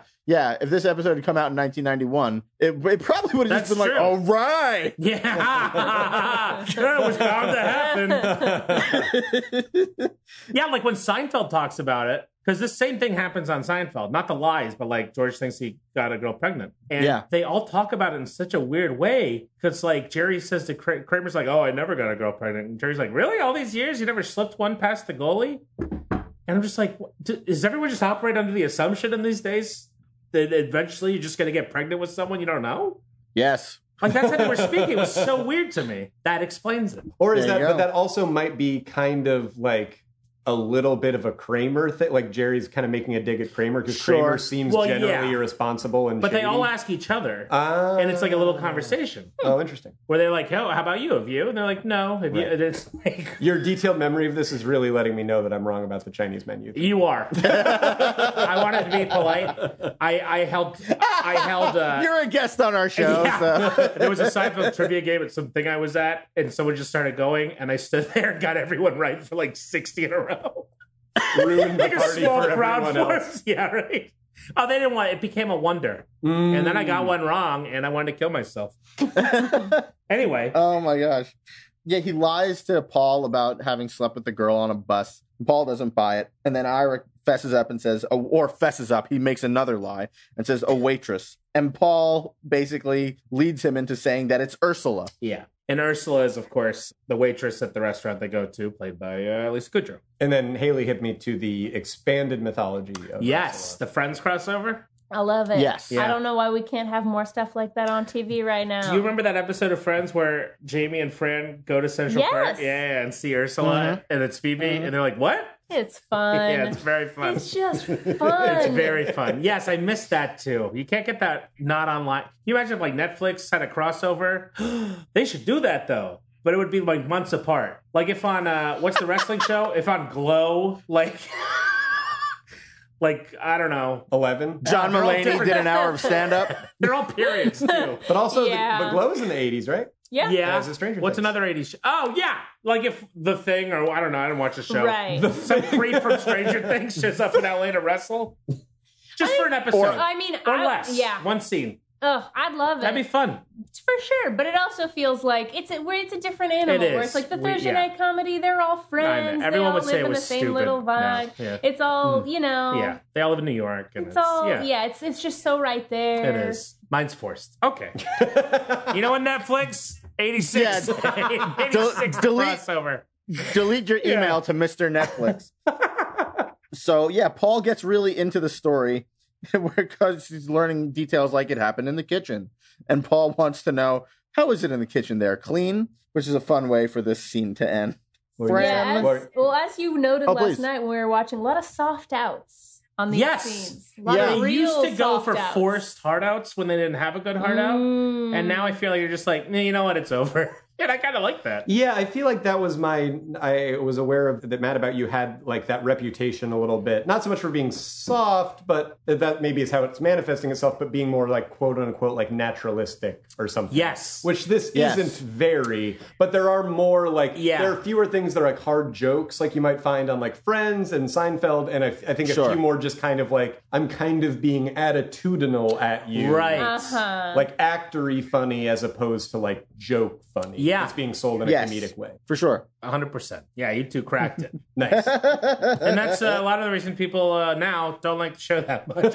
Speaker 1: yeah, If this episode had come out in 1991, it, it probably would have just been
Speaker 2: That's
Speaker 1: like,
Speaker 2: true.
Speaker 1: all right.
Speaker 2: (laughs) Yeah, sure, it was bound to happen. yeah, like when Seinfeld talks about it, because this same thing happens on Seinfeld. Not the lies, but like George thinks he got a girl pregnant, and
Speaker 1: Yeah.
Speaker 2: they all talk about it in such a weird way. Because like Jerry says to Kra- Kramer's, like, "Oh, I never got a girl pregnant," and Jerry's like, "Really? All these years, you never slipped one past the goalie?" And I'm just like, what- d- "Is everyone just operate under the assumption in these days that eventually you're just going to get pregnant with someone you don't know?"
Speaker 1: Yes.
Speaker 2: Like that's how they were speaking. It was so weird to me. That explains it.
Speaker 4: Or is
Speaker 1: There you
Speaker 4: that?
Speaker 1: go.
Speaker 4: But that also might be kind of like a little bit of a Kramer thing. Like Jerry's kind of making a dig at Kramer because
Speaker 1: Sure.
Speaker 4: Kramer seems
Speaker 2: Well,
Speaker 4: generally
Speaker 2: yeah.
Speaker 4: irresponsible and.
Speaker 2: But they
Speaker 4: shady.
Speaker 2: all ask each other,
Speaker 4: Ah.
Speaker 2: and it's like a little conversation
Speaker 4: Oh, interesting.
Speaker 2: where they're like, "Oh, how about you? Have you?" And they're like, "No, have you?"
Speaker 4: Right.
Speaker 2: And it's like,
Speaker 4: Your detailed memory of this is really letting me know that I'm wrong about the
Speaker 2: (laughs)
Speaker 4: Chinese menu.
Speaker 2: "You are." I wanted to be polite. I I helped. I held.
Speaker 1: (laughs)
Speaker 2: Uh,
Speaker 1: You're a guest on our show.
Speaker 2: (laughs) yeah.
Speaker 1: So.
Speaker 2: there was a Seinfeld trivia game at something I was at, and someone just started going, and I stood there and got everyone right for like sixty in a row.
Speaker 4: Ruined the
Speaker 2: like a
Speaker 4: party
Speaker 2: small
Speaker 4: for
Speaker 2: crowd
Speaker 4: everyone else.
Speaker 2: forms. (laughs) Yeah, right. Oh, they didn't want it. Became a wonder, and then I
Speaker 4: Mm.
Speaker 2: got one wrong, and I wanted to kill
Speaker 4: (laughs)
Speaker 2: myself. anyway,
Speaker 1: oh my gosh. Yeah, he lies to Paul about having slept with a girl on a bus. Paul doesn't buy it. And then Ira fesses up and says, "Oh," or fesses up, he makes another lie and says, a waitress. And Paul basically leads him into saying that it's Ursula.
Speaker 2: yeah. And Ursula is, of course, the waitress at the restaurant they go to, played by uh, Lisa Kudrow.
Speaker 4: And then Haley hit me to the expanded mythology. Of
Speaker 2: Yes, the Friends crossover.
Speaker 5: I love it.
Speaker 1: Yes.
Speaker 5: I
Speaker 2: Yeah.
Speaker 5: don't know why we can't have more stuff like that on TV right now.
Speaker 2: Do you remember that episode of Friends where Jamie and Fran go to Central
Speaker 5: Yes.
Speaker 2: Park, yeah, and see Ursula,
Speaker 4: Mm-hmm.
Speaker 2: and it's Phoebe, and they're like, "What?"
Speaker 5: It's
Speaker 2: (laughs)
Speaker 5: fun.
Speaker 2: Yeah, it's very fun.
Speaker 5: It's just fun.
Speaker 2: (laughs) It's very fun. Yes, I missed that too. You can't get that not online. Can you imagine if like Netflix had a crossover? (gasps) they should do that though. But it would be like months apart. Like if on uh what's the wrestling show? If on Glow, like (laughs) like I don't know.
Speaker 4: 11.
Speaker 1: John
Speaker 2: they're all
Speaker 1: Mulaney
Speaker 2: different.
Speaker 1: did an hour of stand up.
Speaker 2: (laughs) They're all
Speaker 1: (laughs)
Speaker 2: periods too.
Speaker 4: But also,
Speaker 5: Yeah.
Speaker 4: the, but Glow was in the 80s, right?
Speaker 5: Yeah.
Speaker 2: Yeah.
Speaker 4: As a Stranger
Speaker 2: What's
Speaker 4: Things.
Speaker 2: another 80s show? Oh, yeah. Like if The Thing or I don't know. I didn't watch the show.
Speaker 5: Right.
Speaker 2: Some creep from Stranger Things shows up in LA to wrestle. Just for an episode.
Speaker 5: I mean,
Speaker 2: or
Speaker 5: I,
Speaker 2: less.
Speaker 5: yeah.
Speaker 2: One scene.
Speaker 5: Ugh, I'd love
Speaker 2: That'd be
Speaker 5: it
Speaker 2: fun.
Speaker 5: for sure. But it also feels like it's a, where it's a different animal.
Speaker 2: It
Speaker 5: Where
Speaker 2: is.
Speaker 5: it's like the
Speaker 2: We-
Speaker 5: Thursday
Speaker 2: yeah.
Speaker 5: night comedy. They're all friends. They
Speaker 2: Everyone
Speaker 5: all
Speaker 2: would
Speaker 5: live
Speaker 2: say it
Speaker 5: in the
Speaker 2: was
Speaker 5: same
Speaker 2: stupid
Speaker 5: little
Speaker 2: now.
Speaker 5: vibe.
Speaker 2: Yeah. Hmm.
Speaker 5: It's all you know.
Speaker 2: Yeah, they all live in New York. And
Speaker 5: It's all yeah. It's it's just so right there.
Speaker 2: It is. Mine's forced. Okay. you know what, Netflix? 86.
Speaker 1: Yeah.
Speaker 2: 86 (laughs)
Speaker 1: Del-
Speaker 2: crossover.
Speaker 1: Delete your email to Mr. Netflix.
Speaker 2: (laughs)
Speaker 1: so yeah, Paul gets really into the story (laughs) because he's learning details like it happened in the kitchen. And Paul wants to know how is it in the kitchen there? Clean? Which is a fun way for this scene to end.
Speaker 5: Yeah,
Speaker 1: Friends.
Speaker 5: as, well, as you noted
Speaker 1: Oh,
Speaker 5: last
Speaker 1: please.
Speaker 5: night when we were watching, a lot of soft outs on these
Speaker 2: yes.
Speaker 5: scenes. A lot
Speaker 2: Yeah.
Speaker 5: of
Speaker 2: They used
Speaker 5: real
Speaker 2: to go
Speaker 5: soft
Speaker 2: for
Speaker 5: outs.
Speaker 2: forced hard outs when they didn't have a good hard
Speaker 5: Mm.
Speaker 2: out. And now I feel like you're just like, nah, you know what? It's over. (laughs) and I kind of like that.
Speaker 4: Yeah, I feel like that was my. I was aware of that. Mad about you had like that reputation a little bit, not so much for being soft, but that maybe is how it's manifesting itself, but being more like quote unquote like naturalistic or something.
Speaker 2: Yes.
Speaker 4: which this
Speaker 2: Yes.
Speaker 4: isn't very, but there are more like
Speaker 2: Yeah.
Speaker 4: there are fewer things that are like hard jokes like you might find on like Friends and Seinfeld, and I, I think
Speaker 1: Sure.
Speaker 4: a few more just kind of like I'm kind of being attitudinal at you,
Speaker 2: Right. Uh-huh.
Speaker 4: Like actory funny as opposed to like joke funny.
Speaker 2: Yeah.
Speaker 4: it's being sold in a
Speaker 2: Yes.
Speaker 4: comedic way.
Speaker 1: For sure.
Speaker 2: Oh, 100%. Yeah, you two cracked it.
Speaker 4: nice.
Speaker 2: and that's uh, a lot of the reason people uh, now don't like the show that much.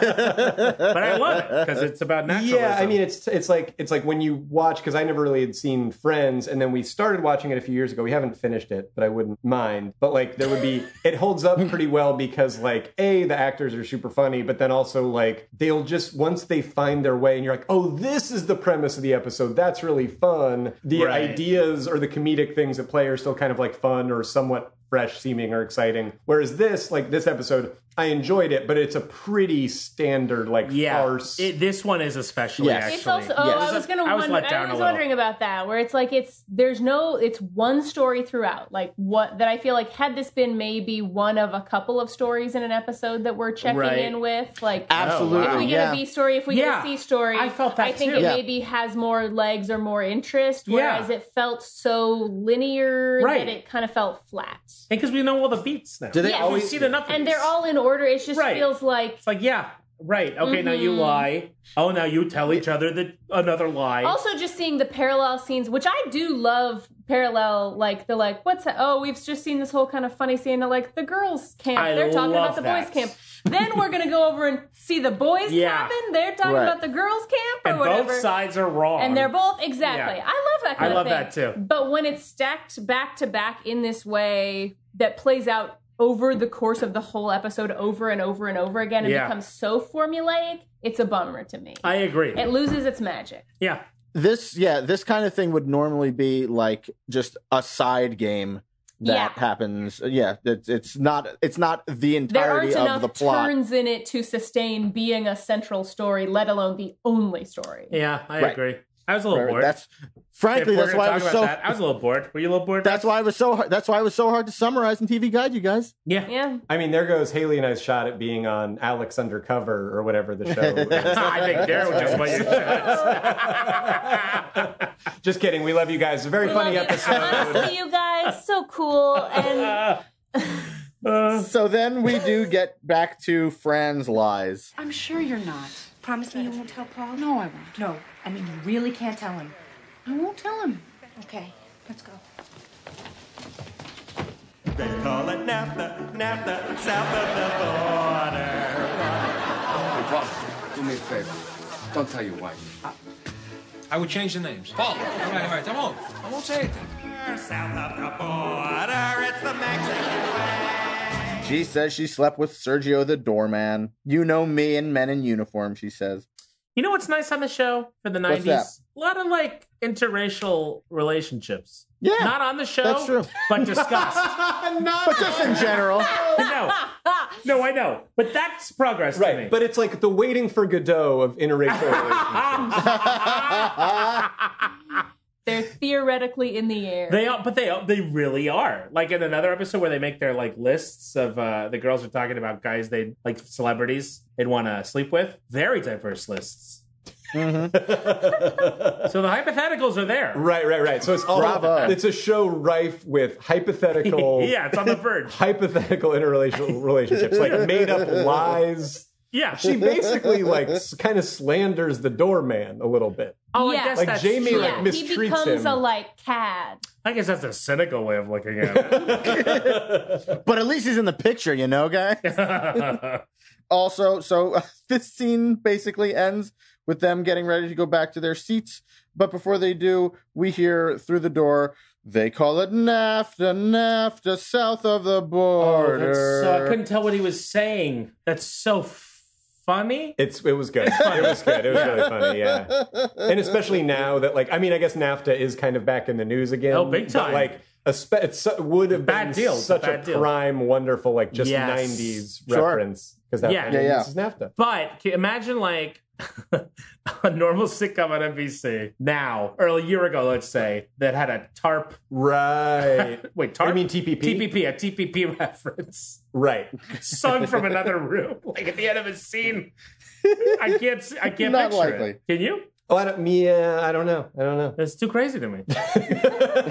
Speaker 2: (laughs) but I love it because it's about naturalism.
Speaker 4: Yeah, I mean it's it's like it's like when you watch because I never really had seen Friends, and then we started watching it a few years ago. We haven't finished it, but I wouldn't mind. But like there
Speaker 2: (laughs)
Speaker 4: would be it holds up pretty well because like a the actors are super funny, but then also like they'll just once they find their way, and you're like, oh, this is the premise of the episode. That's really fun. The
Speaker 2: Right.
Speaker 4: ideas or the comedic things at play are still kind of like fun or somewhat fresh seeming or exciting. Whereas this, like this episode. I enjoyed it, but it's a pretty standard like
Speaker 2: yeah,
Speaker 4: farce.
Speaker 2: it, this one is especially. Actually,
Speaker 5: It's also. Oh, I was gonna.
Speaker 2: I was
Speaker 5: wonder-
Speaker 2: let down
Speaker 5: I
Speaker 2: a
Speaker 5: was
Speaker 2: little.
Speaker 5: wondering about that, where it's like it's there's no. It's one story throughout. Like what that I feel like had this been maybe one of a couple of stories in an episode that we're checking
Speaker 2: Right.
Speaker 5: in with, like
Speaker 2: Absolutely,
Speaker 5: If we get
Speaker 2: yeah.
Speaker 5: a B story, if we
Speaker 2: Yeah.
Speaker 5: get a C story,
Speaker 2: I felt that
Speaker 5: I think
Speaker 2: too.
Speaker 5: it
Speaker 2: Yeah.
Speaker 5: maybe has more legs or more interest,
Speaker 2: Yeah.
Speaker 5: whereas it felt so linear
Speaker 2: Right.
Speaker 5: that it kind of felt flat.
Speaker 2: because we know all the beats now.
Speaker 5: Do they
Speaker 2: We've
Speaker 5: always-
Speaker 2: seen enough? of
Speaker 5: And
Speaker 2: these.
Speaker 5: they're all in order. It just
Speaker 2: Right.
Speaker 5: feels like
Speaker 2: It's like yeah, right. Okay, now you
Speaker 5: Mhm.
Speaker 2: lie. Oh, now you tell each other the another lie.
Speaker 5: also just seeing the parallel scenes which i do love parallel like the like what's that oh we've just seen this whole kind of funny scene of like the girls camp
Speaker 2: I
Speaker 5: they're talking
Speaker 2: love
Speaker 5: about the
Speaker 2: that.
Speaker 5: boys camp then we're gonna go over and see the boys
Speaker 2: Yeah.
Speaker 5: cabin they're talking
Speaker 2: Right.
Speaker 5: about the girls camp or
Speaker 2: and
Speaker 5: whatever
Speaker 2: both sides are wrong.
Speaker 5: and they're both exactly
Speaker 2: Yeah.
Speaker 5: i love that
Speaker 2: I
Speaker 5: kind
Speaker 2: love
Speaker 5: of thing
Speaker 2: that too.
Speaker 5: but when it's stacked back to back in this way that plays out over the course of the whole episode over and over and over again and
Speaker 2: Yeah.
Speaker 5: becomes so formulaic it's a bummer to me
Speaker 2: I agree.
Speaker 5: it loses its magic
Speaker 2: yeah.
Speaker 1: This yeah, this kind of thing would normally be like just a side game that
Speaker 5: Yeah.
Speaker 1: happens. Yeah, it's it's not it's not the
Speaker 5: there aren't
Speaker 1: entirety of
Speaker 5: enough
Speaker 1: the plot.
Speaker 5: turns in it to sustain being a central story, let alone the only story.
Speaker 2: Yeah, I
Speaker 1: Right.
Speaker 2: agree. I was a little
Speaker 1: Right,
Speaker 2: bored.
Speaker 1: that's- frankly,
Speaker 2: If we're
Speaker 1: that's
Speaker 2: gonna
Speaker 1: why I was
Speaker 2: talk about
Speaker 1: so-
Speaker 2: That, I was a little bored. Were you a little bored?
Speaker 1: That's why I was so hard, that's why it was so hard to summarize in TV Guide, you guys.
Speaker 2: Yeah.
Speaker 5: Yeah.
Speaker 4: I mean, there goes Haley and I's shot at being on Alex Undercover or whatever the show. is.
Speaker 2: (laughs) I think Darren just what you
Speaker 4: Just kidding. We love you guys. A very funny episode.
Speaker 5: Honestly, you guys, so cool. And
Speaker 1: so then we do get back to Fran's lies.
Speaker 9: I'm sure you're not.
Speaker 11: Promise me you won't tell Paul?
Speaker 9: No, I won't.
Speaker 11: No, I mean, you really can't tell him.
Speaker 9: I won't tell him.
Speaker 11: Okay, let's go.
Speaker 3: They call it NAFTA, NAFTA, south of the border.
Speaker 12: Hey, Paul, do me a favor. Don't tell your wife.
Speaker 10: I would change the names. Paul. All right, all right. I won't. I won't say anything.
Speaker 3: South of the border, it's the Mexican
Speaker 1: She says she slept with Sergio the doorman. You know me and men in uniform, she says.
Speaker 2: You know what's nice on the show for the
Speaker 1: What's
Speaker 2: nineties? A lot of like interracial relationships.
Speaker 1: Yeah,
Speaker 2: Not on the show.
Speaker 1: that's true.
Speaker 2: But discussed.
Speaker 1: but just in general.
Speaker 2: no.
Speaker 1: (laughs)
Speaker 2: No, I know. But that's progress to me.
Speaker 4: But it's like the waiting for Godot of (laughs) interracial relationships.
Speaker 5: they're theoretically in the air.
Speaker 2: They are, but they are, they really are. Like in another episode where they make their like lists of uh, the girls are talking about guys they like celebrities they'd want to sleep with. Very diverse lists.
Speaker 1: Mm-hmm.
Speaker 2: (laughs)
Speaker 1: (laughs)
Speaker 2: so the hypotheticals are there.
Speaker 4: Right, right, right. So it's all
Speaker 2: Bravo.
Speaker 4: it's a show rife with (laughs)
Speaker 2: (laughs)
Speaker 4: hypothetical
Speaker 2: yeah, it's on the verge.
Speaker 4: hypothetical interrelational relationships, like made up lies.
Speaker 2: Yeah,
Speaker 4: She basically like kind of slanders the doorman a little bit.
Speaker 2: Oh,
Speaker 5: Yeah.
Speaker 2: I guess
Speaker 4: Like,
Speaker 2: that's
Speaker 4: Jamie,
Speaker 2: true.
Speaker 4: like,
Speaker 5: Yeah, he
Speaker 4: mistreats
Speaker 5: becomes
Speaker 4: him.
Speaker 5: a like cad.
Speaker 2: I guess that's a cynical way of looking at it.
Speaker 1: But at least he's in the picture, you know, guys. (laughs) also, so (laughs) uh, this scene basically ends with them getting ready to go back to their seats. But before they do, we hear through the door, They call it NAFTA, NAFTA, south of the
Speaker 2: Oh,
Speaker 1: border.
Speaker 2: that's so, I couldn't tell what he was saying. That's so f- funny.
Speaker 4: It's it was good. it was good. It was really funny. Yeah, and especially now that like I mean I guess NAFTA is kind of back in the news again.
Speaker 2: Oh, big
Speaker 4: but,
Speaker 2: time.
Speaker 4: like a spe- it su- would have
Speaker 2: Bad
Speaker 4: been
Speaker 2: deal. It's a
Speaker 4: such a,
Speaker 2: bad deal.
Speaker 4: prime, wonderful like just
Speaker 2: Yes.
Speaker 4: '90s
Speaker 2: Sure.
Speaker 4: reference because that
Speaker 2: Yeah.
Speaker 4: I
Speaker 2: Yeah,
Speaker 4: mean,
Speaker 2: yeah.
Speaker 4: this is NAFTA.
Speaker 2: But can you imagine like (laughs) a normal sitcom on NBC now, or a year ago, let's say, that had a tarp. (laughs)
Speaker 4: Right.
Speaker 2: Wait, tarp?
Speaker 4: I mean TPP.
Speaker 2: TPP, a TPP (laughs) reference.
Speaker 4: Right.
Speaker 2: Sung from another room, like at the end of a scene. I can't. see- I can't
Speaker 4: Not
Speaker 2: picture
Speaker 4: likely.
Speaker 2: it. Can you?
Speaker 4: Oh, I don't. Yeah, I don't know. I don't know.
Speaker 2: That's too crazy to me.
Speaker 1: (laughs)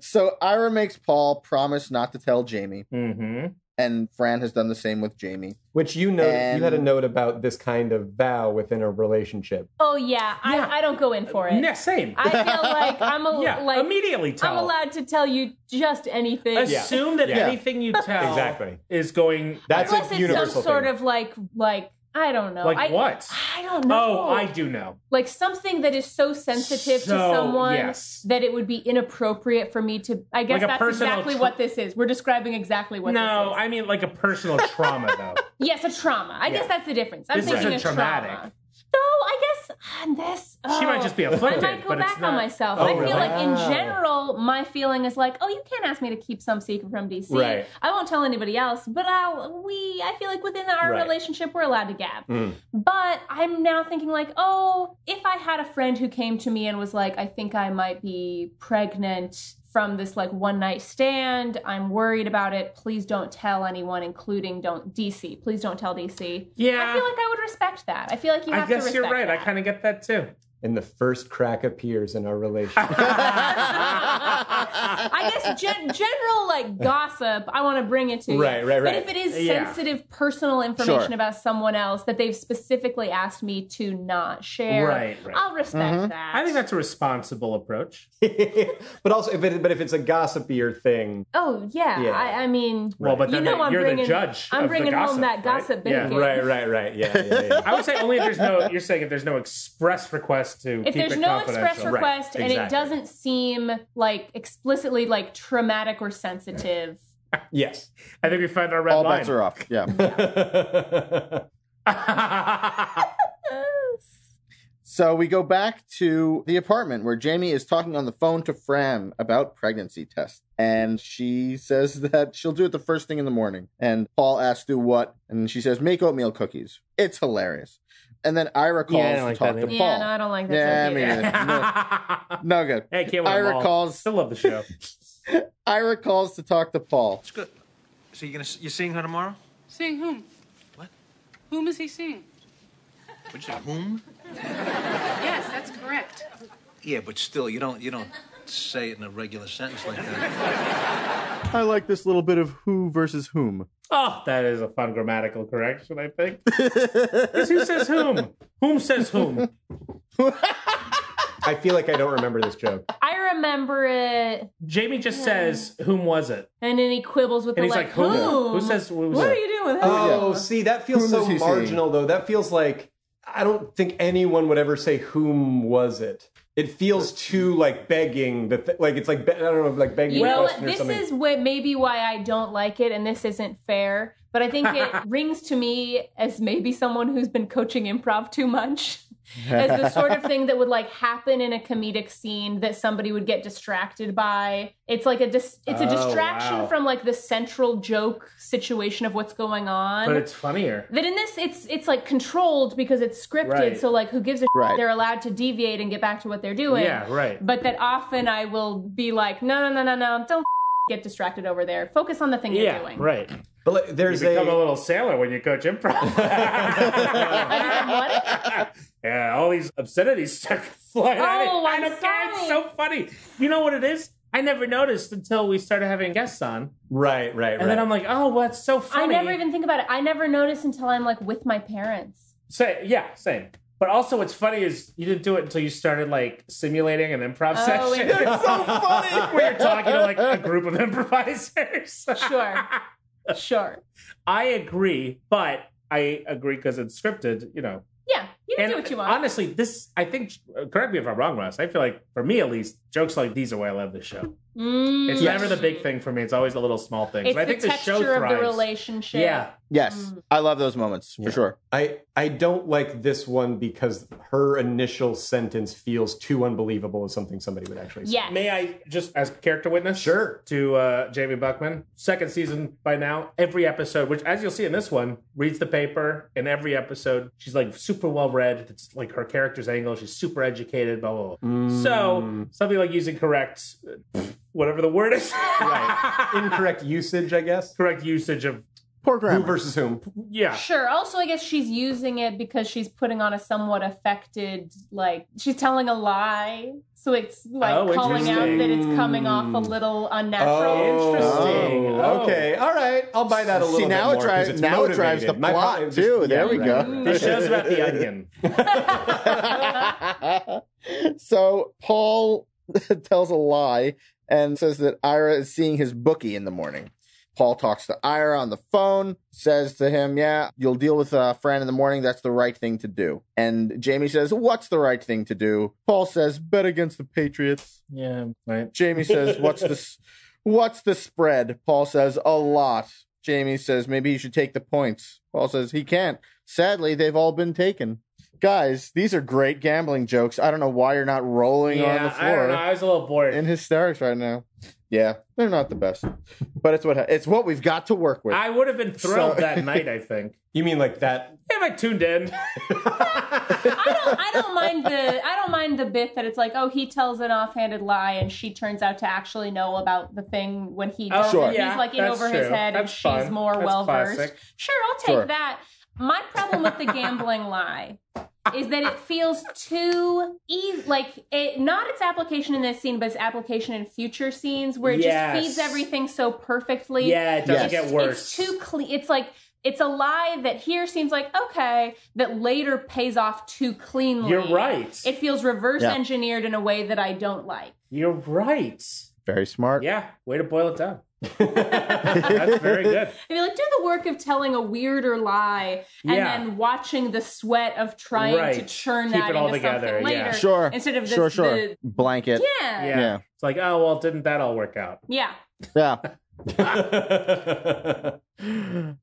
Speaker 1: so Ira makes Paul promise not to tell Jamie.
Speaker 2: Mm-hmm.
Speaker 1: And Fran has done the same with Jamie.
Speaker 4: Which you know,
Speaker 1: And-
Speaker 4: you had a note about this kind of vow within a relationship.
Speaker 5: Oh yeah, I, I don't go in for it.
Speaker 2: Yeah, same.
Speaker 5: I feel like I'm a,
Speaker 2: (laughs) Yeah,
Speaker 5: like
Speaker 2: immediately tell.
Speaker 5: I'm allowed to tell you just anything.
Speaker 2: Assume that anything
Speaker 5: (laughs)
Speaker 2: you tell
Speaker 4: Exactly.
Speaker 2: is going.
Speaker 4: That's
Speaker 5: unless it's
Speaker 4: a
Speaker 5: some
Speaker 4: universal thing.
Speaker 5: sort of like like I don't know.
Speaker 2: Like
Speaker 5: I,
Speaker 2: what?
Speaker 5: I don't know.
Speaker 2: Oh, I do know.
Speaker 5: like something that is so sensitive to
Speaker 2: So,
Speaker 5: someone
Speaker 2: yes.
Speaker 5: that it would be inappropriate for me to. I guess
Speaker 2: Like a
Speaker 5: that's
Speaker 2: personal
Speaker 5: exactly
Speaker 2: tra-
Speaker 5: what this is. We're describing exactly what this
Speaker 2: no, I mean like a
Speaker 5: (laughs)
Speaker 2: personal trauma though.
Speaker 5: Yes, a trauma. I
Speaker 2: Yeah.
Speaker 5: guess that's the difference. I'm
Speaker 2: this
Speaker 5: thinking
Speaker 2: isn't
Speaker 5: of
Speaker 2: traumatic.
Speaker 5: trauma. No, I guess and this.
Speaker 2: She might just be
Speaker 5: oh,
Speaker 2: afflicted,
Speaker 5: I might go
Speaker 2: but it's
Speaker 5: back on
Speaker 2: not-
Speaker 5: myself.
Speaker 2: Oh,
Speaker 5: I feel
Speaker 2: really?
Speaker 5: like in
Speaker 2: Wow.
Speaker 5: general, my feeling is like, oh, you can't ask me to keep some secret from DC.
Speaker 2: Right.
Speaker 5: I won't tell anybody else. But I'll, we, I feel like within our
Speaker 2: Right.
Speaker 5: relationship, we're allowed to gab.
Speaker 2: Mm.
Speaker 5: But I'm now thinking like, oh, if I had a friend who came to me and was like, I think I might be pregnant from this like one night stand. I'm worried about it. Please don't tell anyone, including don't DC. Please don't tell DC.
Speaker 2: Yeah.
Speaker 5: I feel like I would respect that. I feel like you have
Speaker 2: I guess
Speaker 5: to
Speaker 2: you're
Speaker 5: respect
Speaker 2: right. I
Speaker 5: that.
Speaker 2: kind of get that too.
Speaker 4: And the first crack appears in our
Speaker 2: (laughs)
Speaker 4: relationship.
Speaker 5: I guess gen- general like gossip, I want to bring it to you.
Speaker 4: Right, right,
Speaker 5: But
Speaker 4: right.
Speaker 5: if it is
Speaker 4: Yeah.
Speaker 5: sensitive personal information
Speaker 4: Sure.
Speaker 5: about someone else that they've specifically asked me to not share,
Speaker 2: Right, right. Mm-hmm.
Speaker 5: I'll respect
Speaker 4: Mhm.
Speaker 5: that.
Speaker 2: I think that's a responsible approach.
Speaker 4: (laughs) but also, if it, but if it's a gossipier thing,
Speaker 5: Oh yeah,
Speaker 4: Yeah.
Speaker 5: I, I mean,
Speaker 4: Well, but
Speaker 5: you
Speaker 4: then
Speaker 5: know
Speaker 4: that-
Speaker 5: I'm
Speaker 4: you're the
Speaker 5: bringing,
Speaker 4: judge
Speaker 5: I'm
Speaker 4: of the
Speaker 5: bringing home
Speaker 4: gossip,
Speaker 5: that gossip
Speaker 2: Yeah.
Speaker 5: bacon.
Speaker 4: right, right, right, yeah, yeah, yeah.
Speaker 2: I would say only if there's no. You're saying if there's no express request to.
Speaker 5: If
Speaker 2: keep
Speaker 5: there's
Speaker 2: it
Speaker 5: no
Speaker 2: confidential.
Speaker 5: express request and it
Speaker 2: Exactly.
Speaker 5: doesn't seem like explicitly like traumatic or sensitive, (laughs)
Speaker 4: Yes.
Speaker 2: I think we found our red
Speaker 1: All
Speaker 2: line.
Speaker 1: bets are off. Yeah. so we go back to the apartment where Jamie is talking on the phone to Fran about pregnancy tests. And she says (laughs) that she'll do it the first thing in the morning. And Paul asks, do what? And she says, make oatmeal cookies. It's hilarious. And then Ira calls
Speaker 2: Yeah, I don't
Speaker 1: to
Speaker 2: like
Speaker 1: talk
Speaker 2: that
Speaker 1: to
Speaker 2: either.
Speaker 1: Paul.
Speaker 2: Yeah,
Speaker 5: no, I don't like that
Speaker 1: Yeah,
Speaker 5: joke
Speaker 1: me
Speaker 5: either.
Speaker 1: either.
Speaker 5: (laughs)
Speaker 1: No, no good.
Speaker 2: (laughs) Hey, can't win 'em
Speaker 1: Ira
Speaker 2: all.
Speaker 1: calls.
Speaker 2: Still love the show.
Speaker 1: Ira calls to talk to Paul.
Speaker 10: It's good. So you're gonna s- you're seeing her tomorrow?
Speaker 9: Seeing whom? What? Whom is he seeing?
Speaker 10: What'd you say? Whom?
Speaker 9: Yes, that's correct.
Speaker 10: Yeah, but still, you don't you don't say it in a regular sentence like that.
Speaker 1: I like this little bit of who versus whom.
Speaker 2: Oh, that is a fun grammatical correction,
Speaker 1: (laughs)
Speaker 2: I think. 'Cause who says whom? Whom says whom?
Speaker 4: (laughs) I feel like I don't remember this joke.
Speaker 5: I remember it,
Speaker 2: Jamie just says, "Whom was it?"
Speaker 5: and then he quibbles with
Speaker 2: And
Speaker 5: the
Speaker 2: he's like,
Speaker 5: like,
Speaker 2: "Who?
Speaker 5: whom?
Speaker 2: Who says- who was
Speaker 5: what
Speaker 2: it?"
Speaker 5: are you doing with that?
Speaker 4: Oh, see, that feels
Speaker 2: Whom
Speaker 4: so
Speaker 2: is he
Speaker 4: marginal, though. That feels like I don't think anyone would ever say whom was it. It feels too like begging. The th- like it's like be- I don't know, like begging
Speaker 5: You
Speaker 4: a
Speaker 5: know what?
Speaker 4: question or
Speaker 5: This
Speaker 4: something.
Speaker 5: is what maybe why I don't like it, and this isn't fair. But I think it rings to me as maybe someone who's been coaching improv too much, as the sort of thing that would like happen in a comedic scene that somebody would get distracted by. It's like a dis- it's a
Speaker 2: Oh,
Speaker 5: distraction
Speaker 2: wow.
Speaker 5: from like the central joke situation of what's going on.
Speaker 2: But it's funnier.
Speaker 5: That in this, it's it's like controlled because it's scripted.
Speaker 2: Right.
Speaker 5: So like, who gives a
Speaker 2: Right.
Speaker 5: shit? They're allowed to deviate and get back to what they're doing.
Speaker 2: Yeah, right.
Speaker 5: But that often I will be like, no, no, no, no, no, don't get distracted over there. Focus on the thing you're
Speaker 2: Yeah,
Speaker 5: doing. (laughs)
Speaker 2: right.
Speaker 4: But like, there's
Speaker 2: you become a... little sailor when you coach
Speaker 4: (laughs)
Speaker 2: improv. (laughs) yeah, all these obscenities start (laughs) flying. at me.
Speaker 5: Oh,
Speaker 2: I
Speaker 5: I'm
Speaker 2: don't care. It's so funny. You know what it is? I never noticed until we started having guests on,
Speaker 4: right, right, right.
Speaker 2: and then I'm like, "Oh, what's so funny?"
Speaker 5: I never even think about it. I never notice until I'm like with my parents.
Speaker 2: Say yeah, same. But also, what's funny is you didn't do it until you started like simulating an improv
Speaker 5: Oh,
Speaker 2: session. (laughs)
Speaker 5: interesting. It's so
Speaker 2: funny. Where you're talking to like a group of (laughs) improvisers.
Speaker 5: Sure. Sure.
Speaker 2: I agree, but I agree because it's scripted. You know,
Speaker 5: Yeah. You can do what you want.
Speaker 2: Honestly, this I think. Correct me if I'm wrong, Ross. I feel like for me at least, jokes like these are why I love this show.
Speaker 5: Mm.
Speaker 2: It's never the big thing for me. It's always the little small things.
Speaker 5: It's
Speaker 2: But I think
Speaker 5: the texture
Speaker 2: show
Speaker 5: of the
Speaker 2: thrives.
Speaker 5: relationship.
Speaker 2: Yeah.
Speaker 1: Yes, I love those moments for sure.
Speaker 4: I I don't like this one because her initial sentence feels too unbelievable as something somebody would actually say.
Speaker 5: Yes.
Speaker 2: May I just as character witness? Sure. To uh, Jamie Buckman, second season by now. Every episode, which as you'll see in this one, reads the paper. In every episode, she's like super well read. It's like her character's angle. She's super educated. Blah blah. blah. So something like using correct, uh, whatever the word is, right?
Speaker 4: Incorrect usage, I
Speaker 2: (laughs)
Speaker 4: guess.
Speaker 2: Correct usage of
Speaker 1: poor
Speaker 4: grammar. Who versus whom?
Speaker 2: Yeah.
Speaker 5: Sure. Also, I guess she's using it because she's putting on a somewhat affected, like she's telling a lie, so it's like
Speaker 4: Oh,
Speaker 5: calling out that it's coming off a
Speaker 4: interesting.
Speaker 5: little unnatural.
Speaker 1: Interesting.
Speaker 4: Oh, okay. All right. I'll buy that a
Speaker 1: See,
Speaker 4: little bit
Speaker 1: now it
Speaker 4: more
Speaker 1: drives-
Speaker 4: 'cause it's
Speaker 1: now it
Speaker 4: motivated.
Speaker 1: drives the
Speaker 4: My
Speaker 1: plot,
Speaker 4: problem is
Speaker 1: too. There we go.
Speaker 2: This show's about the
Speaker 1: (laughs)
Speaker 2: onion.
Speaker 1: So Paul (laughs) tells a lie and says that Ira is seeing his bookie in the morning. Paul talks to Ira on the phone, says to him, Yeah, you'll deal with a friend in the morning. That's the right thing to do. And Jamie says, What's the right thing to do? Paul says, Bet against the Patriots.
Speaker 2: Yeah. Right.
Speaker 1: Jamie
Speaker 2: (laughs)
Speaker 1: says, "What's the s- what's the spread?" Paul says, "A lot." Jamie says, "Maybe he should take the points." Paul says, "He can't. Sadly, they've all been taken." Guys, these are great gambling jokes. I don't know why you're not rolling on the
Speaker 2: Yeah. I don't know.
Speaker 1: floor
Speaker 2: I was a little bored.
Speaker 1: in hysterics right now. Yeah, they're not the best, but it's what ha- it's what we've got to work with.
Speaker 2: I would have been thrilled
Speaker 1: So-
Speaker 2: that night. I think. (laughs)
Speaker 4: You mean like that?
Speaker 2: If I tuned in.
Speaker 5: I don't mind the I don't mind the bit that it's like, oh, he tells an offhanded lie and she turns out to actually know about the thing when he
Speaker 2: Oh,
Speaker 5: does
Speaker 2: sure.
Speaker 5: it.
Speaker 2: yeah,
Speaker 5: He's like in
Speaker 2: that's
Speaker 5: over his
Speaker 2: true.
Speaker 5: head and
Speaker 2: That's
Speaker 5: she's
Speaker 2: fun.
Speaker 5: more
Speaker 2: That's
Speaker 5: well versed.
Speaker 2: classic.
Speaker 5: Sure, I'll take
Speaker 1: Sure.
Speaker 5: that. My
Speaker 2: (laughs)
Speaker 5: problem with the gambling lie is that it feels too easy like it not its application in this scene but its application in future scenes where it
Speaker 2: Yes.
Speaker 5: just feeds everything so perfectly
Speaker 2: Yeah, it
Speaker 1: Yes.
Speaker 2: doesn't get worse.
Speaker 5: it's too clean. It's like it's a lie that here seems like okay, that later pays off too cleanly.
Speaker 2: You're right.
Speaker 5: It feels reverse
Speaker 1: Yeah.
Speaker 5: engineered in a way that I don't like.
Speaker 2: You're right.
Speaker 1: Very smart.
Speaker 2: Yeah, way to boil
Speaker 1: (laughs)
Speaker 2: it down. That's very good.
Speaker 5: I mean, like do the work of telling a weirder lie and
Speaker 2: Yeah.
Speaker 5: then watching the sweat of trying to
Speaker 2: Right.
Speaker 5: churn
Speaker 2: Keep
Speaker 5: that
Speaker 2: it
Speaker 5: into
Speaker 2: all together,
Speaker 5: something later.
Speaker 2: yeah.
Speaker 1: Sure.
Speaker 5: Instead of this,
Speaker 1: sure, sure.
Speaker 5: The,
Speaker 1: Blanket.
Speaker 2: (laughs)
Speaker 5: yeah,
Speaker 2: Yeah.
Speaker 5: yeah.
Speaker 1: Yeah.
Speaker 2: It's like, oh, well, didn't that all
Speaker 1: (laughs)
Speaker 2: work out?
Speaker 1: Yeah.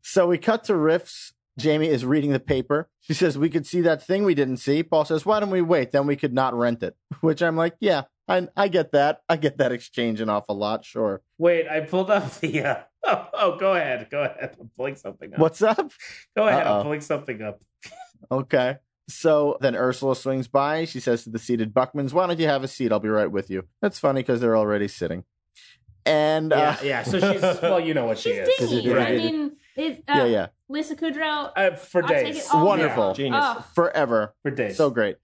Speaker 1: So we cut to riffs. Jamie is reading the paper. She says, We could see that thing we didn't see. Paul says, Why don't we wait? Then we could not rent it. (laughs) Which I'm like, Yeah, I, I get that. I get that exchange an awful lot. Sure.
Speaker 2: Wait, I pulled up the. Uh, (laughs) oh, oh, go ahead. Go ahead. I'm pulling something up.
Speaker 1: What's up? (laughs)
Speaker 2: Go ahead.
Speaker 1: Uh-oh.
Speaker 2: I'm pulling
Speaker 1: (laughs)
Speaker 2: something up.
Speaker 1: Okay. So then Ursula swings by. She says to the seated Buckmans, Why don't you have a seat? I'll be right with you. That's funny because they're already sitting. And
Speaker 2: Yeah,
Speaker 1: uh,
Speaker 2: yeah. So she's. Well, you know what she
Speaker 5: she's
Speaker 2: is.
Speaker 5: dingy.
Speaker 1: Right.
Speaker 5: I mean, it's, uh,
Speaker 1: Yeah, yeah.
Speaker 5: Lisa Kudrow.
Speaker 2: Uh, for
Speaker 5: I'll take
Speaker 2: days.
Speaker 5: it all day.
Speaker 1: Wonderful.
Speaker 4: Genius.
Speaker 5: Oh.
Speaker 1: forever.
Speaker 2: For days.
Speaker 1: So great.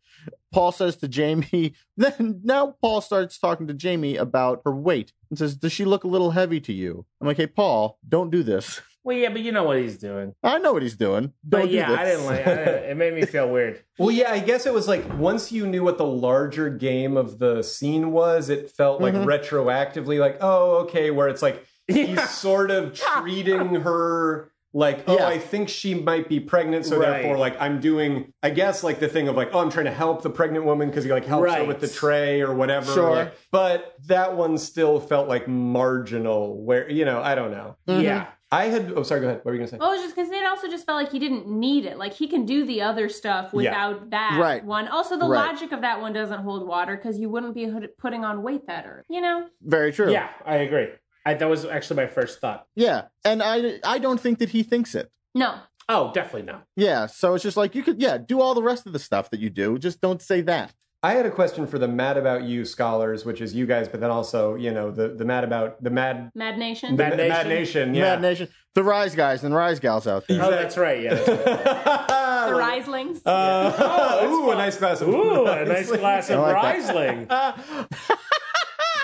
Speaker 1: Paul says to Jamie, (laughs) then now Paul starts talking to Jamie about her weight and says, Does she look a little heavy to you? I'm like, Hey, Paul, don't do this. (laughs)
Speaker 2: Well, yeah, but you know what he's doing.
Speaker 1: I know what he's doing. Don't
Speaker 2: but
Speaker 1: do
Speaker 2: yeah,
Speaker 1: this.
Speaker 2: I didn't like I didn't- it. made me feel weird.
Speaker 4: Well, yeah, I guess it was like once you knew what the larger game of the scene was, it felt like retroactively like, oh, okay, where it's like
Speaker 2: Yeah.
Speaker 4: he's sort of treating her like, oh,
Speaker 1: Yeah.
Speaker 4: I think she might be pregnant, so
Speaker 2: Right.
Speaker 4: therefore, like, I'm doing, I guess, like the thing of like, oh, I'm trying to help the pregnant woman because he like helps her
Speaker 2: Right.
Speaker 4: with the tray or whatever.
Speaker 1: Sure.
Speaker 4: like- but that one still felt like marginal, where, you know, I don't know.
Speaker 2: Yeah.
Speaker 4: I had, oh, sorry, go ahead. What were you going to say?
Speaker 5: Well, it was just because it also just felt like he didn't need it. Like he can do the other stuff without that
Speaker 1: Right.
Speaker 5: one. Also, the
Speaker 1: Right.
Speaker 5: logic of that one doesn't hold water because you wouldn't be hood- putting on weight that early. You know,
Speaker 1: Very true.
Speaker 2: Yeah, I agree. I, that was actually my first thought.
Speaker 1: Yeah. And I I don't think that he thinks it.
Speaker 5: no,
Speaker 2: Oh, definitely not.
Speaker 1: Yeah. So it's just like you could yeah, do all the rest of the stuff that you do. Just don't say that.
Speaker 4: I had a question for the Mad About You scholars, which is you guys, but then also, you know, the, the Mad About the Mad
Speaker 5: Mad
Speaker 4: the
Speaker 5: Nation.
Speaker 4: Mad Nation.
Speaker 2: Nation?
Speaker 4: yeah.
Speaker 1: Mad Nation. The Rise guys and Rise gals out there.
Speaker 2: Oh, that's
Speaker 4: (laughs)
Speaker 2: right. Yeah. that's right.
Speaker 5: the
Speaker 4: the
Speaker 5: Rislings.
Speaker 4: Uh, ooh, a nice glass of
Speaker 2: Ooh, (laughs) a nice
Speaker 4: Riesling.
Speaker 2: glass of
Speaker 1: I
Speaker 2: Riesling.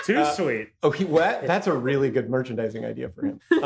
Speaker 2: Too sweet.
Speaker 4: Oh, he, what? (laughs) That's a really good merchandising idea for (laughs) him. Um,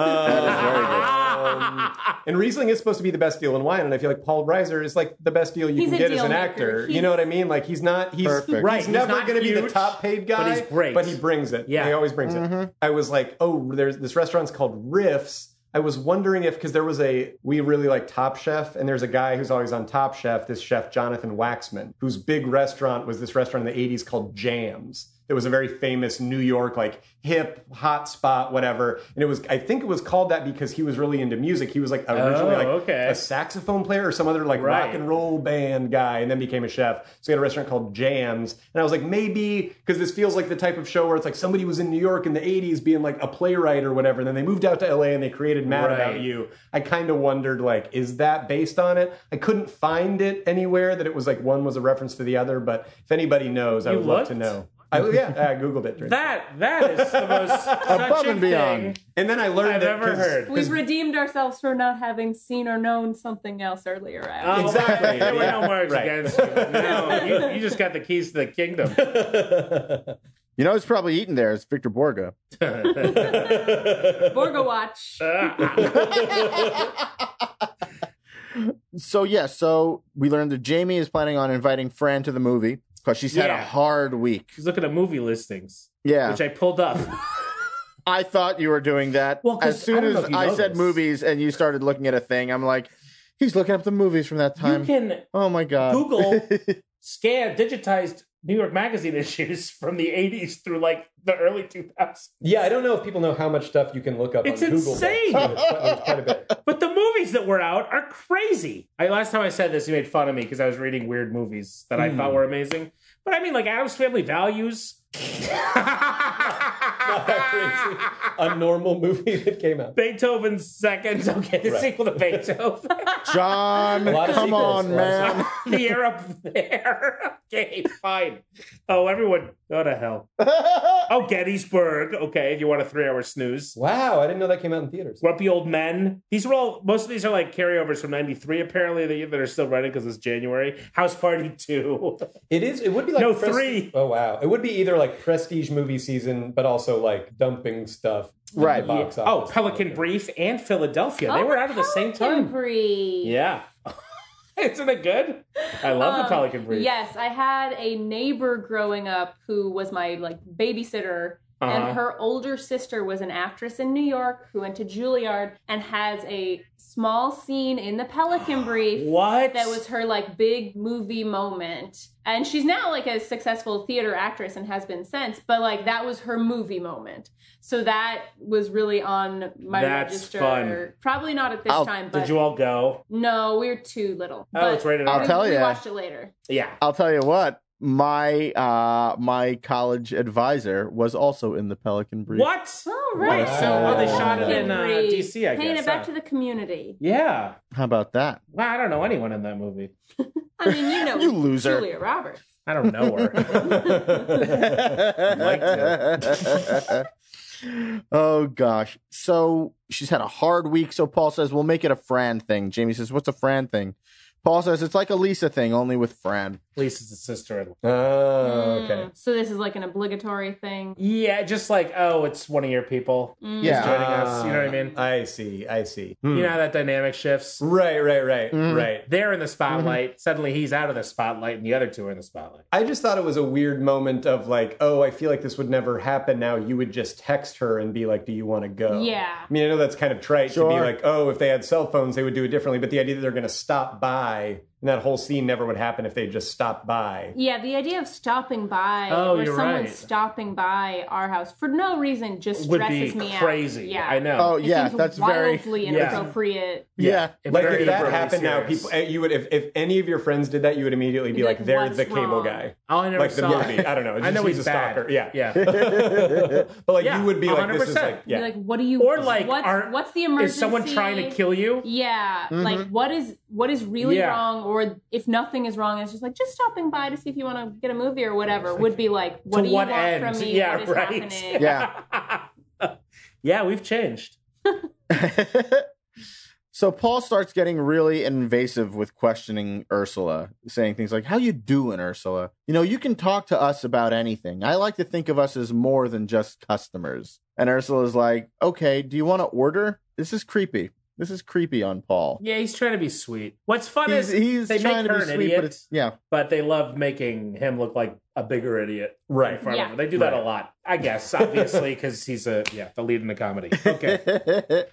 Speaker 4: um, and Riesling is supposed to be the best deal in wine, and I feel like Paul Reiser is like the best deal you
Speaker 5: He's
Speaker 4: can
Speaker 5: a
Speaker 4: get as
Speaker 5: deal
Speaker 4: an
Speaker 5: maker.
Speaker 4: actor. you
Speaker 5: He's-
Speaker 4: know what I mean? Like he's not he's
Speaker 1: Perfect.
Speaker 4: he's
Speaker 1: Right,
Speaker 2: he's
Speaker 4: never
Speaker 2: not
Speaker 4: going to be the
Speaker 2: huge,
Speaker 4: top paid guy,
Speaker 2: he's great.
Speaker 4: But he brings it.
Speaker 2: Yeah.
Speaker 4: he always brings it. I was like, oh, there's this restaurant's called Riffs. I was wondering if because there was a we really like Top Chef, and there's a guy who's always on Top Chef, this chef Jonathan Waxman, whose big restaurant was this restaurant in the 80s called Jams. It was a very famous New York, like hip, hot spot, whatever. And it was, I think it was called that because he was really into music. He was like originally
Speaker 2: Oh,
Speaker 4: like
Speaker 2: okay.
Speaker 4: a saxophone player or some other like rock
Speaker 2: Right.
Speaker 4: and roll band guy and then became a chef. So he had a restaurant called Jams. And I was like, maybe, because this feels like the type of show where it's like somebody was in New York in the 80s being like a playwright or whatever. And then they moved out to LA and they created Mad
Speaker 2: Right.
Speaker 4: About You. I kind of wondered, like, is that based on it? I couldn't find it anywhere that it was like one was a reference to the other. But if anybody knows, I
Speaker 2: You
Speaker 4: would love to
Speaker 2: looked?
Speaker 4: know. I, oh, yeah, I Googled it. during-
Speaker 2: That that is the most
Speaker 4: Above and
Speaker 2: touching
Speaker 4: beyond.
Speaker 2: thing
Speaker 4: And then I learned
Speaker 2: I've
Speaker 4: that
Speaker 2: ever
Speaker 4: 'cause-
Speaker 2: heard.
Speaker 5: We've redeemed ourselves for not having seen or known something else earlier. Adam.
Speaker 2: Oh,
Speaker 4: Exactly.
Speaker 2: There were no
Speaker 4: Yeah.
Speaker 2: words
Speaker 4: Right.
Speaker 2: against you. No, you, you just got the keys to the kingdom.
Speaker 1: You know, it's probably eating there. It's Victor Borga.
Speaker 2: Uh,
Speaker 5: Borga watch.
Speaker 1: So yeah, so we learned that Jamie is planning on inviting Fran to the movie because she's had a
Speaker 2: Yeah.
Speaker 1: hard week.
Speaker 2: She's looking at movie listings,
Speaker 1: Yeah,
Speaker 2: which I pulled up.
Speaker 1: I thought you were doing that.
Speaker 2: Well,
Speaker 1: as
Speaker 2: 'cause I
Speaker 1: soon
Speaker 2: don't
Speaker 1: as
Speaker 2: know if you
Speaker 1: I
Speaker 2: know
Speaker 1: said
Speaker 2: this.
Speaker 1: movies and you started looking at a thing, I'm like, he's looking up the movies from that time.
Speaker 2: You can
Speaker 1: oh my
Speaker 4: Uh,
Speaker 1: god,
Speaker 4: (laughs)
Speaker 2: Google scan digitized New York Magazine (laughs) issues from the 80s through like the early 2000s.
Speaker 4: Yeah, I don't know if people know how much stuff you can look up
Speaker 2: It's
Speaker 4: on Google.
Speaker 2: insane.
Speaker 4: but There's quite, there's quite a bit.
Speaker 2: But the movies that were out are crazy. I last time I said this, you made fun of me because I was reading weird movies that I
Speaker 4: Hmm.
Speaker 2: thought were amazing. But I mean, like Adam's Family Values, (laughs)
Speaker 4: Not that crazy. A normal movie (laughs) that came out.
Speaker 2: Beethoven's Second, okay, the
Speaker 4: Right.
Speaker 2: sequel to Beethoven,
Speaker 1: (laughs)
Speaker 4: (laughs)
Speaker 1: John,
Speaker 4: A lot of
Speaker 1: come
Speaker 4: sequels,
Speaker 1: on,
Speaker 4: a lot
Speaker 1: (laughs)
Speaker 4: of
Speaker 1: man.
Speaker 2: the air up there. (laughs) Okay, fine. Oh, everyone, go to
Speaker 4: (laughs)
Speaker 2: hell. Oh, Gettysburg. Okay, if you want a three-hour snooze.
Speaker 4: Wow, I didn't know that came out in theaters.
Speaker 2: Grumpy Old Men. These are all, most of these are like carryovers from 93, apparently, that, that are still running because it's January. House Party (laughs) 2.
Speaker 4: It is. It would be like
Speaker 2: No,
Speaker 4: pres-
Speaker 2: three.
Speaker 4: Oh wow, it would be either like prestige movie season, but also like dumping stuff. in
Speaker 1: Right.
Speaker 4: The box
Speaker 2: Oh,
Speaker 4: office.
Speaker 2: Pelican Brief and Philadelphia. (laughs) they
Speaker 5: Oh,
Speaker 2: were out at the same
Speaker 5: Pelican
Speaker 2: time.
Speaker 5: Brief.
Speaker 2: Yeah. (laughs) Isn't it good? I love the
Speaker 5: Um,
Speaker 2: Pelican Brief.
Speaker 5: Yes, I had a neighbor growing up who was my like babysitter.
Speaker 2: Uh-huh.
Speaker 5: And her older sister was an actress in New York who went to Juilliard and has a small scene in The
Speaker 2: (gasps)
Speaker 5: Pelican Brief.
Speaker 2: What?
Speaker 5: That was her like big movie moment. And she's now like a successful theater actress and has been since, but like that was her movie moment. So that was really on my
Speaker 2: That's
Speaker 5: register.
Speaker 2: fun.
Speaker 5: Probably not at this
Speaker 1: I'll-
Speaker 5: time, but
Speaker 2: Did you all go?
Speaker 5: no, we were too little.
Speaker 2: Oh,
Speaker 5: But
Speaker 2: it's rated
Speaker 1: I'll
Speaker 2: R.
Speaker 1: tell
Speaker 5: we,
Speaker 1: ya.
Speaker 5: We watched it later.
Speaker 2: yeah.
Speaker 1: I'll tell you what. My uh my college advisor was also in the Pelican Brief.
Speaker 2: What?
Speaker 5: All
Speaker 2: Wait,
Speaker 5: right.
Speaker 2: so oh, they shot it in uh,
Speaker 5: Henry,
Speaker 2: D.C., I
Speaker 5: Paying
Speaker 2: guess.
Speaker 5: it back
Speaker 2: huh?
Speaker 5: to the community.
Speaker 2: yeah.
Speaker 1: How about that?
Speaker 2: Well, I don't know anyone in that movie.
Speaker 5: I mean,
Speaker 2: (laughs)
Speaker 5: you know,
Speaker 1: You loser.
Speaker 5: Julia Roberts.
Speaker 2: I don't know her.
Speaker 5: (laughs)
Speaker 1: (laughs) oh gosh. So she's had a hard week. So Paul says we'll make it a Fran thing. Jamie says, "What's a Fran thing?" Paul says it's like a Lisa thing, only with Fran.
Speaker 2: Lisa's a sister-in-law.
Speaker 4: Oh, okay.
Speaker 5: Mm, So this is like an obligatory thing.
Speaker 2: Yeah, just like oh, it's one of your people.
Speaker 5: Mm.
Speaker 1: Yeah.
Speaker 2: joining us, you know what I mean?
Speaker 4: Ah, I see. I see. Hmm.
Speaker 2: You know how that dynamic shifts.
Speaker 4: Right. Right. Right.
Speaker 2: Mm-hmm.
Speaker 1: Mhm.
Speaker 4: Right.
Speaker 2: They're in the spotlight.
Speaker 4: Mm-hmm.
Speaker 2: Suddenly, he's out of the spotlight, and the other two are in the spotlight.
Speaker 4: I just thought it was a weird moment of like, oh, I feel like this would never happen now. You would just text her and be like, do you want to go?
Speaker 5: Yeah.
Speaker 4: I mean, I know that's kind of trite to be
Speaker 1: Sure.
Speaker 4: like, oh, if they had cell phones, they would do it differently. But the idea that they're going to stop by and that whole scene never would happen if they just stopped by.
Speaker 5: Yeah, the idea of stopping by
Speaker 2: Oh,
Speaker 5: or
Speaker 2: you're
Speaker 5: someone
Speaker 2: right.
Speaker 5: stopping by our house for no reason just
Speaker 2: Would be
Speaker 5: stresses me out.
Speaker 2: crazy.
Speaker 5: Yeah.
Speaker 2: I know.
Speaker 1: Oh
Speaker 5: It
Speaker 1: yeah,
Speaker 5: seems
Speaker 1: that's very
Speaker 5: wildly
Speaker 2: yeah.
Speaker 5: inappropriate.
Speaker 1: yeah.
Speaker 2: It's
Speaker 4: Like
Speaker 2: very
Speaker 4: if that
Speaker 2: overly
Speaker 4: happened now,
Speaker 2: serious.
Speaker 4: people eh, you would if, if any of your friends did that, you would immediately be
Speaker 5: You'd be
Speaker 4: like,
Speaker 5: like,
Speaker 4: they're
Speaker 5: "What's
Speaker 4: the cable
Speaker 5: wrong?"
Speaker 4: guy,
Speaker 2: Oh, I never
Speaker 4: like the
Speaker 2: saw it.
Speaker 4: movie. I don't know. It's
Speaker 2: I
Speaker 4: just
Speaker 2: know
Speaker 4: he's,
Speaker 2: he's
Speaker 4: a
Speaker 2: bad.
Speaker 4: stalker. Yeah, (laughs)
Speaker 2: Yeah.
Speaker 4: but like
Speaker 2: Yeah,
Speaker 4: you would be like, this is
Speaker 2: 100%.
Speaker 4: like, yeah,
Speaker 5: You're like, what do you?
Speaker 2: Or like,
Speaker 5: what's,
Speaker 2: are-
Speaker 5: what's the emergency?
Speaker 2: Is someone trying to kill you?
Speaker 5: Yeah, like what is what is really
Speaker 2: Mm-hmm. Yeah.
Speaker 5: wrong, or if nothing is wrong, it's just like just stopping by to see if you want to get a movie or whatever would be like what
Speaker 2: to
Speaker 5: do you
Speaker 2: what
Speaker 5: want
Speaker 2: end?
Speaker 5: from
Speaker 2: (laughs)
Speaker 5: me?
Speaker 2: Yeah,
Speaker 5: What is
Speaker 2: right.
Speaker 5: happening?
Speaker 1: Yeah.
Speaker 2: yeah, we've changed.
Speaker 1: (laughs) so Paul starts getting really invasive with questioning Ursula, saying things like, "How you doing, Ursula? You know, you can talk to us about anything. I like to think of us as more than just customers." And Ursula's like, "Okay, do you want to order? This is creepy." This is creepy on Paul.
Speaker 2: Yeah, he's trying to be sweet. What's fun
Speaker 1: He's-
Speaker 2: is
Speaker 1: he's
Speaker 2: they
Speaker 1: trying to
Speaker 2: make her
Speaker 1: be
Speaker 2: an
Speaker 1: sweet, but
Speaker 2: idiot,
Speaker 1: it's- yeah.
Speaker 2: but they love making him look like a bigger idiot
Speaker 4: Right.
Speaker 2: in front
Speaker 4: Yeah.
Speaker 2: of her. They do that
Speaker 4: Right.
Speaker 2: a lot, I guess,
Speaker 4: (laughs)
Speaker 2: obviously, because he's a yeah the lead in the comedy.
Speaker 5: (laughs)
Speaker 2: Okay,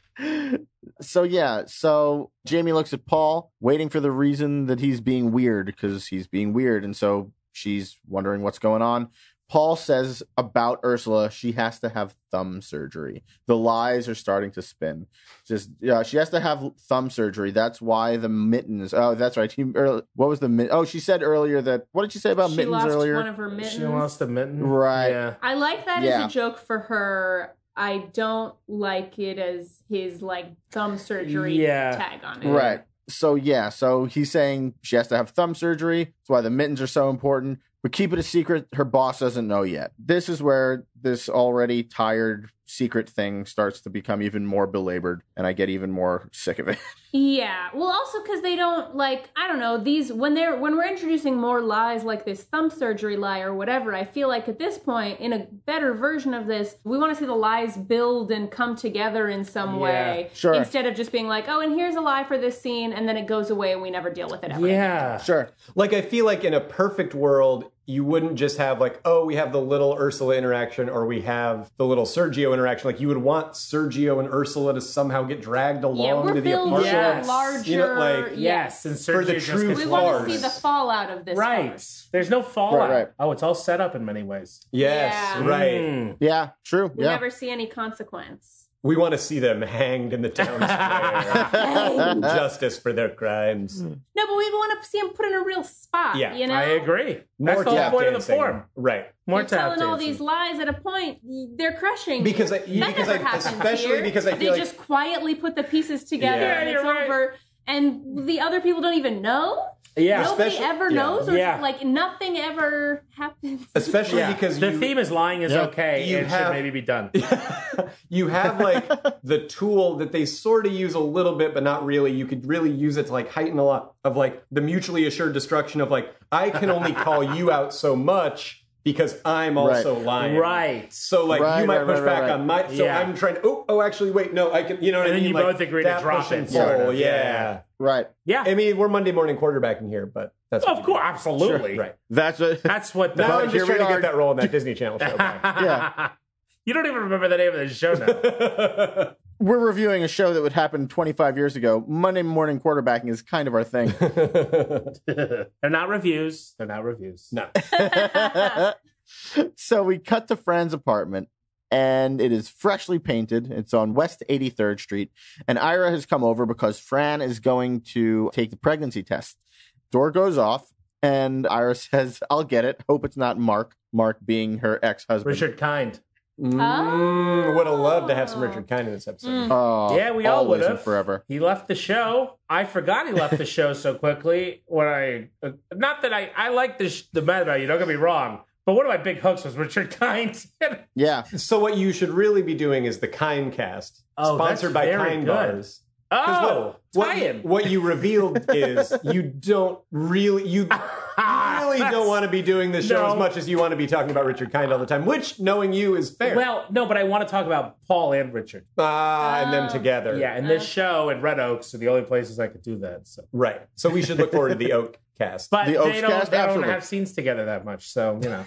Speaker 1: (laughs) so yeah, so Jamie looks at Paul, waiting for the reason that he's being weird because he's being weird, and so she's wondering what's going on. Paul says about Ursula, she has to have thumb surgery. The lies are starting to spin. Just yeah, she has to have thumb surgery. That's why the mittens. Oh, that's right. He, earl- what was the mit? Oh, she said earlier that. What did she say about
Speaker 5: She
Speaker 1: mittens
Speaker 5: lost
Speaker 1: earlier?
Speaker 5: one of her mittens.
Speaker 2: she lost the mitten,
Speaker 1: Right.
Speaker 2: Yeah.
Speaker 5: I like that
Speaker 1: Yeah.
Speaker 5: as a joke for her. I don't like it as his like thumb surgery
Speaker 1: Yeah.
Speaker 5: tag on it.
Speaker 1: Right. So yeah, so he's saying she has to have thumb surgery. That's why the mittens are so important. But keep it a secret. Her boss doesn't know yet. This is where this already tired secret thing starts to become even more belabored, and I get even more sick of it. (laughs)
Speaker 5: Yeah. Well, also because they don't like I don't know these when they're when we're introducing more lies like this thumb surgery lie or whatever. I feel like at this point in a better version of this, we want to see the lies build and come together in some
Speaker 2: Yeah.
Speaker 5: way
Speaker 1: Sure.
Speaker 5: instead of just being like, oh, and here's a lie for this scene, and then it goes away and we never deal with it ever.
Speaker 2: Yeah.
Speaker 1: Sure.
Speaker 4: Like I feel like in a perfect world, you wouldn't just have like, oh, we have the little Ursula interaction or we have the little Sergio interaction. Like you would want Sergio and Ursula to somehow get dragged along
Speaker 5: we're
Speaker 4: to the
Speaker 5: building
Speaker 4: apartment.
Speaker 5: Yes. larger-
Speaker 4: You know, like
Speaker 5: Yes,
Speaker 2: and
Speaker 4: for the
Speaker 2: Sergio just
Speaker 4: true
Speaker 2: gets
Speaker 5: We
Speaker 2: It's
Speaker 5: want
Speaker 2: large.
Speaker 5: to see the fallout of this.
Speaker 2: right.
Speaker 5: first.
Speaker 2: There's no fallout.
Speaker 1: Right, right.
Speaker 2: Oh, it's all set up in many ways.
Speaker 4: Yes,
Speaker 5: Yeah.
Speaker 4: right.
Speaker 2: Mm.
Speaker 1: Yeah, true.
Speaker 5: We
Speaker 1: yeah.
Speaker 5: never see any consequence.
Speaker 4: We want to see them hanged in
Speaker 5: (laughs)
Speaker 4: the town square. Justice for their crimes.
Speaker 2: Mm.
Speaker 5: No, but we want to see him put in a real spot.
Speaker 4: Yeah,
Speaker 5: you know?
Speaker 2: I agree. That's
Speaker 4: More
Speaker 2: the whole
Speaker 4: tap
Speaker 2: point of the
Speaker 4: dancing.
Speaker 2: form.
Speaker 4: Right.
Speaker 2: More
Speaker 5: You're telling
Speaker 2: tap
Speaker 5: all
Speaker 2: dancing.
Speaker 5: these lies at a point. y- They're crushing.
Speaker 4: Because
Speaker 5: you.
Speaker 4: I- you-
Speaker 5: that
Speaker 4: because
Speaker 5: never
Speaker 4: I-
Speaker 5: happens
Speaker 4: especially
Speaker 5: here.
Speaker 4: because I feel
Speaker 5: they
Speaker 4: like-
Speaker 5: just quietly put the pieces together
Speaker 4: Yeah.
Speaker 5: and
Speaker 4: Yeah,
Speaker 5: it's over, and the other people don't even know.
Speaker 2: Yeah.
Speaker 5: nobody
Speaker 4: Especially-
Speaker 5: ever
Speaker 4: yeah.
Speaker 5: knows, or
Speaker 2: Yeah.
Speaker 5: like nothing ever happens.
Speaker 4: Especially
Speaker 2: Yeah.
Speaker 4: because
Speaker 2: the
Speaker 4: you,
Speaker 2: theme is lying is
Speaker 4: Yeah.
Speaker 2: okay.
Speaker 4: You
Speaker 2: it should
Speaker 4: have-
Speaker 2: maybe be
Speaker 4: (laughs)
Speaker 2: done.
Speaker 4: you have like
Speaker 1: (laughs)
Speaker 4: the tool that they sort of use a little bit, but not really. You could really use it to like heighten a lot of like the mutually assured destruction of like, I can only
Speaker 1: (laughs)
Speaker 4: call you out so much because I'm
Speaker 1: Right.
Speaker 4: also lying.
Speaker 2: Right.
Speaker 4: So like
Speaker 1: Right,
Speaker 4: you might
Speaker 1: right,
Speaker 4: push
Speaker 1: right,
Speaker 4: back
Speaker 1: right,
Speaker 4: on my so
Speaker 2: Yeah.
Speaker 4: I'm trying to oh oh actually wait, no, I can you know what
Speaker 2: And
Speaker 4: I
Speaker 2: then you
Speaker 4: mean? Like,
Speaker 2: both agree to
Speaker 4: that
Speaker 2: drop
Speaker 4: push and
Speaker 2: it, sort
Speaker 4: pull,
Speaker 2: of.
Speaker 4: yeah.
Speaker 2: Yeah.
Speaker 1: Right.
Speaker 2: Yeah.
Speaker 4: I mean, we're Monday morning quarterbacking here, but that's what
Speaker 2: of
Speaker 4: we do.
Speaker 2: course. Absolutely.
Speaker 4: Right.
Speaker 1: That's what.
Speaker 5: (laughs)
Speaker 2: That's what the.
Speaker 4: Now
Speaker 1: But
Speaker 4: I'm
Speaker 1: here
Speaker 4: just trying
Speaker 1: we
Speaker 4: to
Speaker 1: are.
Speaker 4: get that role in
Speaker 1: (laughs)
Speaker 4: that Disney Channel show. back.
Speaker 2: (laughs)
Speaker 1: Yeah.
Speaker 2: You don't even remember the name of the show
Speaker 4: (laughs)
Speaker 2: now.
Speaker 1: We're reviewing a show that would happen 25 years ago. Monday morning quarterbacking is kind of our thing.
Speaker 2: (laughs) They're not reviews. They're not reviews.
Speaker 4: (laughs) no.
Speaker 1: (laughs) so we cut to Fran's apartment, and it is freshly painted. It's on West 83rd Street, and Ira has come over because Fran is going to take the pregnancy test. Door goes off, and Ira (laughs) says, "I'll get it. Hope it's not Mark. Mark being her ex-husband."
Speaker 2: Richard Kind.
Speaker 4: Mm, would have loved to have some Richard Kind in this episode.
Speaker 1: Oh,
Speaker 2: Yeah, we all
Speaker 1: always
Speaker 2: would
Speaker 1: and
Speaker 2: have
Speaker 1: forever.
Speaker 2: He left the show. I forgot
Speaker 1: (laughs)
Speaker 2: he left the show so quickly. When I, uh, not that I, I like the sh- the Mad About You. Don't get me wrong. But one of my big hooks was Richard (laughs) Kind.
Speaker 1: Yeah,
Speaker 2: Mm.
Speaker 4: So what you should really be doing is the Kind Cast,
Speaker 2: Oh,
Speaker 4: sponsored
Speaker 2: that's
Speaker 4: by
Speaker 2: very
Speaker 4: Kind
Speaker 2: good.
Speaker 4: Bars. 'Cause
Speaker 2: oh,
Speaker 4: what, what, you,
Speaker 2: tie-in.
Speaker 4: what
Speaker 2: (laughs)
Speaker 4: you revealed is you don't really you really don't want to be doing this show
Speaker 2: No.
Speaker 4: as much as you want to be talking about Richard Kind all the time, which knowing you is fair.
Speaker 2: Well, no, but I want to talk about Paul and Richard.
Speaker 4: ah, and them together.
Speaker 2: uh, Yeah, and this show and Red Oaks are the only places I could do that. So.
Speaker 4: Right. So we should look forward
Speaker 2: (laughs)
Speaker 4: to the Oak Cast.
Speaker 2: But
Speaker 4: (laughs)
Speaker 1: The
Speaker 2: they
Speaker 1: Oaks
Speaker 2: don't,
Speaker 1: cast,
Speaker 2: they don't
Speaker 1: absolutely.
Speaker 2: have scenes together that much, so
Speaker 1: (laughs)
Speaker 2: you know.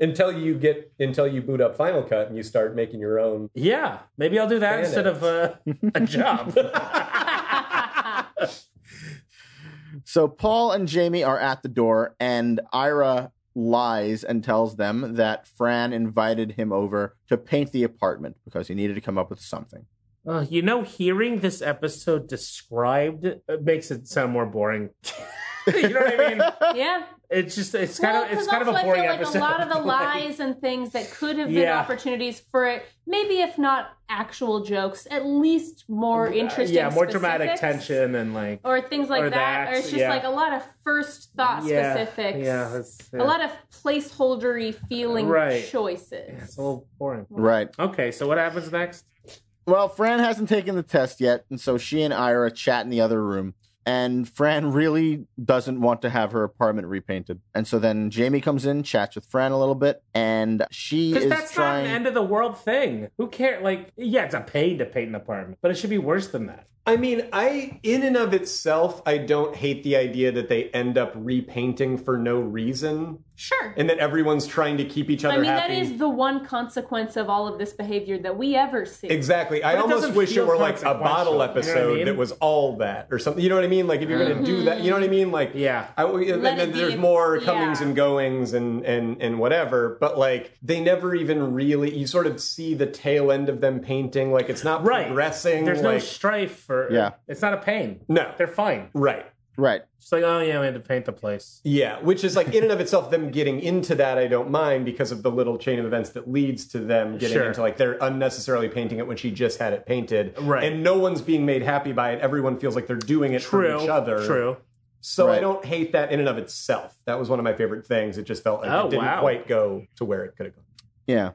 Speaker 4: until you get until you boot up Final Cut and you start making your own
Speaker 2: yeah, maybe I'll do that
Speaker 4: Fan
Speaker 2: instead of uh, a
Speaker 1: (laughs)
Speaker 2: job.
Speaker 1: So Paul and Jamie are at the door, and Ira lies and tells them that Fran invited him over to paint the apartment because he needed to come up with something.
Speaker 2: Uh, you know, hearing this episode described uh, makes it sound more boring. (laughs) you know what I mean?
Speaker 4: (laughs)
Speaker 5: yeah.
Speaker 2: It's just it's
Speaker 5: Well,
Speaker 2: kind of it's
Speaker 5: because
Speaker 2: kind of
Speaker 5: also
Speaker 2: a boring
Speaker 5: I feel like
Speaker 2: episode.
Speaker 5: a lot of the
Speaker 2: (laughs) Like,
Speaker 5: lies and things that could have been
Speaker 2: Yeah.
Speaker 5: opportunities for it, maybe if not actual jokes, at least more interesting.
Speaker 2: yeah, more dramatic
Speaker 5: specifics.
Speaker 2: tension and like
Speaker 5: or things like
Speaker 2: Or
Speaker 5: that,
Speaker 2: that,
Speaker 5: or it's just
Speaker 2: yeah.
Speaker 5: like a lot of first thought
Speaker 2: yeah,
Speaker 5: specifics
Speaker 2: Yeah, it's, yeah.
Speaker 5: a lot of placeholdery feeling
Speaker 2: Right.
Speaker 5: choices
Speaker 2: it's a little boring.
Speaker 1: Right.
Speaker 2: Okay, so what happens next?
Speaker 1: Well, Fran hasn't taken the test yet, and so she and Ira chat in the other room. and Fran really doesn't want to have her apartment repainted. And so then Jamie comes in, chats with Fran a little bit, and she
Speaker 2: Because
Speaker 1: is
Speaker 2: that's
Speaker 1: trying.
Speaker 2: not an end of the world thing. Who cares? Like, yeah, it's a pain to paint an apartment, but it should be worse than that.
Speaker 4: I mean, I in and of itself, I don't hate the idea that they end up repainting for no reason.
Speaker 5: Sure.
Speaker 4: And that everyone's trying to keep each other
Speaker 5: I mean,
Speaker 4: happy.
Speaker 5: that is the one consequence of all of this behavior that we ever see.
Speaker 4: Exactly. I
Speaker 2: But it
Speaker 4: almost
Speaker 2: doesn't
Speaker 4: wish it
Speaker 2: feel
Speaker 4: were like a
Speaker 2: consequential,
Speaker 4: bottle
Speaker 2: you know what I
Speaker 4: episode
Speaker 2: mean?
Speaker 4: that was all that or something. You know what I mean? Like if you're going to do that, you know what I mean? Like yeah. I, and
Speaker 2: Let
Speaker 4: then
Speaker 2: it be
Speaker 4: there's
Speaker 2: a-
Speaker 4: more
Speaker 2: yeah.
Speaker 4: comings and goings and and and whatever. But like they never even really. You sort of see the tail end of them painting. Like it's not progressing.
Speaker 2: There's no
Speaker 4: like,
Speaker 2: strife or
Speaker 4: Yeah.
Speaker 2: It's not a pain.
Speaker 4: No,
Speaker 2: they're fine.
Speaker 4: Right.
Speaker 1: Right.
Speaker 2: It's like, oh yeah, we had to paint the place.
Speaker 4: Yeah, which is like in and of itself, them getting into that, I don't mind because of the little chain of events that leads to them getting
Speaker 2: Sure.
Speaker 4: into like they're unnecessarily painting it when she just had it painted.
Speaker 2: Right.
Speaker 4: And no one's being made happy by it. Everyone feels like they're doing it
Speaker 2: True,
Speaker 4: for each other.
Speaker 2: true.
Speaker 4: So I
Speaker 2: Right.
Speaker 4: don't hate that in and of itself. That was one of my favorite things. It just felt like
Speaker 2: Oh,
Speaker 4: it didn't
Speaker 2: wow.
Speaker 4: quite go to where it could have gone.
Speaker 1: Yeah.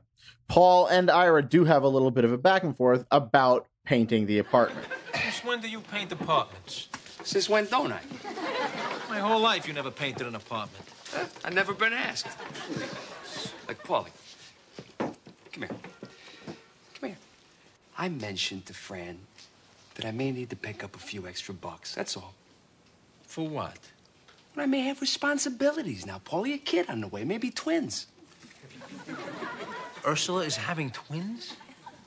Speaker 1: Paul and Ira do have a little bit of a back and forth about painting the apartment.
Speaker 10: Since when do you paint apartments?
Speaker 12: Since when don't I?
Speaker 10: My whole life you never painted an apartment.
Speaker 12: I've never been asked. Like, Paulie, come here. Come here. I mentioned to Fran that I may need to pick up a few extra bucks. That's all.
Speaker 10: For what?
Speaker 12: But I may have responsibilities now. Paulie, a kid on the way, maybe twins.
Speaker 10: Ursula is having twins?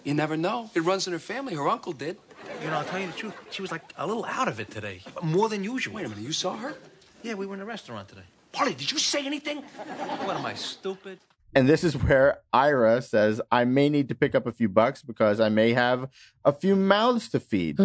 Speaker 12: You never know. It runs in her family. Her uncle did.
Speaker 10: You know, I'll tell you the truth. She was like a little out of it today, more than usual.
Speaker 12: Wait a minute, you saw her?
Speaker 10: Yeah, we were in a restaurant today.
Speaker 12: Paulie, did you say anything?
Speaker 10: What am I, stupid?
Speaker 1: And this is where Ira says, I may need to pick up a few bucks because I may have a few mouths to (sighs) feed.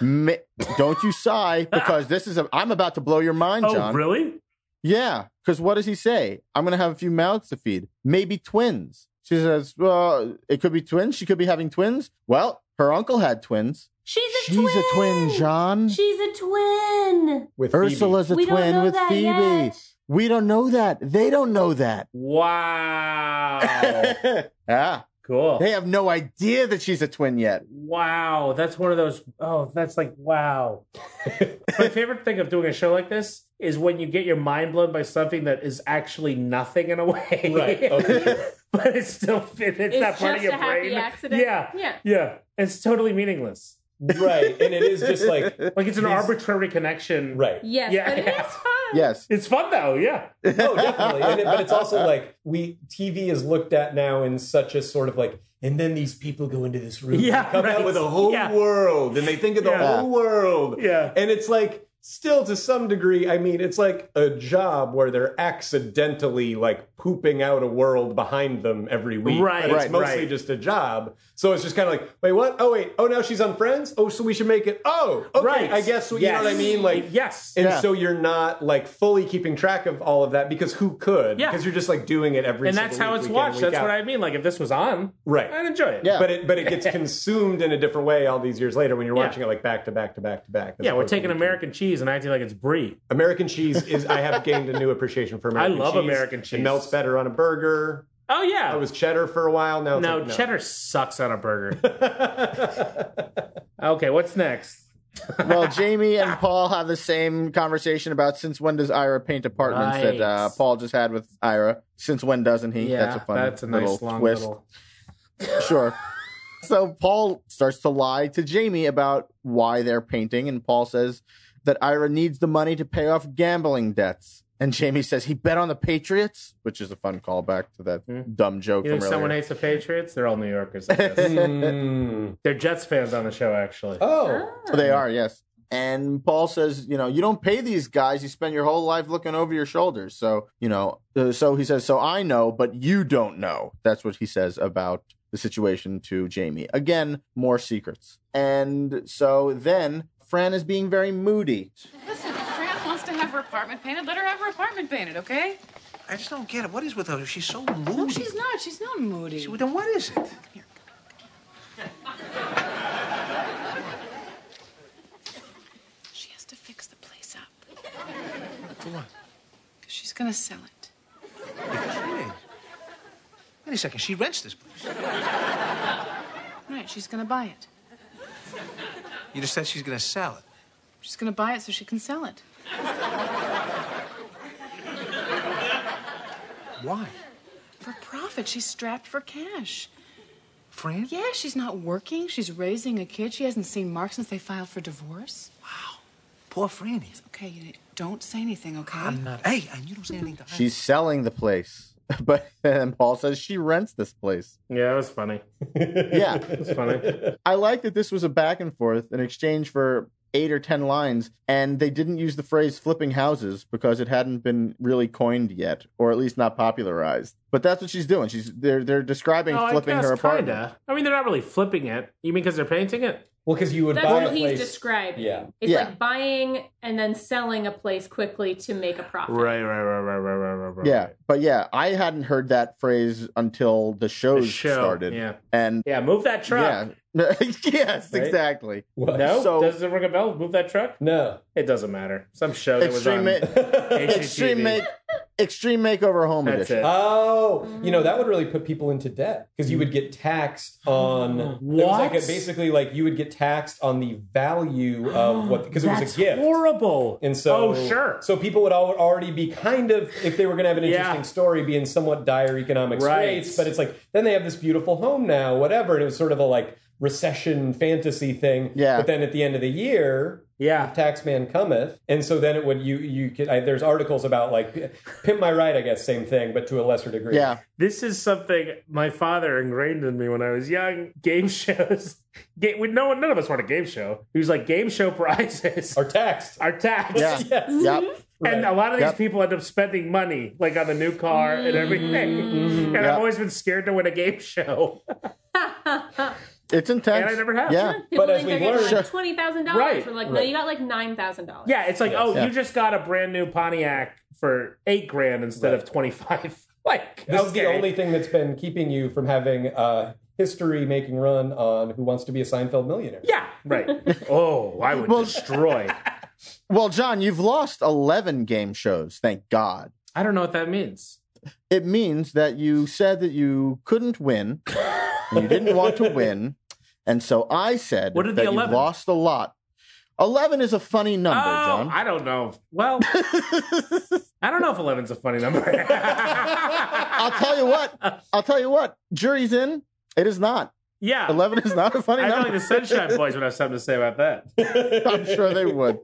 Speaker 1: Ma- don't you (laughs) sigh because this is, a, I'm about to blow your mind,
Speaker 2: Oh,
Speaker 1: John.
Speaker 2: really?
Speaker 1: Yeah. Because what does he say? I'm going to have a few mouths to feed. Maybe twins. She says, well, it could be twins. She could be having twins. Well, her uncle had twins.
Speaker 5: She's a
Speaker 1: She's a twin, John.
Speaker 5: She's a twin.
Speaker 4: With
Speaker 1: Ursula's a
Speaker 5: We don't
Speaker 1: twin
Speaker 5: know
Speaker 1: with
Speaker 5: that
Speaker 1: Phoebe.
Speaker 5: yet.
Speaker 1: We don't know that. They don't know (laughs) that.
Speaker 4: (laughs)
Speaker 2: Wow.
Speaker 1: Yeah.
Speaker 2: Cool.
Speaker 1: They have no idea that she's a twin yet.
Speaker 2: Wow, that's one of those. Oh, that's like
Speaker 4: (laughs)
Speaker 2: wow. My favorite thing of doing a show like this is when you get your mind blown by something that is actually nothing in a way,
Speaker 4: Right, oh, for sure.
Speaker 2: (laughs) but it's still it's,
Speaker 5: It's
Speaker 2: not part of
Speaker 5: just
Speaker 2: your
Speaker 5: a happy
Speaker 2: brain.
Speaker 5: accident.
Speaker 2: Yeah,
Speaker 5: Yeah.
Speaker 2: yeah. It's totally meaningless.
Speaker 4: Right. And it is just like
Speaker 2: Like it's an arbitrary connection.
Speaker 4: Right.
Speaker 5: Yes,
Speaker 2: Yeah,
Speaker 5: but it
Speaker 2: (laughs) yeah.
Speaker 5: is fun.
Speaker 1: Yes.
Speaker 2: It's fun though. Yeah.
Speaker 4: (laughs) no, Oh, definitely. And it, but it's also like we TV is looked at now in such a sort of like, and then these people go into this room, and
Speaker 2: Yeah,
Speaker 4: come
Speaker 2: right.
Speaker 4: out with a whole
Speaker 2: Yeah.
Speaker 4: world, and they think of the
Speaker 2: Yeah.
Speaker 4: whole world,
Speaker 2: Yeah.
Speaker 4: and it's like. Still, to some degree, I mean, it's like a job where they're accidentally like pooping out a world behind them every week.
Speaker 2: Right,
Speaker 4: but it's
Speaker 2: right,
Speaker 4: mostly
Speaker 2: right.
Speaker 4: just a job. So it's just kind of like, wait, what? Oh, wait. Oh, now she's on Friends. Oh, so we should make it. Oh, okay.
Speaker 2: Right.
Speaker 4: I guess you know
Speaker 2: Yes.
Speaker 4: what I mean. Like,
Speaker 2: Yes.
Speaker 4: and
Speaker 1: Yeah.
Speaker 4: so you're not like fully keeping track of all of that because who could?
Speaker 2: Yeah.
Speaker 4: Because you're just like doing it every
Speaker 2: and that's
Speaker 4: single
Speaker 2: how
Speaker 4: week,
Speaker 2: it's
Speaker 4: week in,
Speaker 2: watched.
Speaker 4: week
Speaker 2: That's
Speaker 4: out.
Speaker 2: what I mean. Like if this was on,
Speaker 4: Right.
Speaker 2: I'd enjoy it.
Speaker 1: Yeah.
Speaker 4: But it but it
Speaker 5: (laughs)
Speaker 4: gets consumed in a different way all these years later when you're
Speaker 2: Yeah.
Speaker 4: watching it like back to back to back to back. as
Speaker 2: Yeah, we're
Speaker 4: opposed to
Speaker 2: taking
Speaker 4: week to week.
Speaker 2: American cheese and acting like it's brie.
Speaker 4: American cheese is I have gained a new
Speaker 2: (laughs)
Speaker 4: appreciation for American cheese.
Speaker 2: love American cheese.
Speaker 4: It melts better on a burger.
Speaker 2: Oh yeah.
Speaker 4: I was cheddar for a while now. It's
Speaker 2: (laughs) No,
Speaker 4: like, no.
Speaker 2: cheddar sucks on a burger. (laughs) okay, what's next?
Speaker 1: well, Jamie and
Speaker 2: (laughs)
Speaker 1: Paul have the same conversation about since when does Ira paint apartments that uh,
Speaker 2: Right.
Speaker 1: Paul just had with Ira. Since when doesn't he?
Speaker 2: Yeah,
Speaker 1: that's a fun
Speaker 2: nice
Speaker 1: little
Speaker 2: long
Speaker 1: twist.
Speaker 2: little.
Speaker 1: Sure. So Paul starts to lie to Jamie about why they're painting, and Paul says that Ira needs the money to pay off gambling debts. And Jamie says he bet on the Patriots, which is a fun callback to that dumb joke
Speaker 2: Hmm. You think
Speaker 1: from
Speaker 2: someone
Speaker 1: earlier.
Speaker 2: hates the Patriots? They're all New Yorkers.
Speaker 1: (laughs)
Speaker 2: I guess.
Speaker 4: Mm.
Speaker 2: They're Jets fans on the show, actually.
Speaker 4: Oh.
Speaker 1: Oh, They are, yes. And Paul says, you know, you don't pay these guys. You spend your whole life looking over your shoulders. So, you know, uh, so he says, so I know, but you don't know. That's what he says about the situation to Jamie. Again, more secrets. And so then Fran is being very moody.
Speaker 9: Listen, if Fran wants to have her apartment painted, let her have her apartment painted, okay?
Speaker 10: I just don't get it. What is with her? She's so moody.
Speaker 9: No, she's not. She's not moody.
Speaker 10: Well, Then what is it?
Speaker 9: She has to fix the place up
Speaker 10: For what?
Speaker 9: 'cause she's gonna sell it.
Speaker 10: Kidding. Wait a second. She rents this place.
Speaker 9: Right, she's gonna buy it.
Speaker 10: You just said she's gonna sell it.
Speaker 9: She's gonna buy it so she can sell it.
Speaker 12: Why?
Speaker 9: For profit. She's strapped for cash.
Speaker 12: Fran?
Speaker 9: Yeah, she's not working. She's raising a kid. She hasn't seen Mark since they filed for divorce.
Speaker 12: Poor Franny.
Speaker 9: Okay, you don't say anything, okay?
Speaker 12: I'm not. Hey, and you don't say anything to her.
Speaker 1: She's selling the place. (laughs) But then Paul says she rents this place.
Speaker 2: Yeah, that was funny.
Speaker 1: Yeah.
Speaker 2: That's (laughs) funny.
Speaker 1: I like that this was a back and forth, an exchange for eight or 10 lines, and they didn't use the phrase flipping houses because it hadn't been really coined yet, or at least not popularized. But that's what she's doing. She's They're, they're describing
Speaker 2: No, I
Speaker 1: flipping
Speaker 2: guess
Speaker 1: her apartment.
Speaker 2: kinda. I mean, they're not really flipping it. You mean because they're painting it?
Speaker 4: Well, because you would
Speaker 5: That's what he's describing.
Speaker 2: Yeah.
Speaker 5: It's
Speaker 1: Yeah.
Speaker 5: like buying and then selling a place quickly to make a profit.
Speaker 2: Right, right, right, right, right, right, right, right.
Speaker 1: Yeah, but yeah, I hadn't heard that phrase until the shows
Speaker 2: show,
Speaker 1: started.
Speaker 2: yeah.
Speaker 1: and
Speaker 2: Yeah, move that truck.
Speaker 1: yeah, (laughs) yes,
Speaker 2: Right?
Speaker 1: exactly.
Speaker 2: No,
Speaker 1: So-
Speaker 2: does it ring a bell? Move that truck?
Speaker 4: No.
Speaker 2: It doesn't matter. Some show that was (laughs)
Speaker 1: Extreme,
Speaker 2: on
Speaker 1: ma- (laughs)
Speaker 2: HGTV.
Speaker 1: extreme, make, extreme makeover home
Speaker 2: That's
Speaker 1: edition.
Speaker 2: it.
Speaker 4: Oh, you know that would really put people into debt because you would get taxed
Speaker 2: (gasps)
Speaker 4: on it was
Speaker 2: What?
Speaker 4: Like a- basically, like you would get taxed on the
Speaker 2: (gasps)
Speaker 4: value of what because it was
Speaker 2: That's
Speaker 4: a gift.
Speaker 2: horrible.
Speaker 4: And so,
Speaker 2: oh sure,
Speaker 4: So people would al- already be kind of, if they were going to have an
Speaker 2: Yeah.
Speaker 4: interesting story, be in somewhat dire economic
Speaker 2: Right.
Speaker 4: straits. But it's like then they have this beautiful home now, whatever. And it was sort of a like recession fantasy thing.
Speaker 1: Yeah.
Speaker 4: But then at the end of the year.
Speaker 2: yeah.
Speaker 4: Taxman cometh, and so then it would you you could I, there's articles about like p- pimp my ride I guess same thing but to a lesser degree
Speaker 1: Yeah,
Speaker 2: This is something my father ingrained in me when I was young. Game (laughs) shows. Ga- we, no one, none of us want a game show. He was like, game show prizes
Speaker 4: or taxed
Speaker 2: (laughs) are taxed.
Speaker 1: yeah,
Speaker 4: (laughs) yes
Speaker 1: yep.
Speaker 2: And a lot of these
Speaker 1: Yep.
Speaker 2: people end up spending money, like on the new car and everything. And
Speaker 1: Yep.
Speaker 2: I've always been scared to win a game
Speaker 4: (laughs)
Speaker 2: show.
Speaker 1: It's intense.
Speaker 2: And I never have.
Speaker 1: Yeah,
Speaker 5: People
Speaker 4: But as
Speaker 5: think
Speaker 4: we've
Speaker 5: they're getting
Speaker 4: learned-
Speaker 5: like twenty thousand dollars.
Speaker 2: Right,
Speaker 5: We're like, no,
Speaker 4: right.
Speaker 5: you got like nine thousand dollars.
Speaker 2: Yeah, it's like, oh,
Speaker 1: Yeah.
Speaker 2: you just got a brand new Pontiac for eight grand instead of twenty five. (laughs) Like
Speaker 4: This
Speaker 2: okay.
Speaker 4: is the only thing that's been keeping you from having a history making run on Who Wants to Be a Seinfeld Millionaire.
Speaker 2: Yeah, right. (laughs) oh, I would destroy.
Speaker 1: Well, John, you've lost 11 game shows, thank God.
Speaker 2: I don't know what that means.
Speaker 1: It means that you said that you couldn't win, and you didn't want to
Speaker 2: (laughs)
Speaker 1: win, and so I said
Speaker 2: What are the
Speaker 1: that
Speaker 2: 11?
Speaker 1: you lost a lot. 11 is a funny number,
Speaker 2: oh,
Speaker 1: John.
Speaker 2: I don't know. (laughs) Well, I don't know if 11's a funny number.
Speaker 1: I'll tell you what. I'll tell you what. Jury's in. It is not.
Speaker 2: (laughs) yeah.
Speaker 1: Eleven is not a funny
Speaker 2: I feel
Speaker 1: (laughs) number.
Speaker 2: like the Sunshine Boys would have something to say about that.
Speaker 1: I'm sure they would.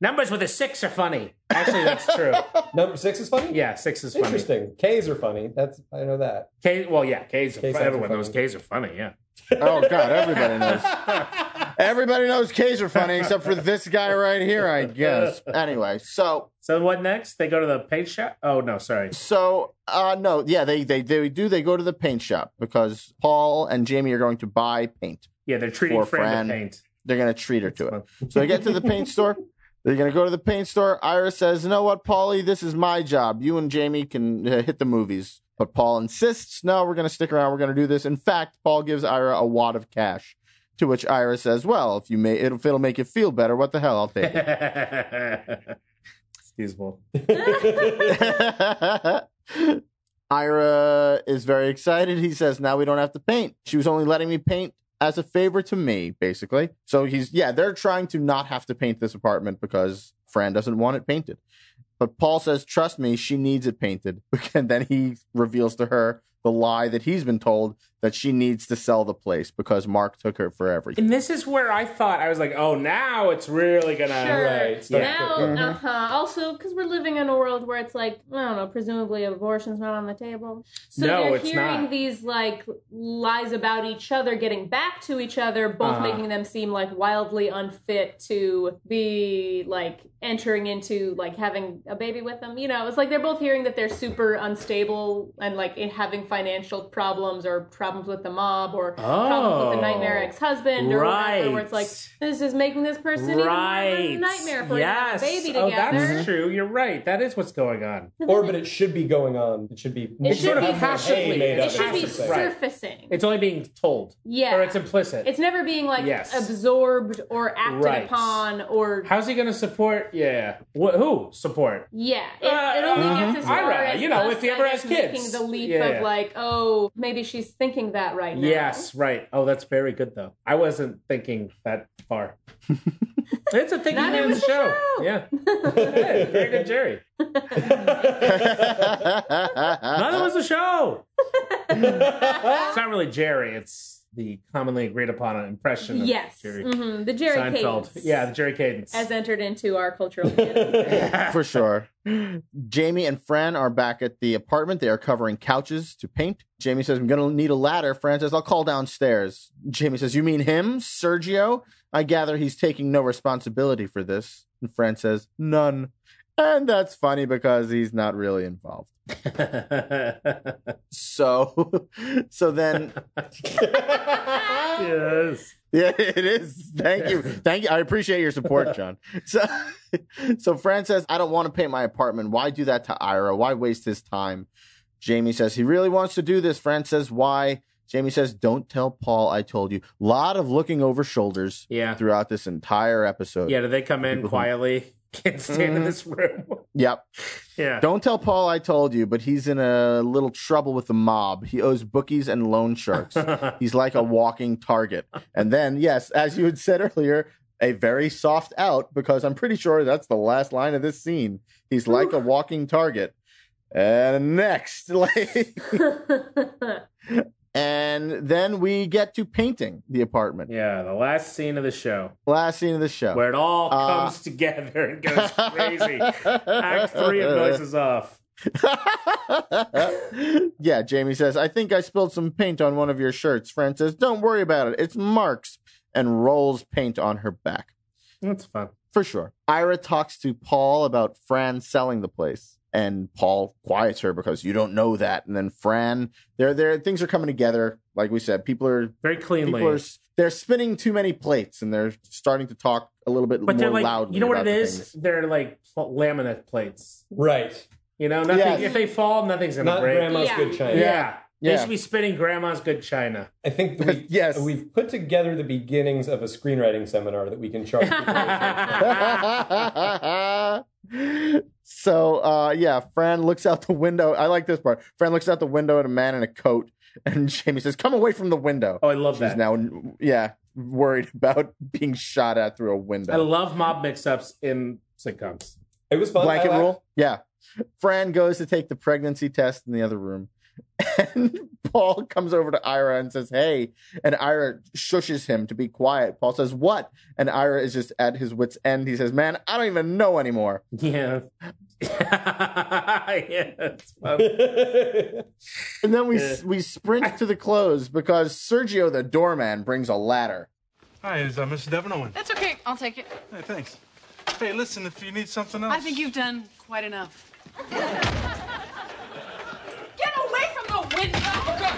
Speaker 2: Numbers with a six are funny. Actually, that's true.
Speaker 4: Number six is funny?
Speaker 2: Yeah, six is funny.
Speaker 4: Interesting. K's are funny. That's I know that.
Speaker 2: K, well, yeah, K's are
Speaker 4: K
Speaker 2: funny.
Speaker 4: sounds
Speaker 2: Everyone
Speaker 4: are
Speaker 2: knows
Speaker 4: funny.
Speaker 2: K's are funny, yeah.
Speaker 1: Oh God, everybody knows. Everybody knows K's are funny except for this guy right here, I guess. Anyway, so
Speaker 2: So what next? They go to the paint shop? Oh, no, sorry.
Speaker 1: so uh no, yeah, they they they do. They go to the paint shop because Paul and Jamie are going to buy paint.
Speaker 2: Yeah, they're treating
Speaker 1: Poor
Speaker 2: Fran
Speaker 1: Fran.
Speaker 2: to paint.
Speaker 1: They're gonna treat her to it. So they get to the paint store. They're gonna go to the paint store. Ira says, "You know what, Paulie? This is my job. You and Jamie can uh, hit the movies." But Paul insists, "No, we're gonna stick around. We're gonna do this." In fact, Paul gives Ira a wad of cash. To which Ira says, "Well, if you may, it'll, if it'll make you feel better. What the hell? I'll take it."
Speaker 2: (laughs) Excusable.
Speaker 1: (laughs) Ira is very excited. He says, Now we don't have to paint. She was only letting me paint as a favor to me, basically. So he's, yeah, they're trying to not have to paint this apartment because Fran doesn't want it painted. But Paul says, Trust me, she needs it painted. (laughs) And then he reveals to her the lie that he's been told that she needs to sell the place because Mark took her for
Speaker 2: (laughs)
Speaker 1: everything.
Speaker 2: And this is where I thought I was like, oh, now it's really gonna.
Speaker 5: Sure.
Speaker 4: right, start
Speaker 5: Now,
Speaker 4: cooking.
Speaker 5: uh huh. Also, because we're living in a world where it's like, I don't know, presumably abortion's not on the table. So
Speaker 2: No,
Speaker 5: they're
Speaker 2: it's
Speaker 5: hearing
Speaker 2: not.
Speaker 5: these like lies about each other, getting back to each other, both
Speaker 2: Uh-huh.
Speaker 5: making them seem like wildly unfit to be like entering into like having a baby with them. You know, it's like they're both hearing that they're super unstable and like eh, having financial problems or problems with the mob or problems with
Speaker 2: Oh.
Speaker 5: the nightmare ex husband or whatever, where it's like,
Speaker 2: Right.
Speaker 5: this is making this person
Speaker 2: Right.
Speaker 5: even more of a nightmare for
Speaker 2: yes.
Speaker 5: yes. baby
Speaker 2: Oh,
Speaker 5: together.
Speaker 2: that's true. You're right. That is what's going on.
Speaker 4: Or but it should be going on. It should be
Speaker 5: It
Speaker 4: should
Speaker 5: should
Speaker 2: sort of
Speaker 5: be
Speaker 4: have more hay
Speaker 2: passively-
Speaker 5: happening.
Speaker 4: made
Speaker 5: It
Speaker 4: of
Speaker 5: should be
Speaker 4: or something.
Speaker 2: Right.
Speaker 5: surfacing.
Speaker 2: It's only being told.
Speaker 5: Yeah.
Speaker 2: Or it's implicit.
Speaker 5: It's never being like
Speaker 2: Yes.
Speaker 5: absorbed or acted
Speaker 2: Right.
Speaker 5: upon or
Speaker 2: How's he gonna support? Yeah. Wh- who support?
Speaker 5: yeah. It,
Speaker 2: Uh,
Speaker 5: it only
Speaker 2: uh-huh.
Speaker 5: gets as far
Speaker 2: Ira,
Speaker 5: as
Speaker 2: you know,
Speaker 5: us,
Speaker 2: if he ever
Speaker 5: I guess,
Speaker 2: has kids.
Speaker 5: making the leap
Speaker 2: Yeah.
Speaker 5: of like, oh, maybe she's thinking that right now.
Speaker 2: Yes. Right. Oh, that's very good though. I wasn't thinking that far. It's a thinking
Speaker 9: Not it
Speaker 2: man's
Speaker 9: was a
Speaker 2: show. Yeah. Hey, very good
Speaker 5: (laughs)
Speaker 2: jury. Neither was the
Speaker 5: (laughs)
Speaker 2: show. it's not really Jerry. It's the commonly agreed upon impression. Of
Speaker 5: yes,
Speaker 2: Jerry.
Speaker 5: Mhm. the Jerry
Speaker 2: Seinfeld.
Speaker 5: Cadence,
Speaker 2: Yeah, the Jerry Cadence.
Speaker 5: as entered into our
Speaker 2: (laughs)
Speaker 5: cultural. canon. (laughs)
Speaker 1: for sure. Jamie and Fran are back at the apartment. They are covering couches to paint. Jamie says, I'm going to need a ladder. Fran says, I'll call downstairs. Jamie says, You mean him, Sergio? I gather he's taking no responsibility for this. And Fran says, None. And that's funny because he's not really involved.
Speaker 2: (laughs)
Speaker 1: so, (laughs) so then
Speaker 2: yes.
Speaker 1: (laughs) Yeah, it is. Thank you. Thank you. I appreciate your
Speaker 2: (laughs)
Speaker 1: support, John. So, (laughs) so Fran says, I don't want to paint my apartment. Why do that to Ira? Why waste his time? Jamie says, he really wants to do this. Fran says, why? Jamie says, don't tell Paul I told you. Lot of looking over shoulders
Speaker 2: Yeah.
Speaker 1: throughout this entire episode.
Speaker 2: Yeah, do they come in quietly? (laughs) Can't stand in
Speaker 1: Mhm.
Speaker 2: this room. (laughs)
Speaker 1: Yep.
Speaker 2: Yeah.
Speaker 1: Don't tell Paul I told you, but he's in a little trouble with the mob. He owes bookies and loan
Speaker 2: (laughs)
Speaker 1: sharks. he's like a walking target. And then, yes, as you had said earlier, a very soft out because I'm pretty sure that's the last line of this scene. He's like a walking target. And next, (laughs) like, and then we get to painting the apartment.
Speaker 2: Yeah, the last scene of the show.
Speaker 1: Last scene of the show.
Speaker 2: Where it all
Speaker 1: Uh,
Speaker 2: comes together
Speaker 1: (laughs)
Speaker 2: and goes crazy. Act three of noises off.
Speaker 1: yeah, Jamie says, I think I spilled some paint on one of your shirts. Fran says, Don't worry about it. It's marks. And rolls paint on her back.
Speaker 2: That's fun.
Speaker 1: For sure. Ira talks to Paul about Fran selling the place. And Paul quiets her because you don't know that. And then Fran, they're, they're, things are coming together. Like we said, people are
Speaker 2: Very cleanly.
Speaker 1: People are, s- they're spinning too many plates and they're starting to talk a little bit
Speaker 2: But
Speaker 1: more
Speaker 2: they're like,
Speaker 1: loudly.
Speaker 2: you know what
Speaker 1: about
Speaker 2: it
Speaker 1: the
Speaker 2: is?
Speaker 1: things. (laughs)
Speaker 2: They're like pl- laminate plates.
Speaker 4: (laughs) Right.
Speaker 2: You know, nothing.
Speaker 4: Yes.
Speaker 2: If they fall, nothing's gonna
Speaker 4: Not
Speaker 2: break.
Speaker 4: grandma's Yeah. good china.
Speaker 2: Yeah.
Speaker 4: Yeah.
Speaker 2: They
Speaker 4: Yeah.
Speaker 2: should be spinning grandma's
Speaker 1: (laughs)
Speaker 2: good china. (laughs)
Speaker 4: I think we, yes. we've put together the beginnings of a screenwriting seminar that we can charge. people
Speaker 1: so uh yeah, Fran looks out the window. I like this part. Fran looks out the window at a man in a coat, and (laughs) Jamie says, "Come away from the window."
Speaker 2: Oh, I love
Speaker 1: She's
Speaker 2: that.
Speaker 1: now, yeah, worried about (laughs) being shot at through a window.
Speaker 2: I love mob mix-ups in sitcoms. (laughs)
Speaker 4: It was fun.
Speaker 1: Blanket
Speaker 2: I laughed.
Speaker 1: rule. Yeah. Fran goes to take the pregnancy test in the other room. (laughs) And Paul comes over to Ira and says, Hey. And Ira shushes him to be quiet. Paul says, What? And Ira is just at his wits' end. He says, Man, I don't even know anymore.
Speaker 2: Yeah. yeah, it's fun.
Speaker 1: And then
Speaker 2: (laughs)
Speaker 1: we we sprint to the close because Sergio, the doorman, brings a ladder.
Speaker 13: Hi, is uh, Mr. Devinowen?
Speaker 9: That's okay. I'll take it.
Speaker 13: Hey, thanks. Hey, listen, if you need something else.
Speaker 9: I think you've done quite enough. Get away from the (laughs) window!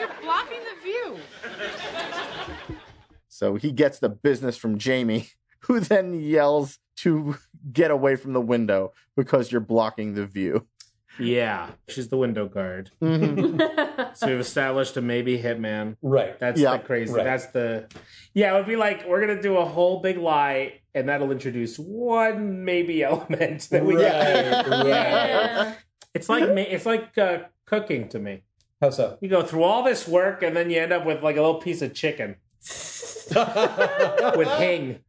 Speaker 9: You're blocking the view.
Speaker 1: So he gets the business from Jamie, (laughs) who then yells to get away from the window because you're blocking the view.
Speaker 2: (laughs) Yeah, she's the window guard. so we've established a maybe hitman.
Speaker 4: Right.
Speaker 2: That's
Speaker 1: Yeah.
Speaker 2: the crazy.
Speaker 1: Right.
Speaker 2: That's the. Yeah, it would be like we're gonna do a whole big lie, and that'll introduce one maybe (laughs) element that we.
Speaker 4: Right, right.
Speaker 2: Yeah. It's like ma- it's like uh, cooking to me.
Speaker 4: How
Speaker 2: (laughs)
Speaker 4: so?
Speaker 2: You go through all this work, and then you end up with like a little piece of chicken.
Speaker 1: (laughs)
Speaker 2: with hing.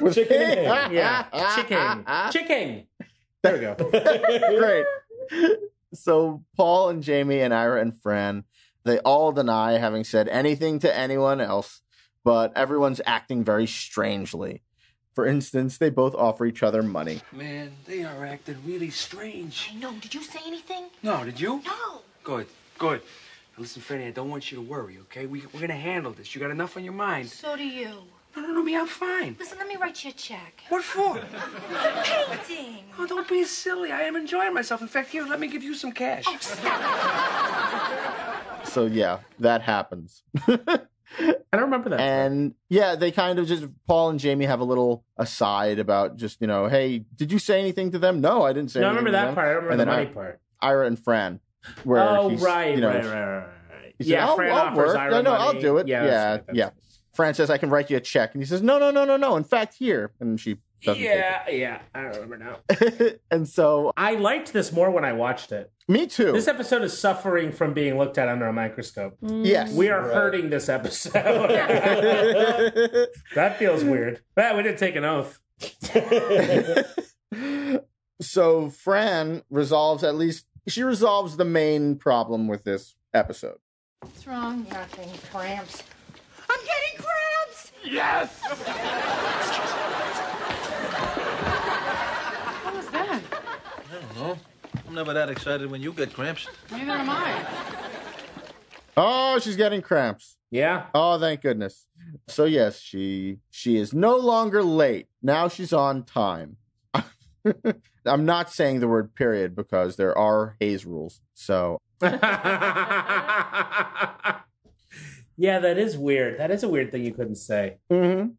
Speaker 1: With
Speaker 4: chicken
Speaker 1: hing. (laughs)
Speaker 2: Yeah, chicken. Chicken. There we go.
Speaker 1: Great. So Paul and Jamie and Ira and Fran, they all deny having said anything to anyone else, but everyone's acting very strangely. For instance, they both offer each other money.
Speaker 12: Man, they are acting really strange.
Speaker 11: I know. Did you say anything?
Speaker 12: No, did you?
Speaker 11: No.
Speaker 12: Good, good. Now listen, Fanny, I don't want you to worry, okay? We, we're gonna handle this. You got enough on your mind.
Speaker 11: So do you.
Speaker 12: No, no, no, me, I'm fine.
Speaker 11: Listen, let me write you a check.
Speaker 12: What for?
Speaker 11: It's a painting.
Speaker 12: Oh, don't be silly. I am enjoying myself. In fact, here, let me give you some cash.
Speaker 1: So yeah, that happens. (laughs)
Speaker 2: I don't remember that.
Speaker 1: And yeah, they kind of just Paul and Jamie have a little aside about just you know, hey, did you say anything to them? No, I didn't say.
Speaker 2: No, I
Speaker 1: anything
Speaker 2: remember
Speaker 1: to
Speaker 2: that
Speaker 1: them.
Speaker 2: part. I remember
Speaker 1: And
Speaker 2: the
Speaker 1: then
Speaker 2: money
Speaker 1: I-
Speaker 2: part.
Speaker 1: Ira and Fran, where
Speaker 2: oh
Speaker 1: he's,
Speaker 2: right,
Speaker 1: you know,
Speaker 2: right, right, right, right.
Speaker 1: He said, "I'll- I'll
Speaker 2: offers
Speaker 1: work.
Speaker 2: Ira
Speaker 1: no, no, I'll
Speaker 2: money.
Speaker 1: do it.
Speaker 2: Yeah,
Speaker 1: Yeah,
Speaker 2: that's
Speaker 1: yeah.
Speaker 2: right, that's
Speaker 1: Fran says, I can write you a check. And he says, no, no, no, no, no. In fact, here. And she doesn't.
Speaker 2: yeah, yeah. I don't remember now.
Speaker 1: (laughs) And so
Speaker 2: I liked this more when I watched it.
Speaker 1: Me too.
Speaker 2: This episode is suffering from being looked at under a microscope.
Speaker 1: Mm. Yes.
Speaker 2: We are
Speaker 1: Right.
Speaker 2: hurting this episode.
Speaker 1: (laughs)
Speaker 2: that feels weird. Well, we didn't take an oath.
Speaker 1: so Fran resolves at least she resolves the main problem with this episode.
Speaker 8: What's wrong? Nothing. Cramps.
Speaker 11: I'm getting cramps!
Speaker 8: Yes! What was that?
Speaker 10: I don't know. I'm never that excited when you get cramps.
Speaker 8: Neither am I.
Speaker 1: Oh, she's getting cramps.
Speaker 2: Yeah. (laughs)
Speaker 1: Oh, thank goodness. So yes, she she is no longer late. Now she's on time. (laughs) I'm not saying the word period because there are Hayes rules. So
Speaker 2: Yeah, that is weird. That is a weird thing you couldn't say.
Speaker 1: Mm-hmm.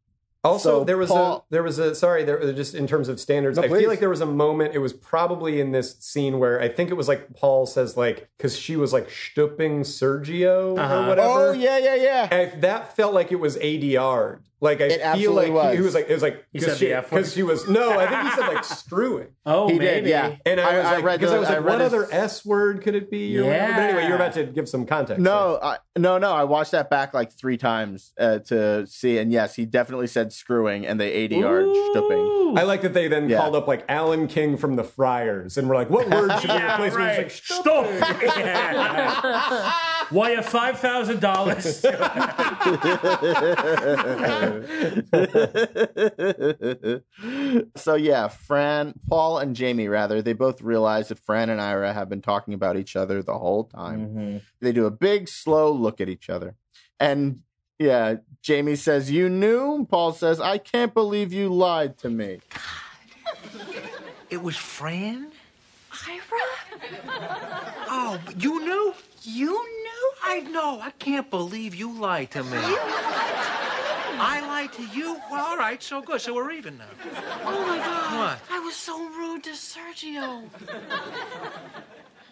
Speaker 4: Also,
Speaker 2: So,
Speaker 4: there was
Speaker 2: Paul-
Speaker 4: a there was a sorry there just in terms of standards.
Speaker 2: No,
Speaker 4: I
Speaker 2: please.
Speaker 4: feel like there was a moment. It was probably in this scene where I think it was like Paul says like because she was like stooping Sergio
Speaker 1: Uh-huh.
Speaker 4: or whatever.
Speaker 1: Oh, yeah, yeah, yeah.
Speaker 4: I, that felt like it was ADR. Like I
Speaker 1: It
Speaker 4: feel
Speaker 1: absolutely
Speaker 4: like He, he
Speaker 1: was.
Speaker 4: was like it was like
Speaker 1: He said
Speaker 4: because she,
Speaker 1: the F word.
Speaker 4: 'cause she was no. I think he said like screwing.
Speaker 2: Oh,
Speaker 1: He did, maybe. yeah.
Speaker 4: And I,
Speaker 1: I-
Speaker 4: was
Speaker 1: I
Speaker 4: like,
Speaker 1: read
Speaker 4: because
Speaker 1: the-
Speaker 4: I was
Speaker 1: I
Speaker 4: like,
Speaker 1: read
Speaker 4: what
Speaker 1: his-
Speaker 4: other S word could it be? Or whatever. But anyway, you're about to
Speaker 1: Yeah.
Speaker 4: give some context.
Speaker 1: No, I, no, no. I watched that back like three times uh, to see, and yes, he definitely said screwing, and they ADR stooping.
Speaker 4: I like that they then
Speaker 1: Yeah.
Speaker 4: called up like Alan King from the Friars, and we're like, what word should
Speaker 2: (laughs)
Speaker 4: we
Speaker 2: Yeah,
Speaker 4: replace?
Speaker 2: right.
Speaker 4: Like,
Speaker 2: Stop. (laughs) Wire five thousand dollars.
Speaker 1: so yeah, Fran, Paul, and Jamie rather they both realize that Fran and Ira have been talking about each other the whole time. They do a big slow look at each other, and yeah, Jamie says, "You knew." Paul says, "I can't believe you lied to me."
Speaker 10: It was Fran?
Speaker 11: Ira?
Speaker 10: Oh, you knew? You knew? I know. I can't believe you lied to me. I lied to you? Well, all right, so good. So we're even now.
Speaker 11: Oh my god.
Speaker 10: What?
Speaker 11: I was so rude to Sergio.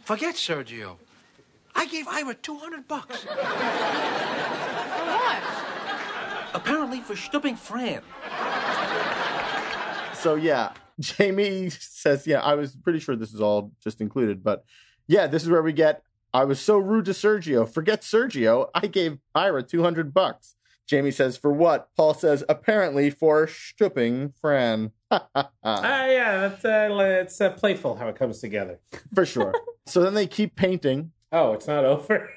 Speaker 10: Forget Sergio. I gave Ira 200 bucks. Apparently for stooping Fran.
Speaker 1: So yeah, (laughs) Jamie says, yeah, I was pretty sure this is all just included, but yeah, this is where we get. I was so rude to Sergio. Forget Sergio. I gave Ira two hundred bucks. Jamie says, for what? Paul says, apparently for stooping Fran.
Speaker 2: (laughs)
Speaker 1: (laughs)
Speaker 2: Ah, yeah, that's uh, it's uh, playful how it comes together.
Speaker 1: for sure. so then they keep painting.
Speaker 2: Oh, it's not over.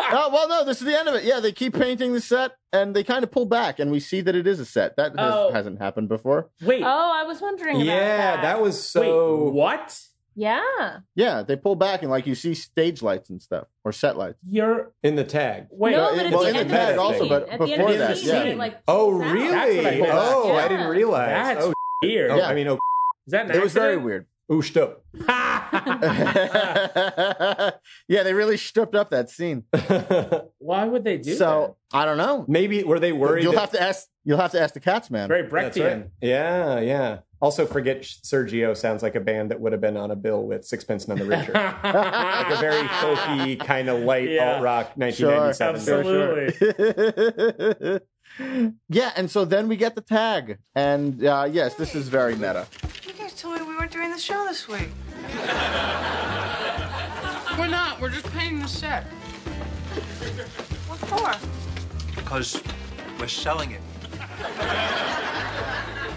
Speaker 1: oh well, no, this is the end of it. Yeah, they keep painting the set, and they kind of pull back, and we see that it is a set. That has,
Speaker 5: Oh.
Speaker 1: hasn't happened before.
Speaker 2: Wait.
Speaker 5: Oh, I was wondering about that.
Speaker 4: was
Speaker 1: so.
Speaker 2: what?
Speaker 5: Yeah.
Speaker 1: Yeah, they pull back and like you see stage lights and stuff or set lights.
Speaker 2: You're
Speaker 4: in the tag.
Speaker 2: Wait, uh,
Speaker 5: No, but at
Speaker 1: well,
Speaker 5: the
Speaker 1: in
Speaker 5: end
Speaker 1: the
Speaker 5: of the
Speaker 1: tag
Speaker 5: scene-
Speaker 1: also, but
Speaker 5: at the end of
Speaker 1: before
Speaker 5: the
Speaker 1: that,
Speaker 5: scene,
Speaker 1: yeah.
Speaker 5: it, like,
Speaker 4: oh
Speaker 5: pulls out.
Speaker 4: really?
Speaker 5: That's what I
Speaker 2: thought.
Speaker 4: oh,
Speaker 2: Yeah.
Speaker 4: I didn't realize.
Speaker 2: That's
Speaker 4: oh,
Speaker 2: (laughs) weird.
Speaker 4: (laughs) Oh,
Speaker 2: Yeah.
Speaker 4: I mean, oh,
Speaker 2: Is that an
Speaker 1: it was very
Speaker 2: accident?
Speaker 1: weird.
Speaker 4: (laughs) ooshed up.
Speaker 1: (laughs) yeah, they really stuffed up that scene.
Speaker 2: (laughs) Why would they do
Speaker 1: so I don't know.
Speaker 4: Maybe were they worried?
Speaker 1: You'll
Speaker 4: that-
Speaker 1: have to ask. You'll have to ask the cats, man.
Speaker 2: that? Very
Speaker 4: That's right.
Speaker 2: Brechtian.
Speaker 4: Yeah, yeah. Also, forget Sergio sounds like a band that would have been on a bill with Sixpence None
Speaker 2: (laughs)
Speaker 4: the Richer, like a very folky kind of light
Speaker 2: Yeah.
Speaker 4: alt rock
Speaker 1: Sure.
Speaker 4: 1997.
Speaker 1: Absolutely. (laughs) yeah, and so then we get the tag, and uh, yes, this is very meta. (laughs)
Speaker 8: You guys told me we weren't doing the show this week. we're not. We're just painting the set. What for?
Speaker 10: Because we're selling it.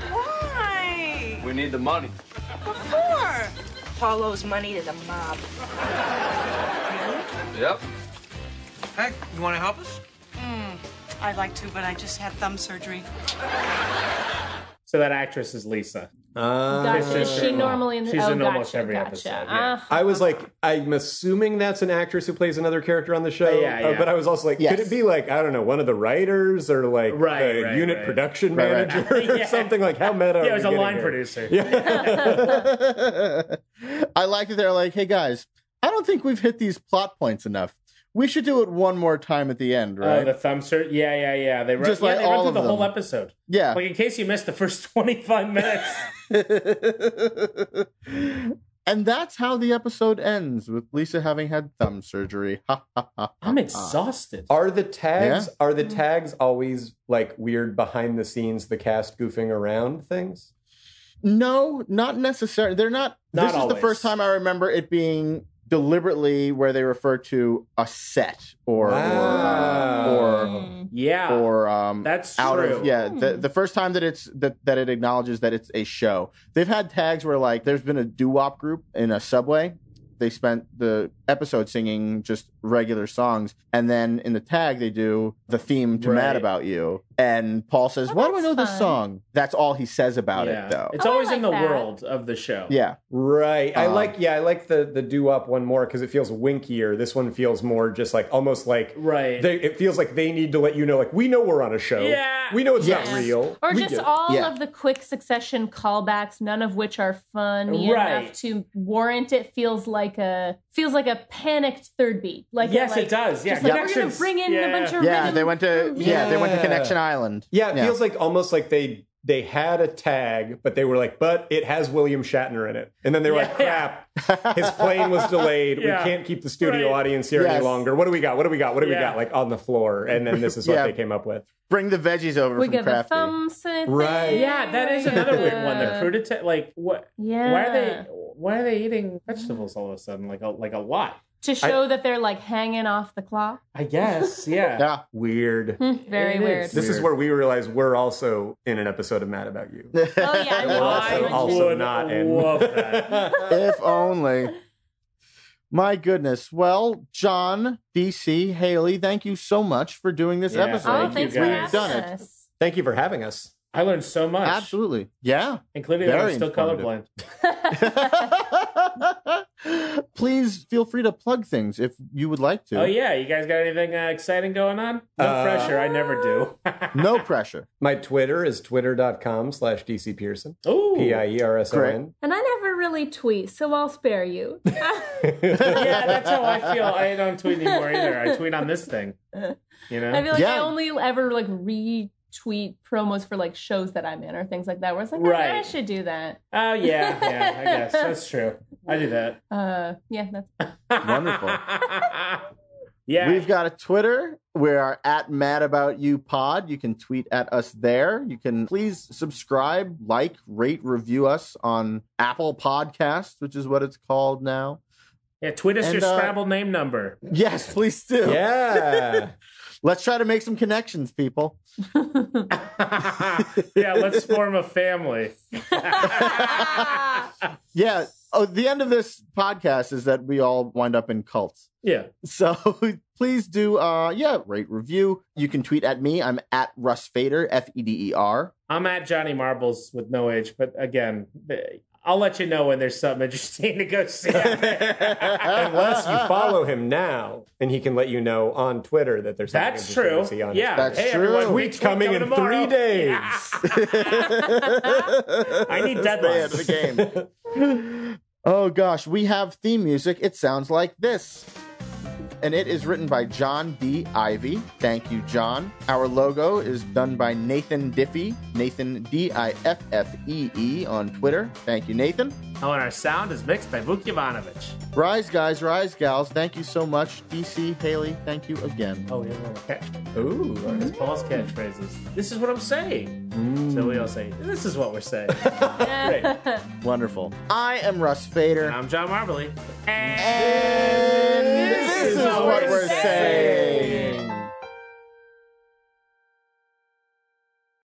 Speaker 14: Why?
Speaker 12: We need the money.
Speaker 14: What for? Paul owes money to the mob.
Speaker 10: Yep. Heck, you want to help us?
Speaker 14: Mm, I'd like to, but I just had thumb surgery.
Speaker 2: (laughs) So that actress is Lisa.
Speaker 5: Gotcha. Is she normally in the?
Speaker 2: She's
Speaker 5: oh,
Speaker 2: in almost
Speaker 5: gotcha,
Speaker 2: every
Speaker 5: gotcha.
Speaker 2: episode,
Speaker 5: Ah.
Speaker 4: I was like, I'm assuming that's an actress who plays another character on the show.
Speaker 2: yeah,
Speaker 4: uh,
Speaker 2: yeah.
Speaker 4: but I was also like,
Speaker 2: Yes.
Speaker 4: could it be like, I don't know, one of the writers or like
Speaker 2: Right,
Speaker 4: the
Speaker 2: right,
Speaker 4: unit
Speaker 2: right.
Speaker 4: production
Speaker 2: Right, right.
Speaker 4: manager
Speaker 2: (laughs)
Speaker 4: or
Speaker 2: Yeah.
Speaker 4: something? Like, how
Speaker 2: Yeah,
Speaker 4: meta? are
Speaker 2: it
Speaker 4: we
Speaker 2: was a
Speaker 4: getting
Speaker 2: line
Speaker 4: here?
Speaker 2: producer.
Speaker 1: I like that they're like, hey guys, I don't think we've hit these plot points enough. We should do it one more time at the end,
Speaker 2: Oh,
Speaker 1: right?
Speaker 2: the thumb cert. Yeah, yeah, yeah. They run,
Speaker 1: Just
Speaker 2: yeah,
Speaker 1: like
Speaker 2: they run
Speaker 1: all
Speaker 2: through
Speaker 1: of
Speaker 2: the whole
Speaker 1: them.
Speaker 2: episode.
Speaker 1: Yeah.
Speaker 2: Like in case you missed the first (laughs) twenty five minutes.
Speaker 1: (laughs) and that's how the episode ends with Lisa having had thumb surgery. Ha ha ha.
Speaker 2: I'm exhausted.
Speaker 4: Are the tags are the tags always like weird behind the scenes, the cast goofing around things?
Speaker 1: No, not necessarily. They're not.
Speaker 4: Not
Speaker 1: this is
Speaker 4: always.
Speaker 1: the first time I remember it being deliberately where they refer to a set or or, or
Speaker 2: yeah
Speaker 1: or um
Speaker 2: That's
Speaker 1: out
Speaker 2: true.
Speaker 1: of yeah the,
Speaker 2: Hmm.
Speaker 1: the first time that it's that, that it acknowledges that it's a show they've had tags where like there's been a doo-wop group in a subway they spent the episode singing just regular songs and then in the tag they do the theme to mad
Speaker 2: Right.
Speaker 1: about you and paul says why do i know this song that's all he says about
Speaker 2: Yeah.
Speaker 1: it though
Speaker 2: Oh, It's always in the world of the show.
Speaker 1: yeah
Speaker 4: Right. I
Speaker 1: Um,
Speaker 4: like yeah, I like the the do up one more because it feels winkier. This one feels more just like almost like
Speaker 2: right.
Speaker 4: They, it feels like they need to let you know like we know we're on a show.
Speaker 5: Yeah.
Speaker 4: We know it's
Speaker 5: Yes.
Speaker 4: not real.
Speaker 5: Or
Speaker 4: We
Speaker 5: just
Speaker 4: get it.
Speaker 5: all of the quick succession callbacks, none of which are funny
Speaker 2: Right.
Speaker 5: enough to warrant it. Feels like a feels like a panicked third beat. Like
Speaker 2: Yes,
Speaker 5: like,
Speaker 2: it does. Yeah,
Speaker 5: just like, we're gonna
Speaker 2: connections.
Speaker 5: bring in a
Speaker 2: Yeah.
Speaker 5: bunch of
Speaker 1: yeah
Speaker 5: rhythm.
Speaker 1: they went to yeah, they went to
Speaker 4: Yeah.
Speaker 1: connection island
Speaker 4: Yeah, it feels like almost like they they had a tag, but they were like, but it has William Shatner in it. And then they were like, crap, his plane was delayed.
Speaker 1: Yeah.
Speaker 4: We can't keep the studio
Speaker 1: Right.
Speaker 4: audience here
Speaker 1: Yes.
Speaker 4: any longer. What do we got? What do we got? What do we
Speaker 1: Yeah.
Speaker 4: got? Like on the floor. And then this is what
Speaker 1: Yeah.
Speaker 4: they came up with.
Speaker 1: bring the veggies over
Speaker 5: we
Speaker 1: from
Speaker 5: got
Speaker 1: Kraft.
Speaker 5: the thumbs in the
Speaker 4: Right.
Speaker 5: thing.
Speaker 2: Yeah, that is another weird one. The
Speaker 5: Uh,
Speaker 2: crudite, like what?
Speaker 5: Yeah.
Speaker 2: Why are they? Why are they eating vegetables all of a sudden? Like a like a lot.
Speaker 5: to show that they're like hanging off the clock.
Speaker 2: I guess. Yeah.
Speaker 4: (laughs) Weird.
Speaker 5: Hmm, Very
Speaker 2: It
Speaker 5: weird.
Speaker 2: is.
Speaker 4: This is where we realize we're also in an episode of Mad About You.
Speaker 1: oh
Speaker 5: yeah, I
Speaker 4: We're
Speaker 5: mean,
Speaker 4: also,
Speaker 5: that's
Speaker 4: also
Speaker 2: would
Speaker 4: not in.
Speaker 2: love
Speaker 1: if only. My goodness. Well, John, DC, Haley, thank you so much for doing this
Speaker 2: Yeah,
Speaker 1: episode.
Speaker 2: thank Oh, thanks you for
Speaker 1: You've
Speaker 2: guys.
Speaker 1: done
Speaker 2: having
Speaker 1: it.
Speaker 5: us.
Speaker 4: Thank you for having us.
Speaker 2: I learned so much,
Speaker 1: Absolutely. Yeah. (gasps)
Speaker 2: including that I'm
Speaker 1: Very
Speaker 2: still colorblind.
Speaker 1: informative. Please feel free to plug things if you would like to.
Speaker 2: Oh yeah, you guys got anything uh, exciting going on? No
Speaker 4: Uh,
Speaker 2: pressure. I never do.
Speaker 1: No pressure.
Speaker 4: My Twitter is twitter.com slash DC Pearson.
Speaker 2: Ooh.
Speaker 4: P I E R S O N.
Speaker 5: And I never really tweet, so I'll spare you.
Speaker 2: yeah, that's how I feel. I don't tweet anymore either. I tweet on this thing. You know.
Speaker 5: I feel like I
Speaker 2: yeah.
Speaker 5: only ever like retweet promos for like shows that I'm in or things like that. Where it's like, oh,
Speaker 2: Right.
Speaker 5: I should do that.
Speaker 2: Oh yeah, yeah. I guess that's true. I do that.
Speaker 5: Uh, yeah, that's
Speaker 1: Wonderful.
Speaker 2: (laughs) Yeah.
Speaker 1: We've got a Twitter. We are at Mad About You Pod. You can tweet at us there. You can please subscribe, like, rate, review us on Apple Podcasts, which is what it's called now.
Speaker 2: Yeah, tweet us
Speaker 1: And,
Speaker 2: your
Speaker 1: uh,
Speaker 2: Scrabble name number. (laughs)
Speaker 1: Yes, please do.
Speaker 4: Yeah.
Speaker 1: Let's try to make some connections, people.
Speaker 2: yeah, let's form a family.
Speaker 1: Yeah. Oh, the end of this podcast is that we all wind up in cults.
Speaker 2: Yeah.
Speaker 1: So (laughs) please do, uh, yeah, rate, review. You can tweet at me. I'm at Russ Fader, F E D E R.
Speaker 2: I'm at Johnny Marbles with no age, but again, I'll let you know when there's something interesting to go see.
Speaker 4: Unless you follow him now, and he can let you know on Twitter that there's something
Speaker 2: That's
Speaker 4: interesting
Speaker 2: true.
Speaker 4: to see on
Speaker 2: Yeah.
Speaker 4: his
Speaker 2: That's
Speaker 4: Twitter.
Speaker 2: Hey, true. everyone, retweet
Speaker 4: Week coming in
Speaker 2: coming tomorrow.
Speaker 4: three days.
Speaker 1: I
Speaker 2: need
Speaker 1: the end of the game. (laughs) oh gosh, we have theme music. It sounds like this. And it is written by John D. Ivy. Thank you, John. Our logo is done by Nathan Diffie, Nathan D I F F E E on Twitter. Thank you, Nathan.
Speaker 2: Oh, and our sound is mixed by Vuk Jovanovic.
Speaker 1: Rise, guys, rise, gals. Thank you so much. DC, Haley, thank you again.
Speaker 2: Oh, yeah. yeah, yeah.
Speaker 4: Ooh.
Speaker 2: It's Paul's catchphrases. This is what I'm saying. So we all say, this is what we're saying. Great.
Speaker 1: Wonderful. I am Russ Fader.
Speaker 2: I'm John Marbley.
Speaker 1: And this, is what we're saying.